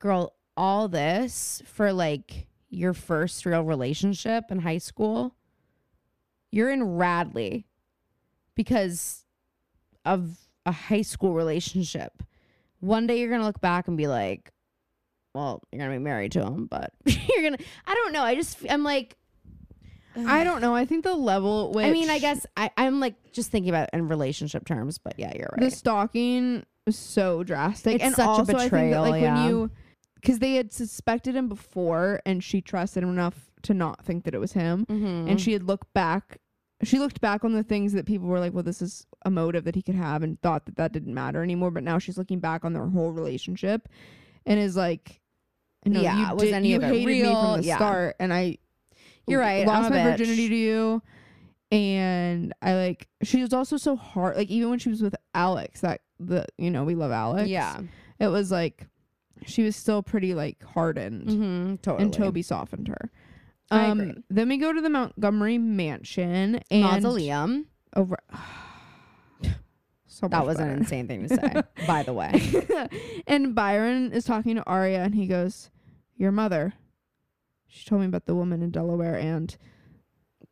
girl, all this for like your first real relationship in high school, you're in Radley because of a high school relationship. One day you're going to look back and be like, well, you're going to be married to him, but you're going to, I don't know. I just, I'm like,
I don't know. I think the level. Which
I mean, I guess I, I'm like just thinking about it in relationship terms, but yeah, you're
the
right.
stalking was so drastic
It's
and
such a
also I think that,
betrayal,
like
yeah.
when you because they had suspected him before and she trusted him enough to not think that it was him
mm-hmm.
and she had looked back she looked back on the things that people were like well this is a motive that he could have and thought that that didn't matter anymore but now she's looking back on their whole relationship and is like no,
Yeah,
you
was
did,
any
you
of it
hated me
real?
from the
Yeah.
start and i
You're right.
lost
I'm a
my
bitch.
virginity to you and i like she was also so hard like even when she was with alex that the you know we love alex
yeah,
it was like she was still pretty like hardened
mm-hmm. totally.
and Toby softened her.
I
Um,
agree.
Then we go to the Montgomery Mansion and
mausoleum.
Over. so
That
much
was an
better.
insane thing to say, by the way.
and Byron is talking to Arya, and he goes, "Your mother. She told me about the woman in Delaware and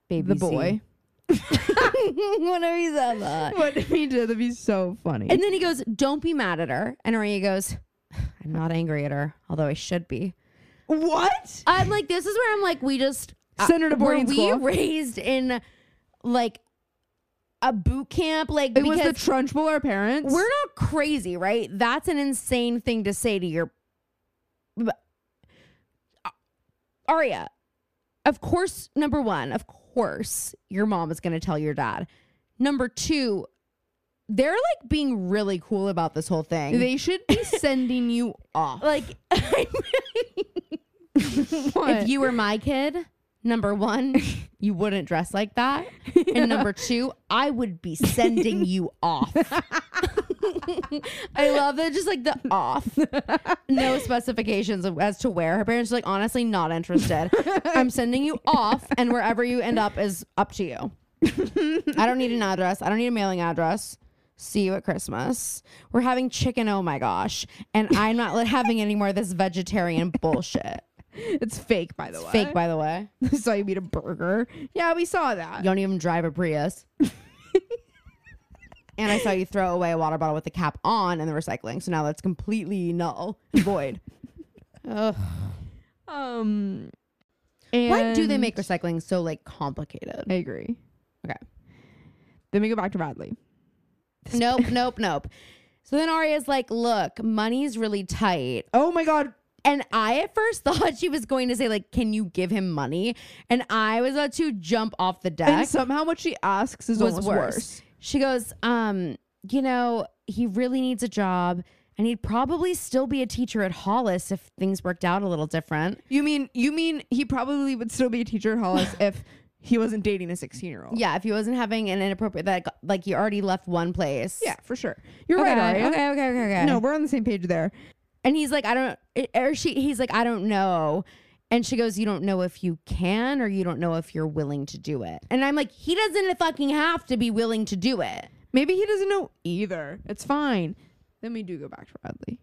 Baby
the boy.
Whenever he's at that.
What he did, that'd be so funny.
Uh, And then he goes, "Don't be mad at her." And Arya goes, "I'm not angry at her, although I should be."
what?
I'm like, this is where I'm like, we just uh,
Send her to
were
boarding
we
school.
raised in like a boot camp, like
It was
because
the Trunchbull, our parents.
We're not crazy, right? That's an insane thing to say to your but- Uh, Aria. Of course, number 1, of course, your mom is going to tell your dad. Number 2, they're like being really cool about this whole thing.
they should be sending you off.
like
What?
if you were my kid, number 1, you wouldn't dress like that. And number 2, I would be sending you off. I love that just like the off. No specifications of- as to where. Her parents are like, honestly, not interested. I'm sending you off, and wherever you end up is up to you. I don't need an address. I don't need a mailing address. See you at Christmas. We're having chicken, oh my gosh. And I'm not li- having any more of this vegetarian bullshit.
it's fake, by the way.
Fake, by the way.
saw you eat a burger. Yeah, we saw that.
You don't even drive a Prius. and I saw you throw away a water bottle with the cap on in the recycling. So now that's completely null and void. Ugh.
Um, and
Why do they make recycling so like complicated?
I agree.
Okay.
Then we go back to Radley.
nope, nope, nope. So then Arya's like, "Look, money's really tight."
Oh my god.
And I at first thought she was going to say like, "Can you give him money?" And I was about to jump off the deck.
And somehow what she asks is
was
almost
worse.
worse.
She goes, um, you know, he really needs a job and he'd probably still be a teacher at Hollis if things worked out a little different.
You mean you mean he probably would still be a teacher at Hollis if he wasn't dating a 16-year-old.
Yeah, if he wasn't having an inappropriate that like he already left one place.
Yeah, for sure. You're
Okay,
right, Aria.
okay, okay, okay, okay.
No, we're on the same page there.
And he's like, I don't or she he's like, I don't know. And she goes, You don't know if you can or you don't know if you're willing to do it. And I'm like, he doesn't fucking have to be willing to do it.
Maybe he doesn't know either. It's fine. Then we do go back to Radley.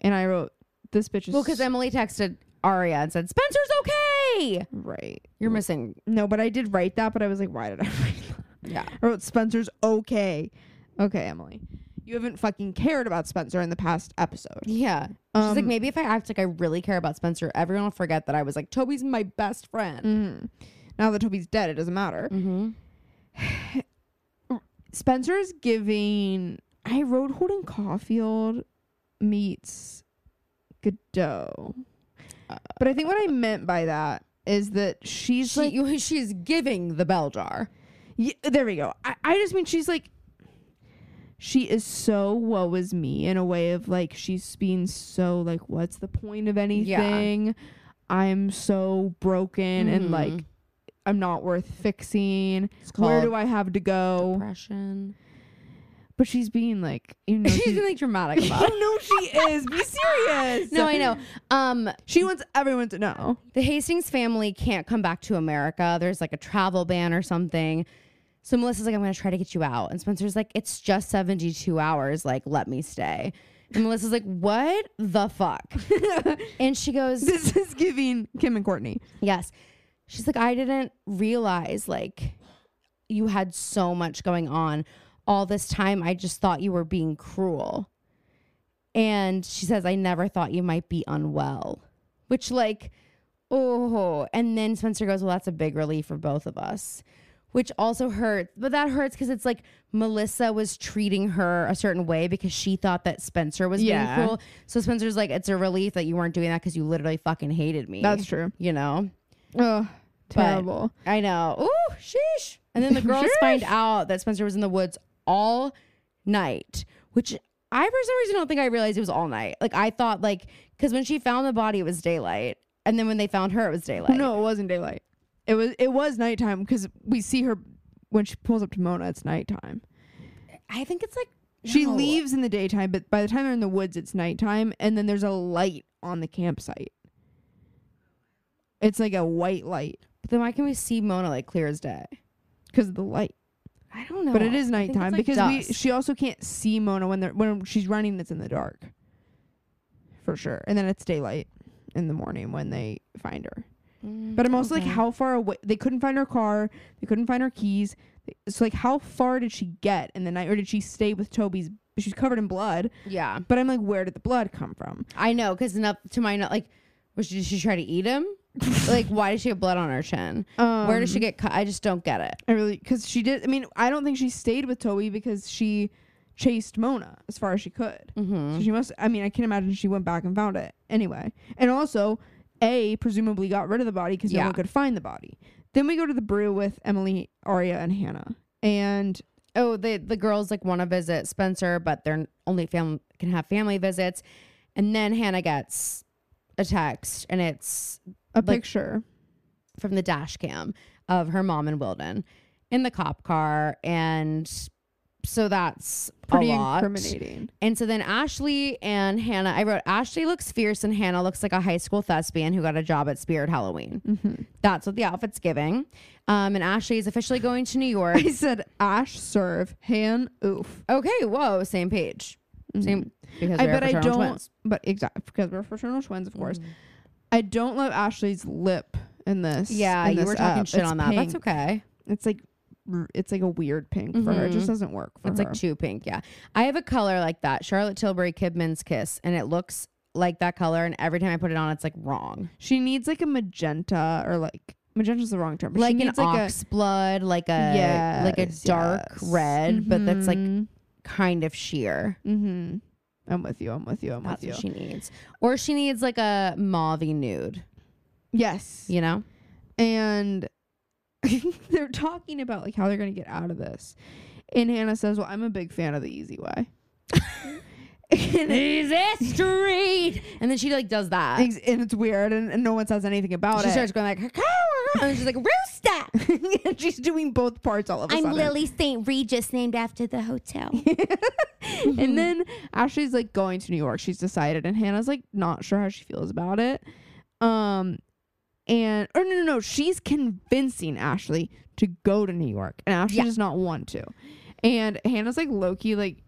And I wrote this bitch is
Well, because Emily texted Aria and said, Spencer's okay.
right.
You're missing
No, but I did write that, but I was like, why did I write that?
Yeah.
I wrote Spencer's okay. Okay, Emily. you haven't fucking cared about Spencer in the past episode.
Yeah. She's like,
Um,
maybe if I act like I really care about Spencer, everyone will forget that I was like, Toby's my best friend.
Mhm. Now that Toby's dead, it doesn't matter.
Mm-hmm.
Spencer's giving. I wrote Holden Caulfield meets Godot.
Uh,
But I think what I meant by that is that she's
She,
like,
you- she's giving the bell jar.
yeah, there we go. I, I just mean she's like, she is so woe is me in a way of like, she's being so like, what's the point of anything? I'm so broken and like, I'm not worth fixing.
Mm-hmm. It's
Where
called
do I have to go?
depression.
But she's being like, you know,
she's like dramatic about. it.
no, she is. Be serious.
no, I know. Um,
She wants everyone to know.
the Hastings family can't come back to America. There's like a travel ban or something. So Melissa's like, I'm gonna try to get you out. And Spencer's like, it's just 72 hours. Like, let me stay. And Melissa's like, what the fuck? and she goes,
This is giving Kim and Courtney.
Yes. She's like, I didn't realize like you had so much going on all this time. I just thought you were being cruel. And she says, I never thought you might be unwell, which, like, oh. And then Spencer goes, Well, that's a big relief for both of us, which also hurts. But that hurts because it's like Melissa was treating her a certain way because she thought that Spencer was
Yeah.
being cruel. So Spencer's like, It's a relief that you weren't doing that because you literally fucking hated me.
That's true.
you know?
Ugh,
But-
terrible.
I know. Ooh, sheesh. And then the girls
Sheesh.
find out that Spencer was in the woods all night, which I for some reason don't think I realized it was all night. Like I thought like because when she found the body, it was daylight, and then when they found her, it was daylight.
no, it wasn't daylight. It was it was nighttime because we see her when she pulls up to Mona. It's nighttime.
I think it's like
She
no.
leaves in the daytime, but by the time they're in the woods, it's nighttime, and then there's a light on the campsite. It's like a white light
But then why can we see Mona like clear as day?
because of the light.
I don't know.
but it
Oh, I
is
think it's,
nighttime
like,
because we
dusk.
she also can't see Mona when they're when she's running. It's in the dark, for sure. And then it's daylight in the morning when they find her.
Mm,
But I'm also
okay.
like, how far away? They couldn't find her car. They couldn't find her keys. So like, how far did she get in the night, or did she stay with Toby's? She's covered in blood.
Yeah,
But I'm like, where did the blood come from?
I know because up to my kno- like, was she, did she try to eat him? like, why did she have blood on her chin?
Um,
Where does she get cut? I just don't get it.
I really because she did. I mean, I don't think she stayed with Toby because she chased Mona as far as she could.
Mm-hmm.
So she must. I mean, I can imagine she went back and found it anyway. And also, A presumably got rid of the body because no
Yeah.
one could find the body. Then we go to the brew with Emily, Aria, and Hannah. And
oh the the girls like want to visit Spencer, but they're only fam can have family visits. And then Hannah gets a text, and it's
a
Like-
picture.
from the dash cam of her mom and Wilden in the cop car, and so that's
Pretty
a lot.
incriminating.
And so then Ashley and Hannah, I wrote Ashley looks fierce, and Hannah looks like a high school thespian who got a job at Spirit Halloween.
Mm-hmm.
That's what the outfit's giving. Um, and Ashley is officially going to New York.
I said Ash serve Han oof.
Okay, whoa, same page. Same because
I
they're
bet I
fraternal
don't. Mm.
twins.
But exactly because we're fraternal twins, of course. I don't love Ashley's lip in this.
Mm-hmm. Yeah,
in
you
this
were talking
up.
shit
It's
on that. That's
pink.
okay.
It's like r- it's like a weird pink for her. It just doesn't work for
Mm-hmm. It's
her.
like too pink. Yeah, I have a color like that, Charlotte Tilbury Kidman's Kiss, and it looks like that color. And every time I put it on, it's like wrong,
she needs like a magenta or like magenta's the wrong term. But
like
she
an
needs like
ox blood, like a
Yes,
like a dark
yes. Mm-hmm.
red, but that's like kind of sheer.
a. Mm-hmm. I'm with you. I'm with you. I'm
That's
with
what
you.
she needs, or she needs like a mauvey nude.
yes.
You know,
and they're talking about like how they're gonna get out of this and hannah says well i'm a big fan of the easy way and,
easy street, and then she like does that.
it's- and it's weird and, and no one says anything about
she
it
starts going like, "Kakao," and then she's like, "Rooster."
and she's doing both parts all of a
I'm
sudden
Lily St. Regis, named after the hotel.
Mm-hmm.
and then ashley's like going to new york she's decided and hannah's like not sure how she feels about it um and or no no no she's convincing ashley to go to new york and ashley
Yeah.
does not want to and hannah's like loki like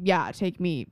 yeah take me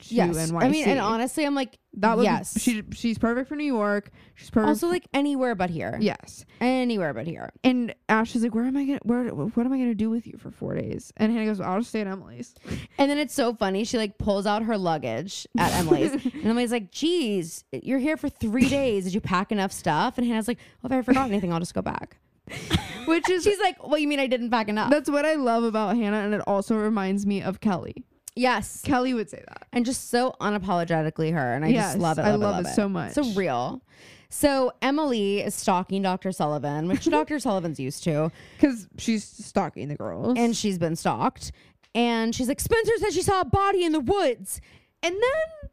to
yes.
NYC.
I mean, and honestly, I'm like
that would
yes.
she she's perfect for New York. She's perfect.
also like anywhere but here.
yes.
anywhere but here.
And Ash is like, where am I gonna where what am I gonna do with you for four days? And Hannah goes, well, I'll just stay at Emily's.
And then it's so funny. She like pulls out her luggage at Emily's, and Emily's like, "Geez, you're here for three days. Did you pack enough stuff?" And Hannah's like, "Well, if I forgot anything, I'll just go back."
Which is
She's like, "Well, you mean I didn't pack enough?"
that's what I love about Hannah, and it also reminds me of Kelly.
yes,
Kelly would say that.
and just so unapologetically her, and I
Yes,
just love it.
I
love,
love it so much.
So real. So Emily is stalking Dr. Sullivan, which Dr. Sullivan's used to,
Because she's stalking the girls.
and she's been stalked. And she's like, "Spencer said she saw a body in the woods."
and then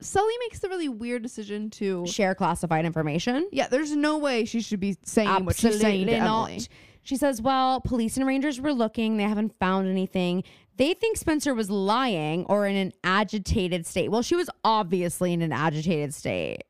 Sully makes the really weird decision to
Share classified information.
Yeah, there's no way she should be saying what she's saying to Emily.
She says, "Well, police and rangers were looking. They haven't found anything. They think Spencer was lying or in an agitated state. Well, she was obviously in an agitated state."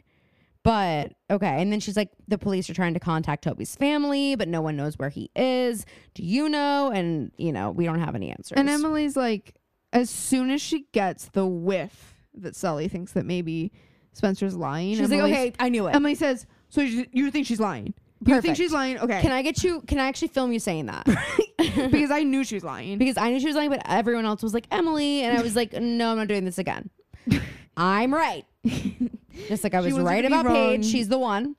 But okay, and then she's like, the police are trying to contact Toby's family, but no one knows where he is. Do you know? And you know, we don't have any answers.
And Emily's like, as soon as she gets the whiff that Sully thinks that maybe Spencer's lying,
she's
Emily's-
like, okay, I knew it.
Emily says, "So you, you think she's lying? You think
Perfect.
she's lying? Okay,
can I get you? Can I actually film you saying that?
because I knew she was lying.
because I knew she was lying, but everyone else was like Emily, and I was like, no, I'm not doing this again. I'm right. Just like I was
wasn't
right
gonna
about
be wrong.
Paige. She's the one.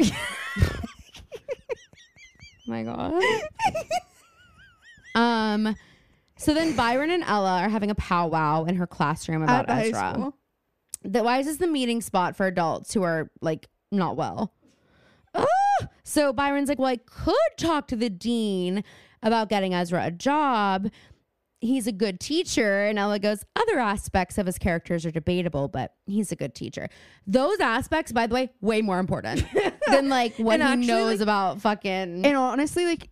Oh My God. um. So then Byron and Ella are having a powwow in her classroom
At
about
the high
Ezra.
school.
That why is this the meeting spot for adults who are like not well? Ah! So Byron's like, well, I could talk to the dean about getting Ezra a job. He's a good teacher. And Ella goes, other aspects of his characters are debatable, but he's a good teacher. Those aspects, by the way, way more important than like what
And
he
actually,
knows
like-
about fucking.
And honestly, like,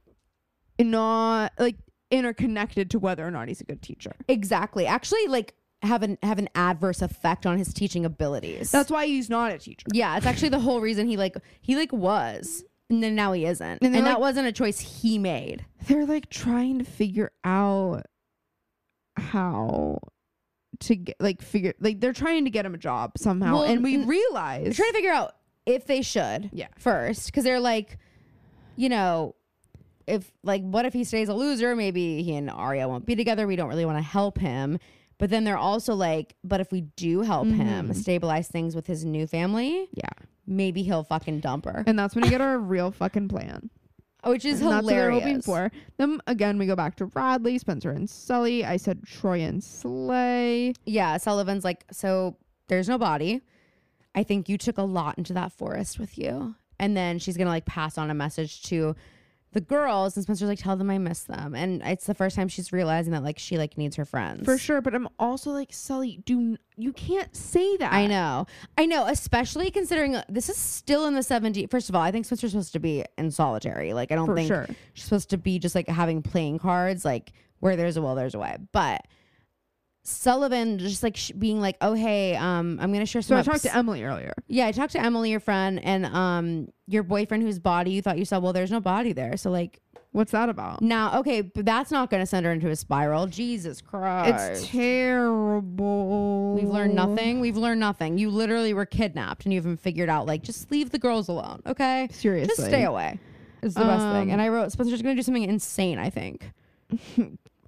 not like interconnected to whether or not he's a good teacher.
exactly. Actually, like have an have an adverse effect on his teaching abilities.
That's why he's not a teacher.
Yeah, it's actually the whole reason he like he like was, and then now he isn't, and,
they're
that
like-
wasn't a choice he made.
They're like trying to figure out how to get like figure like they're trying to get him a job somehow,
Well,
and we
n- They're
realize
trying to figure out if they should,
Yeah.
first because they're like, you know, if like what if he stays a loser? Maybe he and Arya won't be together. We don't really want to help him, but then they're also like, but if we do help
Mm-hmm.
him stabilize things with his new family,
yeah,
maybe he'll fucking dump her,
and that's when you get our real fucking plan.
which is
And That's
hilarious.
what they're hoping for. Then again, we go back to Radley, Spencer, and Sully. I said Troy and Slay.
Yeah, Sullivan's like, so there's no body. I think you took a lot into that forest with you. And then she's gonna like pass on a message to the girls, and Spencer's like, tell them I miss them. And it's the first time she's realizing that like she like needs her friends.
For sure, but I'm also like Sully. Do n- you can't say that?
I know, I know, especially considering uh, this is still in the 70s. First of all, I think Spencer's supposed to be in solitary. Like, I don't
For
think
sure.
she's supposed to be just like having playing cards, like where there's a will, there's a way. But Sullivan just like sh- being like, oh hey, um, I'm gonna share
So
some.
I talked
ups-
to Emily earlier.
Yeah, I talked to Emily, your friend, and um, your boyfriend whose body you thought you saw. Well, there's no body there, so like
What's that about?
now, okay, but that's not going to send her into a spiral. Jesus Christ,
It's terrible.
we've learned nothing. We've learned nothing. You literally were kidnapped, and you haven't figured out. Like, just leave the girls alone, okay?
Seriously,
Just stay away. Is the best thing.
Um,
And I wrote Spencer's going to do something insane. I think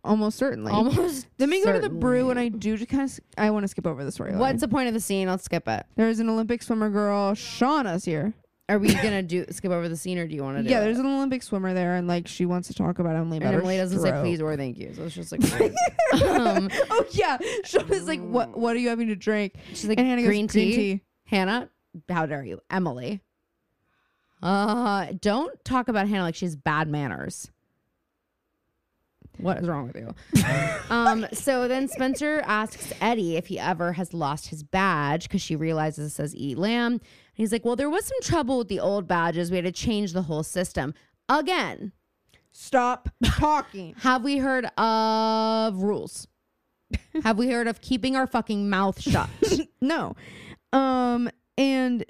Almost certainly.
almost.
Then we go to the brew, and
certainly.
I do just kind of. I want to skip over the story.
What's the point of the scene? Let's skip it.
There's an Olympic swimmer girl, Shauna's here.
Are we gonna do skip over the scene, or do you want to? do
Yeah,
it?
there's an Olympic swimmer there, and like she wants to talk about Emily.
And
about her
Emily doesn't say
stroke.
please or thank you. So it's just like, weird. um,
oh yeah. Shauna's like, what What are you having to drink?
she's like,
And Hannah goes,
green, tea?
"Green tea."
Hannah, how dare you? Emily. Uh, don't talk about Hannah like she has bad manners. What is wrong with you? um, so then Spencer asks Eddie if he ever has lost his badge because she realizes it says eat lamb. And he's like, Well, there was some trouble with the old badges. We had to change the whole system. Again,
Stop talking.
Have we heard of rules? Have we heard of keeping our fucking mouth shut?
no. Um, and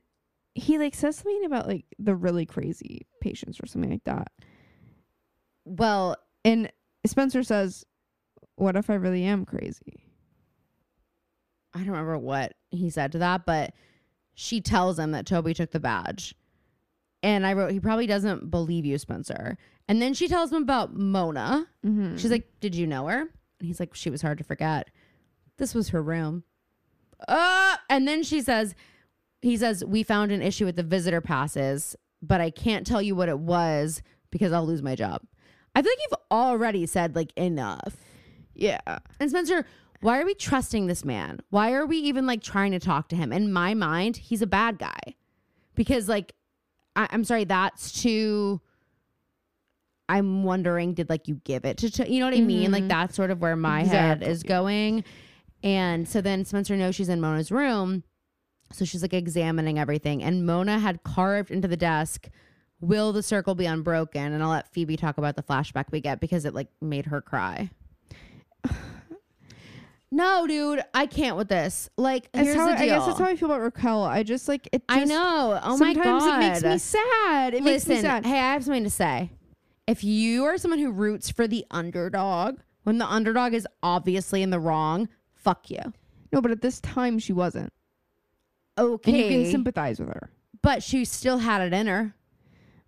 he like says something about like the really crazy patients or something like that.
well,
And Spencer says, "What if I really am crazy?"
I don't remember what he said to that, but she tells him that Toby took the badge. And I wrote, he probably doesn't believe you, Spencer. And then she tells him about Mona. She's like, Did you know her? And he's like, She was hard to forget. This was her room. Uh, and then she says, He says, We found an issue with the visitor passes, but I can't tell you what it was because I'll lose my job. I feel like you've already said, like, enough.
Yeah.
And Spencer, why are we trusting this man? Why are we even like trying to talk to him? In my mind, he's a bad guy because, like, I- I'm sorry, that's too. I'm wondering, did like you give it to, to you know what I mean? Like that's sort of where my head is going. And so then Spencer knows she's in Mona's room. So she's like examining everything. And Mona had carved into the desk, Will the circle be unbroken? And I'll let Phoebe talk about the flashback we get because it like made her cry. no, dude, I can't with this. Like,
That's
here's
how
the
I,
deal.
I guess that's how I feel about Raquel. I just like it.
I
just-
know. Oh my
sometimes
God.
it makes me sad. It makes
Listen,
me sad.
hey, I have something to say. If you are someone who roots for the underdog when the underdog is obviously in the wrong, fuck you.
No, but at this time she wasn't, and
Okay,
you can sympathize with her.
but she still had it in her.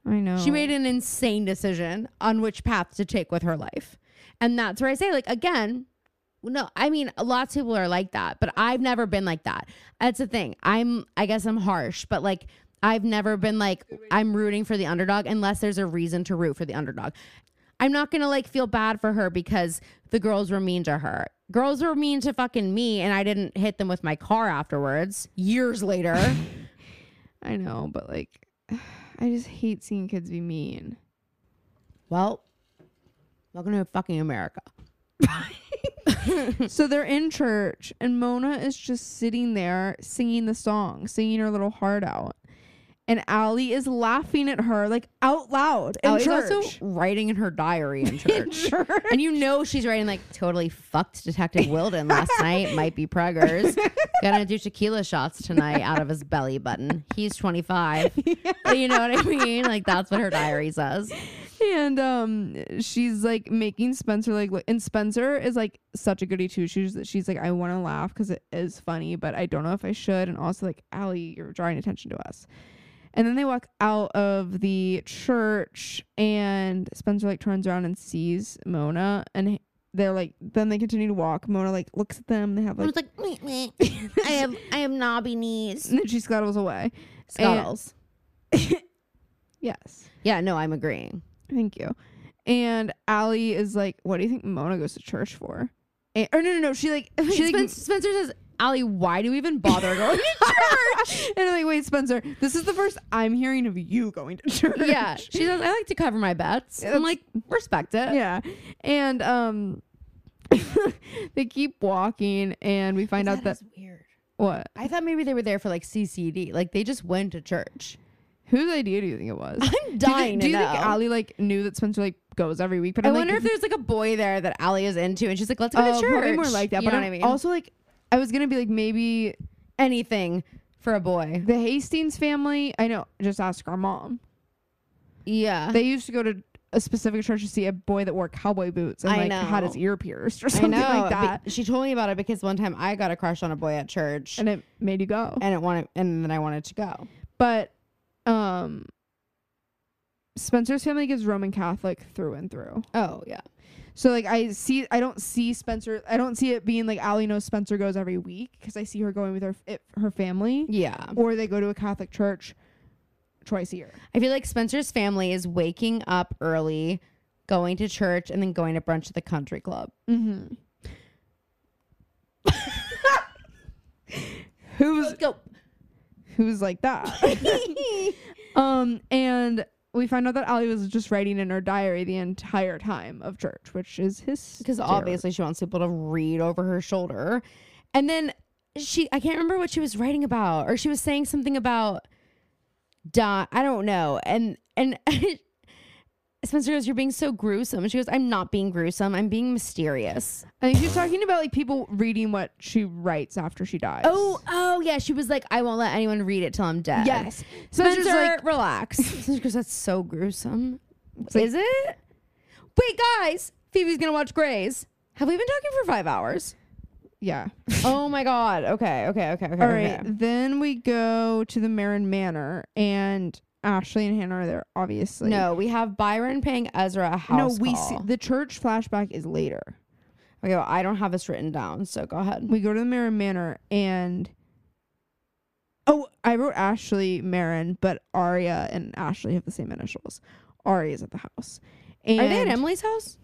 I know.
She made an insane decision on which path to take with her life, and that's where I say, like, again, no, I mean, lots of people are like that, but I've never been like that. That's the thing. I'm, I guess, I'm harsh, but like. I've never been like I'm rooting for the underdog unless there's a reason to root for the underdog. I'm not gonna like feel bad for her because the girls were mean to her. Girls were mean to fucking me, and I didn't hit them with my car afterwards. Years later,
I know, but like, I just hate seeing kids be mean.
well, welcome to fucking America.
so they're in church, and Mona is just sitting there singing the song, singing her little heart out. And Allie is laughing at her like out loud in
Allie's
church.
Oh, also writing in her diary in church.
church.
And you know she's writing like totally fucked Detective Wilden last night. Might be preggers. Gonna do tequila shots tonight out of his belly button. He's 25. But you know what I mean? Like that's what her diary says.
and um she's like making spencer like look- and spencer is like such a goody two shoes that she's like i want to laugh because it is funny but i don't know if i should and also like Allie, you're drawing attention to us and then they walk out of the church and spencer like turns around and sees mona and h- they're like then they continue to walk mona like looks at them they have
I
like
was like, meh, meh. I have I have knobby knees.
and then she scuttles away
Scuttles.
yes
yeah, no, I'm agreeing.
Thank you. And Allie is like, "What do you think Mona goes to church for?" And, or no, no, no. She like she like,
Spencer, Spencer says, Allie, why do we even bother going to
church. and I'm like, "Wait, Spencer, this is the first I'm hearing of you going to church."
Yeah. She says, I like to cover my bets. I'm like, respect it.
yeah. And um, they keep walking, and we find out that
weird.
what
I thought maybe they were there for like CCD. Like they just went to church.
whose idea do you think it was?
I'm
Do you thi-
dying
Do you,
to know.
think Allie like knew that Spencer like goes every week? But
I
I'm like,
wonder if there's like a boy there that Allie is into, and she's like, "Let's go
oh,
to church."
probably more like that.
You
but
know
I'm
what I mean?
also like, I was gonna be like maybe
anything for a boy.
the Hastings family. I know. Just ask our mom.
Yeah,
they used to go to a specific church to see a boy that wore cowboy boots and
I
like had
know.
his ear pierced or
I
something
know.
like
Be-
that.
she told me about it because one time I got a crush on a boy at church, and,
and it made you go.
it wanted, and then I wanted to go.
But um Spencer's family gives Roman Catholic through and through.
Oh yeah,
So like I see I don't see Spencer I don't see it being like Allie knows Spencer goes every week cuz I see her going with her it, her family
yeah.
or they go to a Catholic church twice a year.
I feel like Spencer's family is waking up early, going to church, and then going to brunch at the country club.
Mhm. Who's
Go.
who's like that. um, and we find out that Allie was just writing in her diary the entire time of church, which is his
because obviously she wants people to read over her shoulder. And then she, I can't remember what she was writing about, or she was saying something about die. I don't know. And and Spencer goes, "You're being so gruesome." And she goes, "I'm not being gruesome. I'm being mysterious."
I think she's talking about like people reading what she writes after she dies.
Oh, oh yeah. She was like, "I won't let anyone read it till I'm dead."
yes,
Spencer's
Spencer's like
like, relax. Spencer goes, "That's so gruesome."
like-
Is it? Wait, guys, Phoebe's gonna watch Grays. Have we been talking for five hours?
yeah.
oh my god. Okay. Okay. Okay. Okay.
All
okay.
right. Then we go to the Marin Manor, and Ashley and Hannah are there, obviously.
No, we have Byron paying Ezra a
No,
house.
we
call.
see the church flashback is later.
Okay, well, I don't have this written down, so go ahead.
We go to the Marin Manor and Oh, I wrote Ashley Marin, but Aria and Ashley have the same initials. Aria's at the house. And
Are they at Emily's house?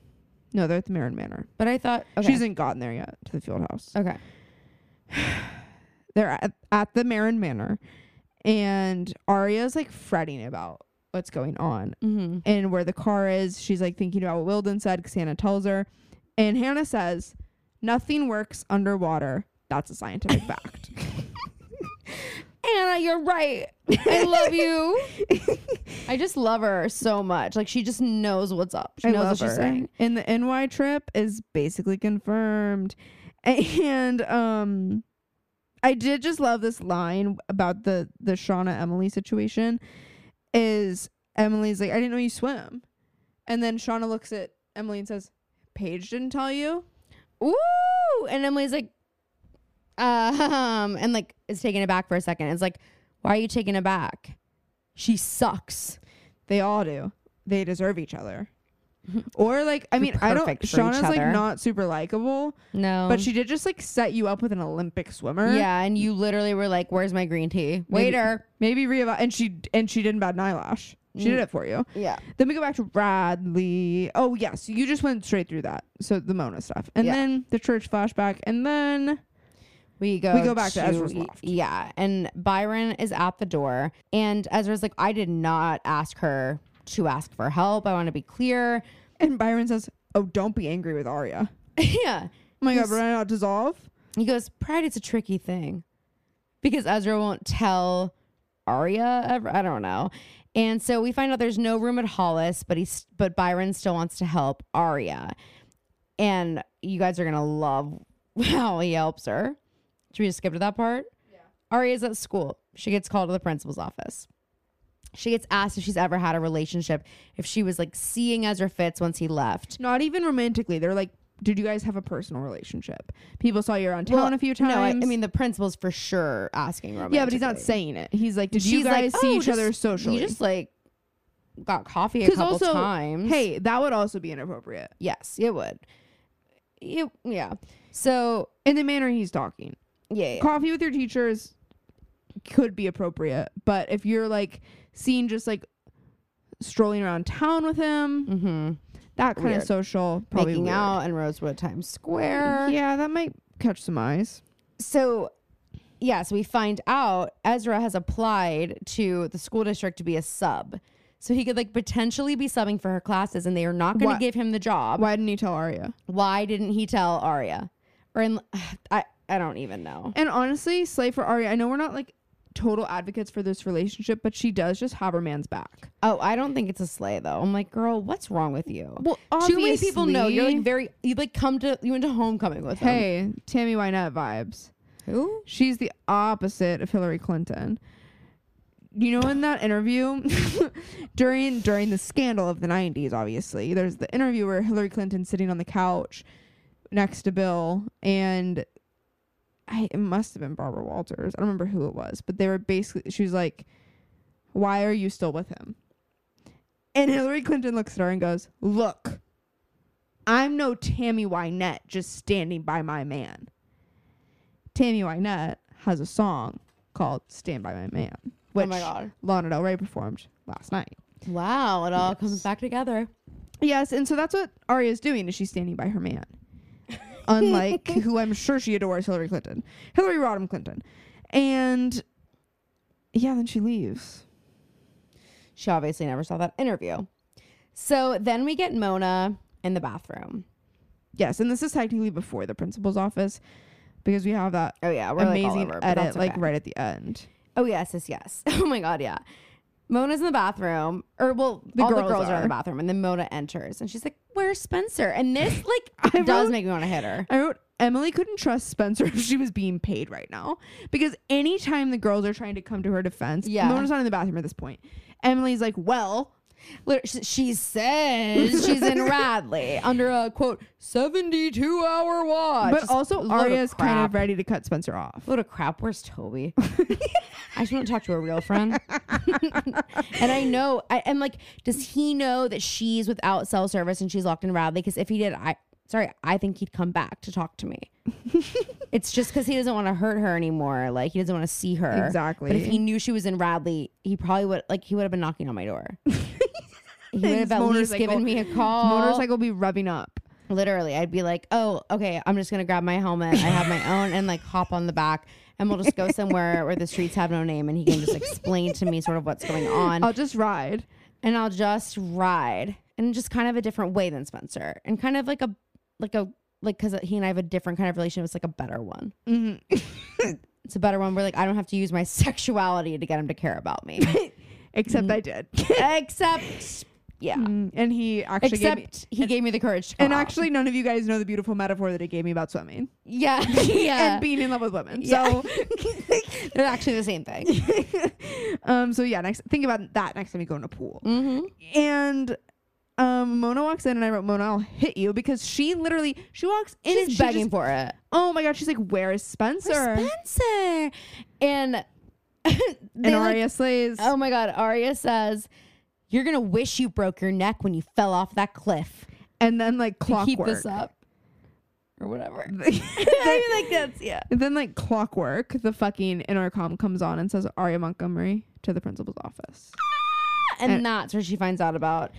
No, they're at the Marin Manor.
But I thought okay.
She hasn't gotten there yet to the field house.
okay.
They're at, at the Marin Manor and Aria's like fretting about what's going on
Mm-hmm.
and where the car is. She's like thinking about what Wilden said because Hannah tells her. And Hannah says, Nothing works underwater. That's a scientific fact.
Anna, you're right. I love you. I just love her so much. Like she just knows what's up. She
I
knows
love
what
her.
she's saying.
And the NY trip is basically confirmed. And um I did just love this line about the the Shauna Emily situation is Emily's like, I didn't know you swim. And then Shauna looks at Emily and says, Paige didn't tell you?
Ooh, and Emily's like, um, and like is taken aback for a second. It's like, why are you taken aback? She sucks.
They all do. They deserve each other. Or like, I
You're
mean, I don't.
perfect for each
Shauna's like
other. Oh.
not super likable,
No,
but she did just like set you up with an Olympic swimmer.
yeah, and you literally were like, "Where's my green tea, waiter?"
Maybe reeval and she and she didn't bat an eyelash. She
Mm.
did it for you.
Yeah,
Then we go back to Bradley. Oh yes, you just went straight through that. So the Mona stuff, and
Yeah.
then the church flashback, and then
We go.
We go back to Ezra's loft.
Yeah, and Byron is at the door, and Ezra's like, "I did not ask her to ask for help. I want to be clear."
and Byron says, "Oh, don't be angry with Arya."
yeah,
Oh my God, we're not dissolve.
he goes, "Pride is a tricky thing," because Ezra won't tell Arya ever. I don't know. And so we find out there's no room at Hollis, but he's but Byron still wants to help Arya, and you guys are gonna love how he helps her. Should we just skip to that part? Aria's at school. She gets called to the principal's office. She gets asked if she's ever had a relationship, if she was like seeing Ezra Fitz once he left.
Not even romantically. They're like, "Did you guys have a personal relationship?" People saw you around town
Well,
a few
No,
times.
I, I mean the principal's for sure asking romantically.
Yeah, but he's not saying it. He's like, did you
She's like,
guys see
"Oh,
each
just-
other socially?
You just like got coffee a
'Cause
couple
also,
times.
hey, that would also be inappropriate.
yes, it would. You, yeah. So
In the manner he's talking,
yeah, yeah.
coffee with your teachers could be appropriate, but if you're like seen just like strolling around town with him,
Mm-hmm.
that kind
Weird.
of social, probably
making
weird.
out in Rosewood Times Square.
Yeah, that might catch some eyes.
so yeah, so we find out Ezra has applied to the school district to be a sub. So he could like potentially be subbing for her classes and they are not going
Why-
to give him the job. Why,
Why didn't he tell Arya?
didn't he tell Arya? Or in, I I don't even know.
And honestly, slay for Arya. I know we're not like total advocates for this relationship, but she does just have her man's back.
Oh, I don't think it's a slay though. I'm like, girl, what's wrong with you?
Well,
Too many people know you're
obviously-
like very you like come to you went to homecoming with him.
Hey, Tammy Wynette vibes.
Who?
She's the opposite of Hillary Clinton. You know, in that interview during during the scandal of the '90s, obviously, there's the interview where Hillary Clinton's sitting on the couch next to Bill, and I, it must have been Barbara Walters. I don't remember who it was, but they were basically she was like, "Why are you still with him?" And Hillary Clinton looks at her and goes, "Look, I'm no Tammy Wynette just standing by my man." Tammy Wynette has a song called "Stand by My Man," which
oh my god.
Lana Del Rey performed last night.
Wow, it all comes back together.
Yes, and so that's what Arya's doing is she's standing by her man, unlike who I'm sure she adores, Hillary Clinton, Hillary Rodham Clinton, and yeah, then she leaves.
She obviously never saw that interview. So then we get Mona in the bathroom.
Yes, and this is technically before the principal's office because we have that
Oh yeah, we're like all
amazing
over, but
edit
that's
like
okay.
right at the end.
Oh yes, yes, yes. Oh my god, yeah. Mona's in the bathroom, or well,
The
all
girls
the girls are. in
are.
the bathroom, and then Mona enters, and she's like, "Where's Spencer?" And this
I
like does
wrote-
make me want to hit her.
I wrote Emily couldn't trust Spencer if she was being paid right now because anytime the girls are trying to come to her defense,
Yeah.
Mona's not in the bathroom at this point. Emily's like, "Well,
Lit- sh- She says she's in Radley under a quote seventy-two hour watch.
But
Just
also,
load
Arya's kind
crap.
of ready to cut Spencer off.
Load of crap. Where's Toby? I just want to talk to a real friend. and I know, I, and like, does he know that she's without cell service and she's locked in Radley? Because if he did, I sorry, I think he'd come back to talk to me. it's just because he doesn't want to hurt her anymore. Like he doesn't want to see her.
Exactly.
But if he knew she was in Radley, he probably would like he would have been knocking on my door. he would
His
have at least
motorcycle-
given me a call.
Motorcycle be rubbing up.
Literally, I'd be like, "Oh, okay, I'm just gonna grab my helmet. I have my own, and like hop on the back, and we'll just go somewhere where the streets have no name, and he can just explain to me sort of what's going on,
I'll just ride.
and I'll just ride, and just kind of a different way than Spencer, and kind of like a like a like because he and I have a different kind of relationship. It's like a better one.
Mm-hmm.
It's a better one where like I don't have to use my sexuality to get him to care about me, Mm.
Except I did.
except yeah,
Mm, and he actually gave me,
except he gave me the courage to. Come
and
out.
actually none of you guys know the beautiful metaphor that he gave me about swimming
yeah, yeah,
and being in love with women.
Yeah.
So
They're actually the same thing.
um so yeah, next think about that next time you go in a pool.
Mm-hmm.
And um Mona walks in and I wrote Mona, I'll hit you because she literally she walks in and
She's
she
begging
just-
for it.
oh my god, she's like, Where is Spencer?
Spencer. And they
and
like-
Arya slays.
oh my God, Arya says, You're going to wish you broke your neck when you fell off that cliff.
and then like
To
clockwork.
keep this up. Or whatever.
Then-
like that's, yeah.
And then, like clockwork, the fucking intercom comes on and says Aria Montgomery to the principal's office.
And,
And-
that's where she finds out about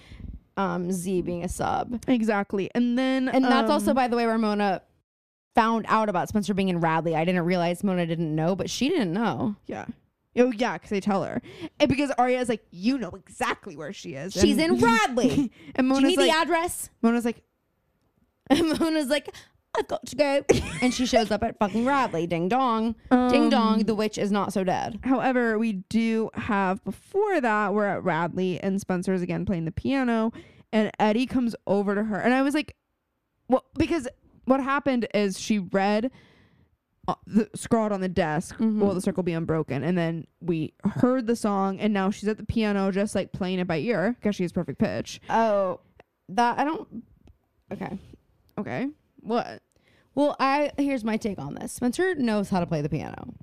um, Z being a sub.
Exactly. And then
And that's also,
um,
by the way, where Mona found out about Spencer being in Radley. I didn't realize Mona didn't know, but she didn't know.
yeah. Oh yeah, because they tell her, and because Arya is like, you know exactly where she is.
She's in
and,
Radley.
And
Do you
Mona's
need
like,
the address?
Mona's like,
And Mona's like, I've got to go. and she shows up at fucking Radley. Ding dong.
Um,
Ding dong. The witch is not so dead.
However, we do have before that, we're at Radley and Spencer is again playing the piano and Eddie comes over to her. And I was like, well, because what happened is she read uh, the scrawled on the desk,
Mm-hmm.
will the circle be unbroken? And then we heard the song and now she's at the piano just like playing it by ear because she has perfect pitch.
Oh, that I don't. Okay.
Okay. What?
Well, I here's my take on this. Spencer knows how to play the piano.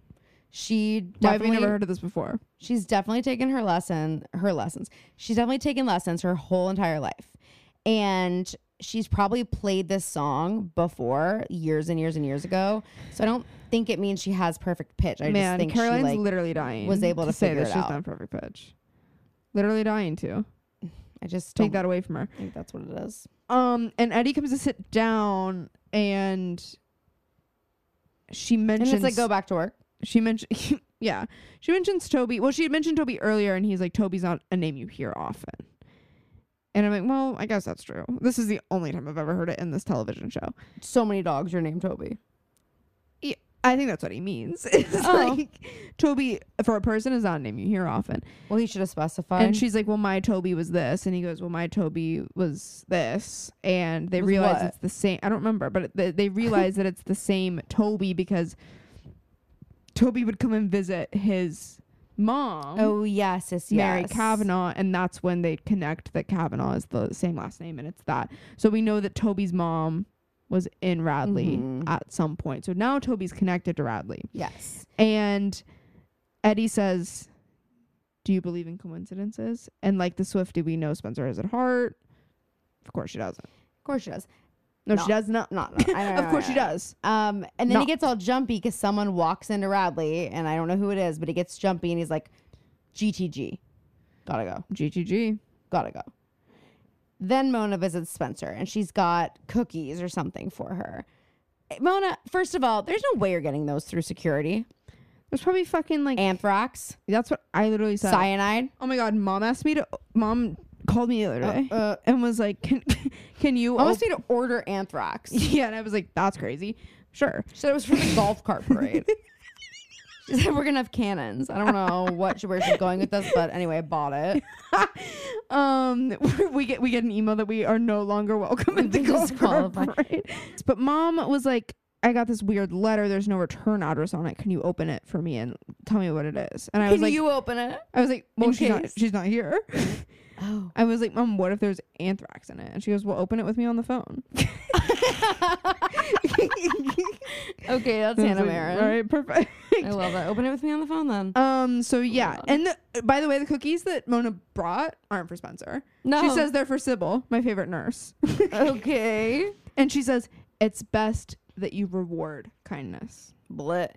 She
Why have you
definitely
never heard of this before?
she's definitely taken her lesson her lessons. She's definitely taken lessons her whole entire life. And she's probably played this song before years and years and years ago. So I don't think it means she has perfect pitch. I just
Man,
think
Caroline's
she like,
literally dying.
was able to
say
figure
that
it
she's
out.
not perfect pitch. Literally dying to.
I just
Take
don't
that away from her.
think that's what it is.
um and eddie comes to sit down and she
And
mentions
it's like go back to work.
she mentioned yeah she mentions toby well she had mentioned toby earlier and he's like toby's not a name you hear often and i'm like well i guess that's true this is the only time i've ever heard it in this television show
So many dogs are named Toby.
Yeah, i think that's what he means it's
Oh.
like toby for a person is not a name you hear often
Well, he should have specified.
And she's like, "Well, my Toby was this," and he goes, "Well, my Toby was this," and they
Was
realize
what?
it's the same. I don't remember, but they, they realize that it's the same Toby because Toby would come and visit his mom,
oh yes, yes, yes.
Mary Kavanaugh, and that's when they connect that Kavanaugh is the same last name, and it's that. So we know that Toby's mom was in Radley
Mhm.
at some point. So now Toby's connected to Radley,
Yes.
and Eddie says, Do you believe in coincidences? And like the Swifty, we know Spencer has at heart. Of course she doesn't.
Of course she does.
No,
No.
she does not.
Not. not I-
of course she does.
Um, and then
Not.
he gets all jumpy because someone walks into Radley, and I don't know who it is, but he gets jumpy and he's like, "GTG, gotta go,
GGG.
gotta go." Then Mona visits Spencer, and she's got cookies or something for her. Mona, first of all, there's no way you're getting those through security.
There's probably fucking like
Anthrax,
that's what I literally said.
cyanide.
Oh my god, mom asked me to mom called me the other day
Uh, uh,
and was like, Can can you
Almost need to order anthrax.
op-" Yeah, and I was like, That's crazy. Sure.
She said it was for the golf cart parade. she said we're gonna have cannons. I don't know what she, where she's going with this, but anyway, I bought it.
um we get we get an email that we are no longer welcome at the
been
golf cart
disqualified.
parade. But mom was like, I got this weird letter. There's no return address on it. Can you open it for me and tell me what it is? And I was
Can
like,
you open it?
I was like, well,
in
she's not,
case?
she's not here.
Oh.
I was like, Mom, what if there's anthrax in it? And she goes, Well, open it with me on the phone.
okay,
And I was
that's Hannah
like,
Marin.
All right, perfect.
I love that. Open it with me on the phone then.
Um. So yeah,
God.
and the, by the way, the cookies that Mona brought aren't for Spencer.
No.
She says they're for Sybil, my favorite nurse,
okay.
and she says it's best that you reward kindness.
Blit.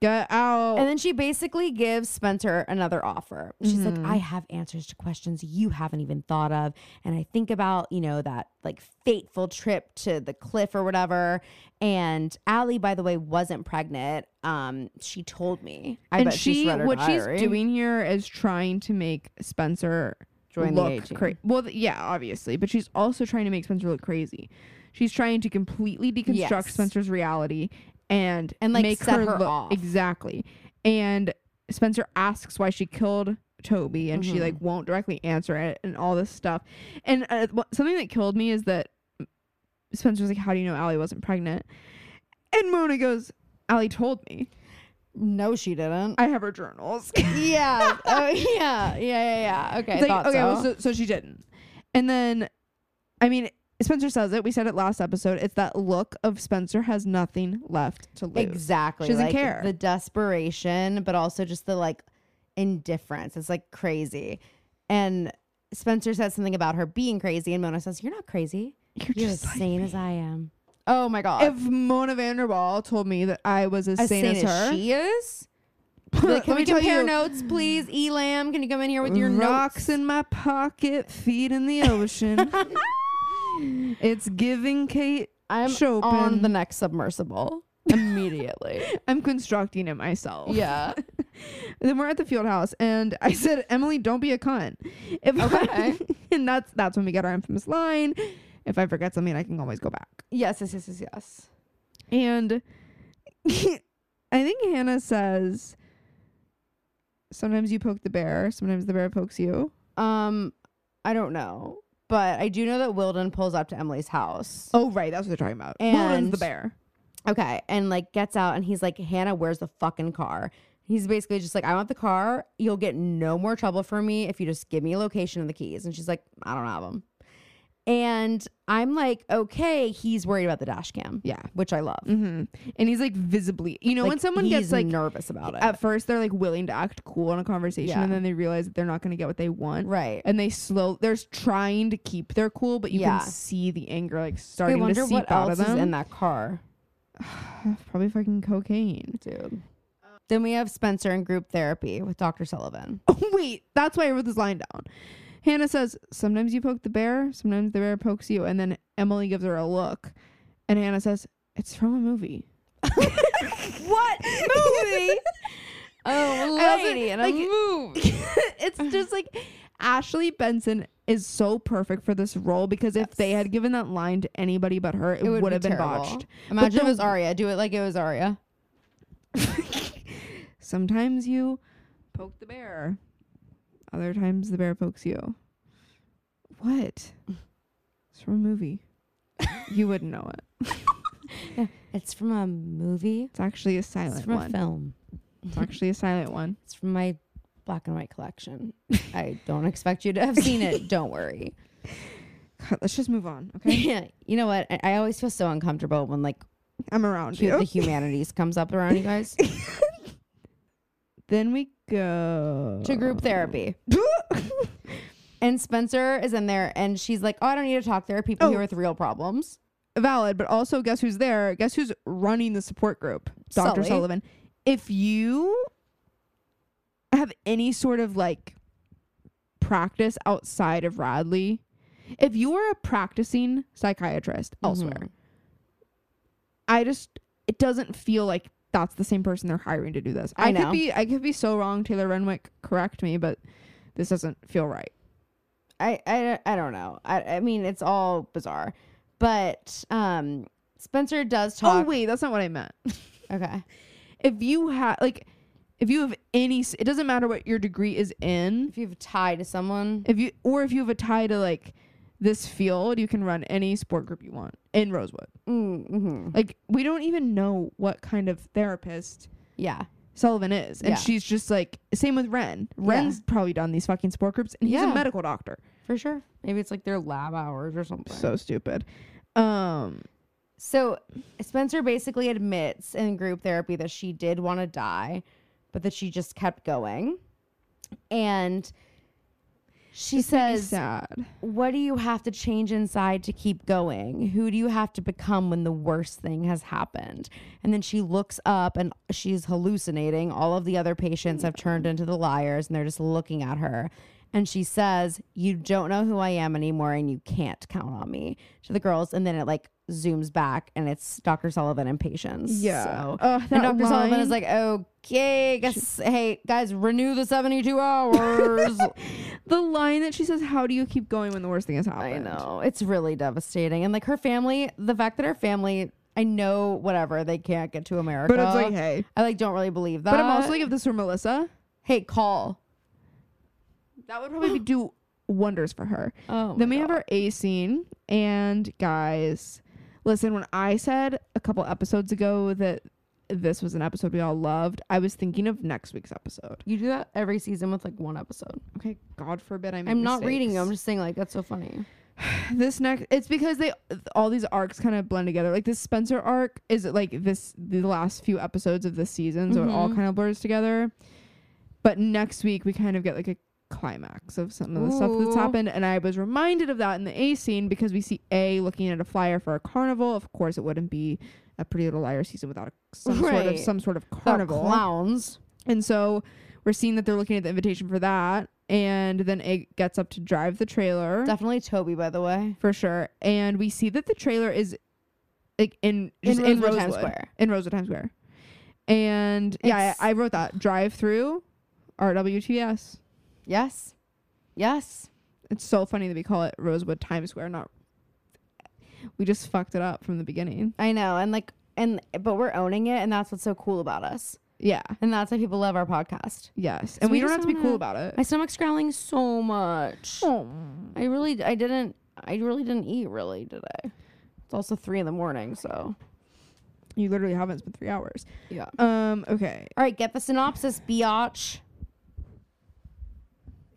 Get out.
And then she basically gives Spencer another offer. She's
Mhm.
like, I have answers to questions you haven't even thought of. And I think about, you know, that like fateful trip to the cliff or whatever. And Allie, by the way, wasn't pregnant. Um, she told me. I
and
bet she's
she,
read her
what
diary.
she's doing here is trying to make Spencer
Join the
look
A-team.
crazy. Well, th- yeah, obviously, but she's also trying to make Spencer look crazy. She's trying to completely deconstruct
Yes.
Spencer's reality and
And, like,
make
set
her,
her
look
off.
exactly. And Spencer asks why she killed Toby, and
Mm-hmm.
she like won't directly answer it, and all this stuff. And uh, wh- something that killed me is that Spencer was like, "How do you know Allie wasn't pregnant?" And Mona goes, "Allie told me.
No, she didn't.
I have her journals."
yeah. Oh, yeah. Yeah. Yeah. Yeah. Okay. I
It's like,
thought
okay,
so.
well, so, so she didn't. And then, I mean, Spencer says it. We said it last episode. It's that look of Spencer has nothing left to lose.
Exactly.
She doesn't
like,
care.
The desperation, but also just the like indifference. It's like crazy. And Spencer says something about her being crazy, and Mona says, You're not crazy.
You're
You're
just
as
like
sane
me."
as I am. Oh my God.
If Mona Vanderbilt told me that I was as, sane, as her,
she is.
let
Like, can we
me tell
compare
you,
notes, please? Elam, can you come in here with your
rocks
notes?
in my pocket, feet in the ocean. it's giving Kate.
I'm
Chopin.
on the next submersible immediately.
I'm constructing it myself.
yeah.
Then we're at the field house, and I said, "Emily, don't be a cunt." If I-
Okay.
and that's that's when we get our infamous line. If I forget something, I can always go back.
Yes, yes, yes, yes, yes.
And I think Hannah says, "Sometimes you poke the bear. Sometimes the bear pokes you."
Um, I don't know, but I do know that Wilden pulls up to Emily's house.
Oh, right, that's what they're talking about. Roland's the
And-
bear.
Okay. And like gets out and he's like, Hannah, where's the fucking car? He's basically just like, I want the car. You'll get no more trouble from me if you just give me a location and the keys. And she's like, I don't have them. And I'm like, okay, he's worried about the dash cam.
Yeah.
Which I love.
hmm And he's like visibly, you know,
Like,
when someone gets
he's
like.
nervous about it.
At first, they're like willing to act cool in a conversation,
Yeah.
and then they realize that they're not going to get what they want.
right.
and they slow they're trying to keep their cool but you
Yeah.
can see the anger like
I
starting
wonder
to seep
what
out
else
of
is
them
in that car.
probably fucking cocaine
Dude. Then we have Spencer in group therapy with Dr. Sullivan.
oh wait that's why i wrote this line down hannah says sometimes you poke the bear sometimes the bear pokes you and then emily gives her a look and hannah says it's from a movie
What movie? oh,
I also-
lady, and
like-
a movie.
it's just like ashley benson is so perfect for this role because if they
Yes.
had given that line to anybody but her it,
It
would
be
have been
terrible.
botched
Imagine
the-
it was Arya. Do it like it was Arya.
sometimes you poke the bear other times the bear pokes you what it's from a movie you wouldn't know it
It's from a movie.
it's actually a silent one
film.
it's actually a silent one
It's from my black and white collection. I don't expect you to have seen it. Don't worry.
God, let's just move on okay
you know what? I, I always feel so uncomfortable when like
i'm around
hu- the
you
humanities comes up around you guys
then we go
to group therapy. And Spencer is in there, and she's like, "Oh, I don't need to talk. There are people here
Oh.
with real problems."
valid but also guess who's there guess who's running the support group dr
Sully.
sullivan if you have any sort of like practice outside of radley if you are a practicing psychiatrist elsewhere
Mhm.
i just it doesn't feel like that's the same person they're hiring to do this
I
could
know.
be i could be so wrong taylor renwick correct me but this doesn't feel right
I, I, I don't know. I, I mean, it's all bizarre, but um, Spencer does talk.
oh wait that's not what i meant
Okay.
if you have like if you have any s- it doesn't matter what your degree is in
If you have a tie to someone,
if you or if you have a tie to like this field you can run any sport group you want in rosewood
mm-hmm.
like we don't even know what kind of therapist
yeah,
sullivan is and
Yeah.
she's just like same with ren ren's probably done these fucking sport groups and he's
Yeah.
a medical doctor
for sure. Maybe it's like their lab hours or something.
So stupid. Um,
So Spencer basically admits in group therapy that she did want to die, but that she just kept going. And she says,
sad.
What do you have to change inside to keep going? Who do you have to become when the worst thing has happened? And then she looks up and she's hallucinating. All of the other patients have turned into the liars and they're just looking at her. And she says, You don't know who I am anymore and you can't count on me to the girls. And then it like zooms back and it's Dr. Sullivan and patients.
Yeah.
So-
Ugh, that
and Dr. Sullivan
line-
is like, Okay, guess, hey, guys, renew the 72 hours.
The line that she says, "How do you keep going when the worst thing has happened?"
I know. It's really devastating. And like her family, the fact that her family, I know whatever, they can't get to America.
But it's like, hey.
I like don't really believe that.
But I'm also like, if this were Melissa,
hey, call.
that would probably do wonders for her.
Oh.
then we have our A scene. And guys, listen, when I said a couple episodes ago that this was an episode we all loved, I was thinking of next week's episode.
You do that every season with like one episode.
Okay, God forbid I make
I'm not reading you.
mistakes.
I'm just saying like that's so funny.
this next it's because they all these arcs kind of blend together like this spencer arc is like this the last few episodes of this season so it all
Mm-hmm.
kind of blurs together but next week we kind of get like a climax of some of the stuff that's
Ooh.
happened and i was reminded of that in the a scene because we see a looking at a flyer for a carnival of course it wouldn't be a pretty little liar season without a, some sort of
Right.
some sort of
About
carnival
clowns.
and so we're seeing that they're looking at the invitation for that and then a gets up to drive the trailer
Definitely Toby, by the way.
for sure. And we see that the trailer is like in just in,
Rosewood
Rosewood.
Times Square.
in Rosewood Times Square. And yeah,
It's-
I, I wrote that drive through RWTS.
Yes. Yes.
It's so funny that we call it Rosewood Times Square, not we just fucked it up from the beginning.
I know. And like and but we're owning it and that's what's so cool about us.
Yeah.
And that's why people love our podcast.
Yes. And
So
we,
we
don't have
just
to be cool
wanna-
about it.
My stomach's growling so much.
Oh.
I really, I didn't, I really didn't eat really today. It's also three in the morning, so
You literally haven't. It's been three hours.
yeah. All
Um, okay.
right, get the synopsis, biatch.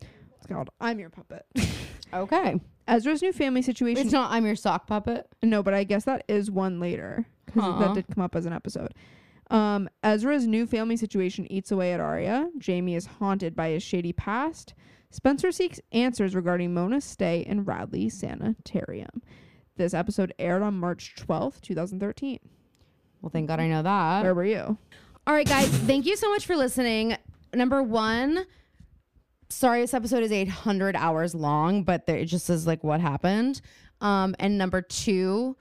It's called I'm your puppet.
Okay,
Ezra's new family situation
it's not. I'm your sock puppet.
No, but I guess that is one later because
Huh.
that did come up as an episode. Um, Ezra's new family situation eats away at Arya. Jamie is haunted by his shady past. Spencer seeks answers regarding Mona's stay in Radley Sanitarium. This episode aired on March 12th, 2013.
Well, thank God I know that.
Where were you?
All right, guys, thank you so much for listening. Number one, sorry this episode is 800 hours long, but there, it just is like what happened. Um, and number two,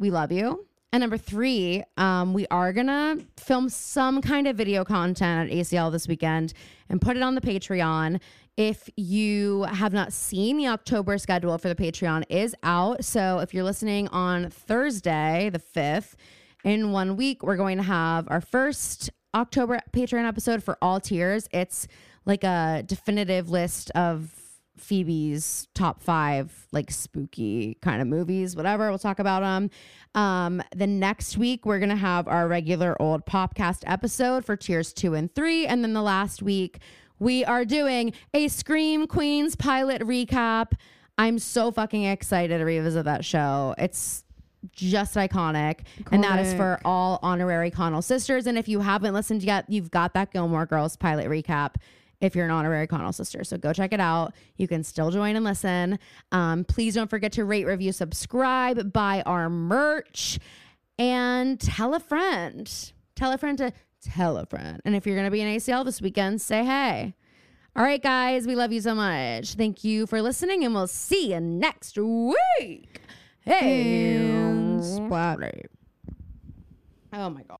we love you. And number three, um, we are gonna film some kind of video content at ACL this weekend and put it on the Patreon. If you have not seen the October schedule for the Patreon is out, so if you're listening on Thursday the fifth, in one week we're going to have our first October Patreon episode for all tiers. It's like a definitive list of Phoebe's top five like spooky kind of movies, whatever. We'll talk about them. Um, the next week we're gonna have our regular old popcast episode for tiers two and three, and then the last week we are doing a Scream Queens pilot recap. I'm so fucking excited to revisit that show. It's just iconic, and that is for all honorary Connell sisters. And if you haven't listened yet, you've got that Gilmore Girls pilot recap. If you're an honorary Connell sister, so go check it out. You can still join and listen. Um, please don't forget to rate, review, subscribe, buy our merch, and tell a friend. Tell a friend to tell a friend. And if you're gonna be in ACL this weekend, say hey. All right, guys, we love you so much. Thank you for listening, and we'll see you next week. Hey.
And splat.
Oh my God.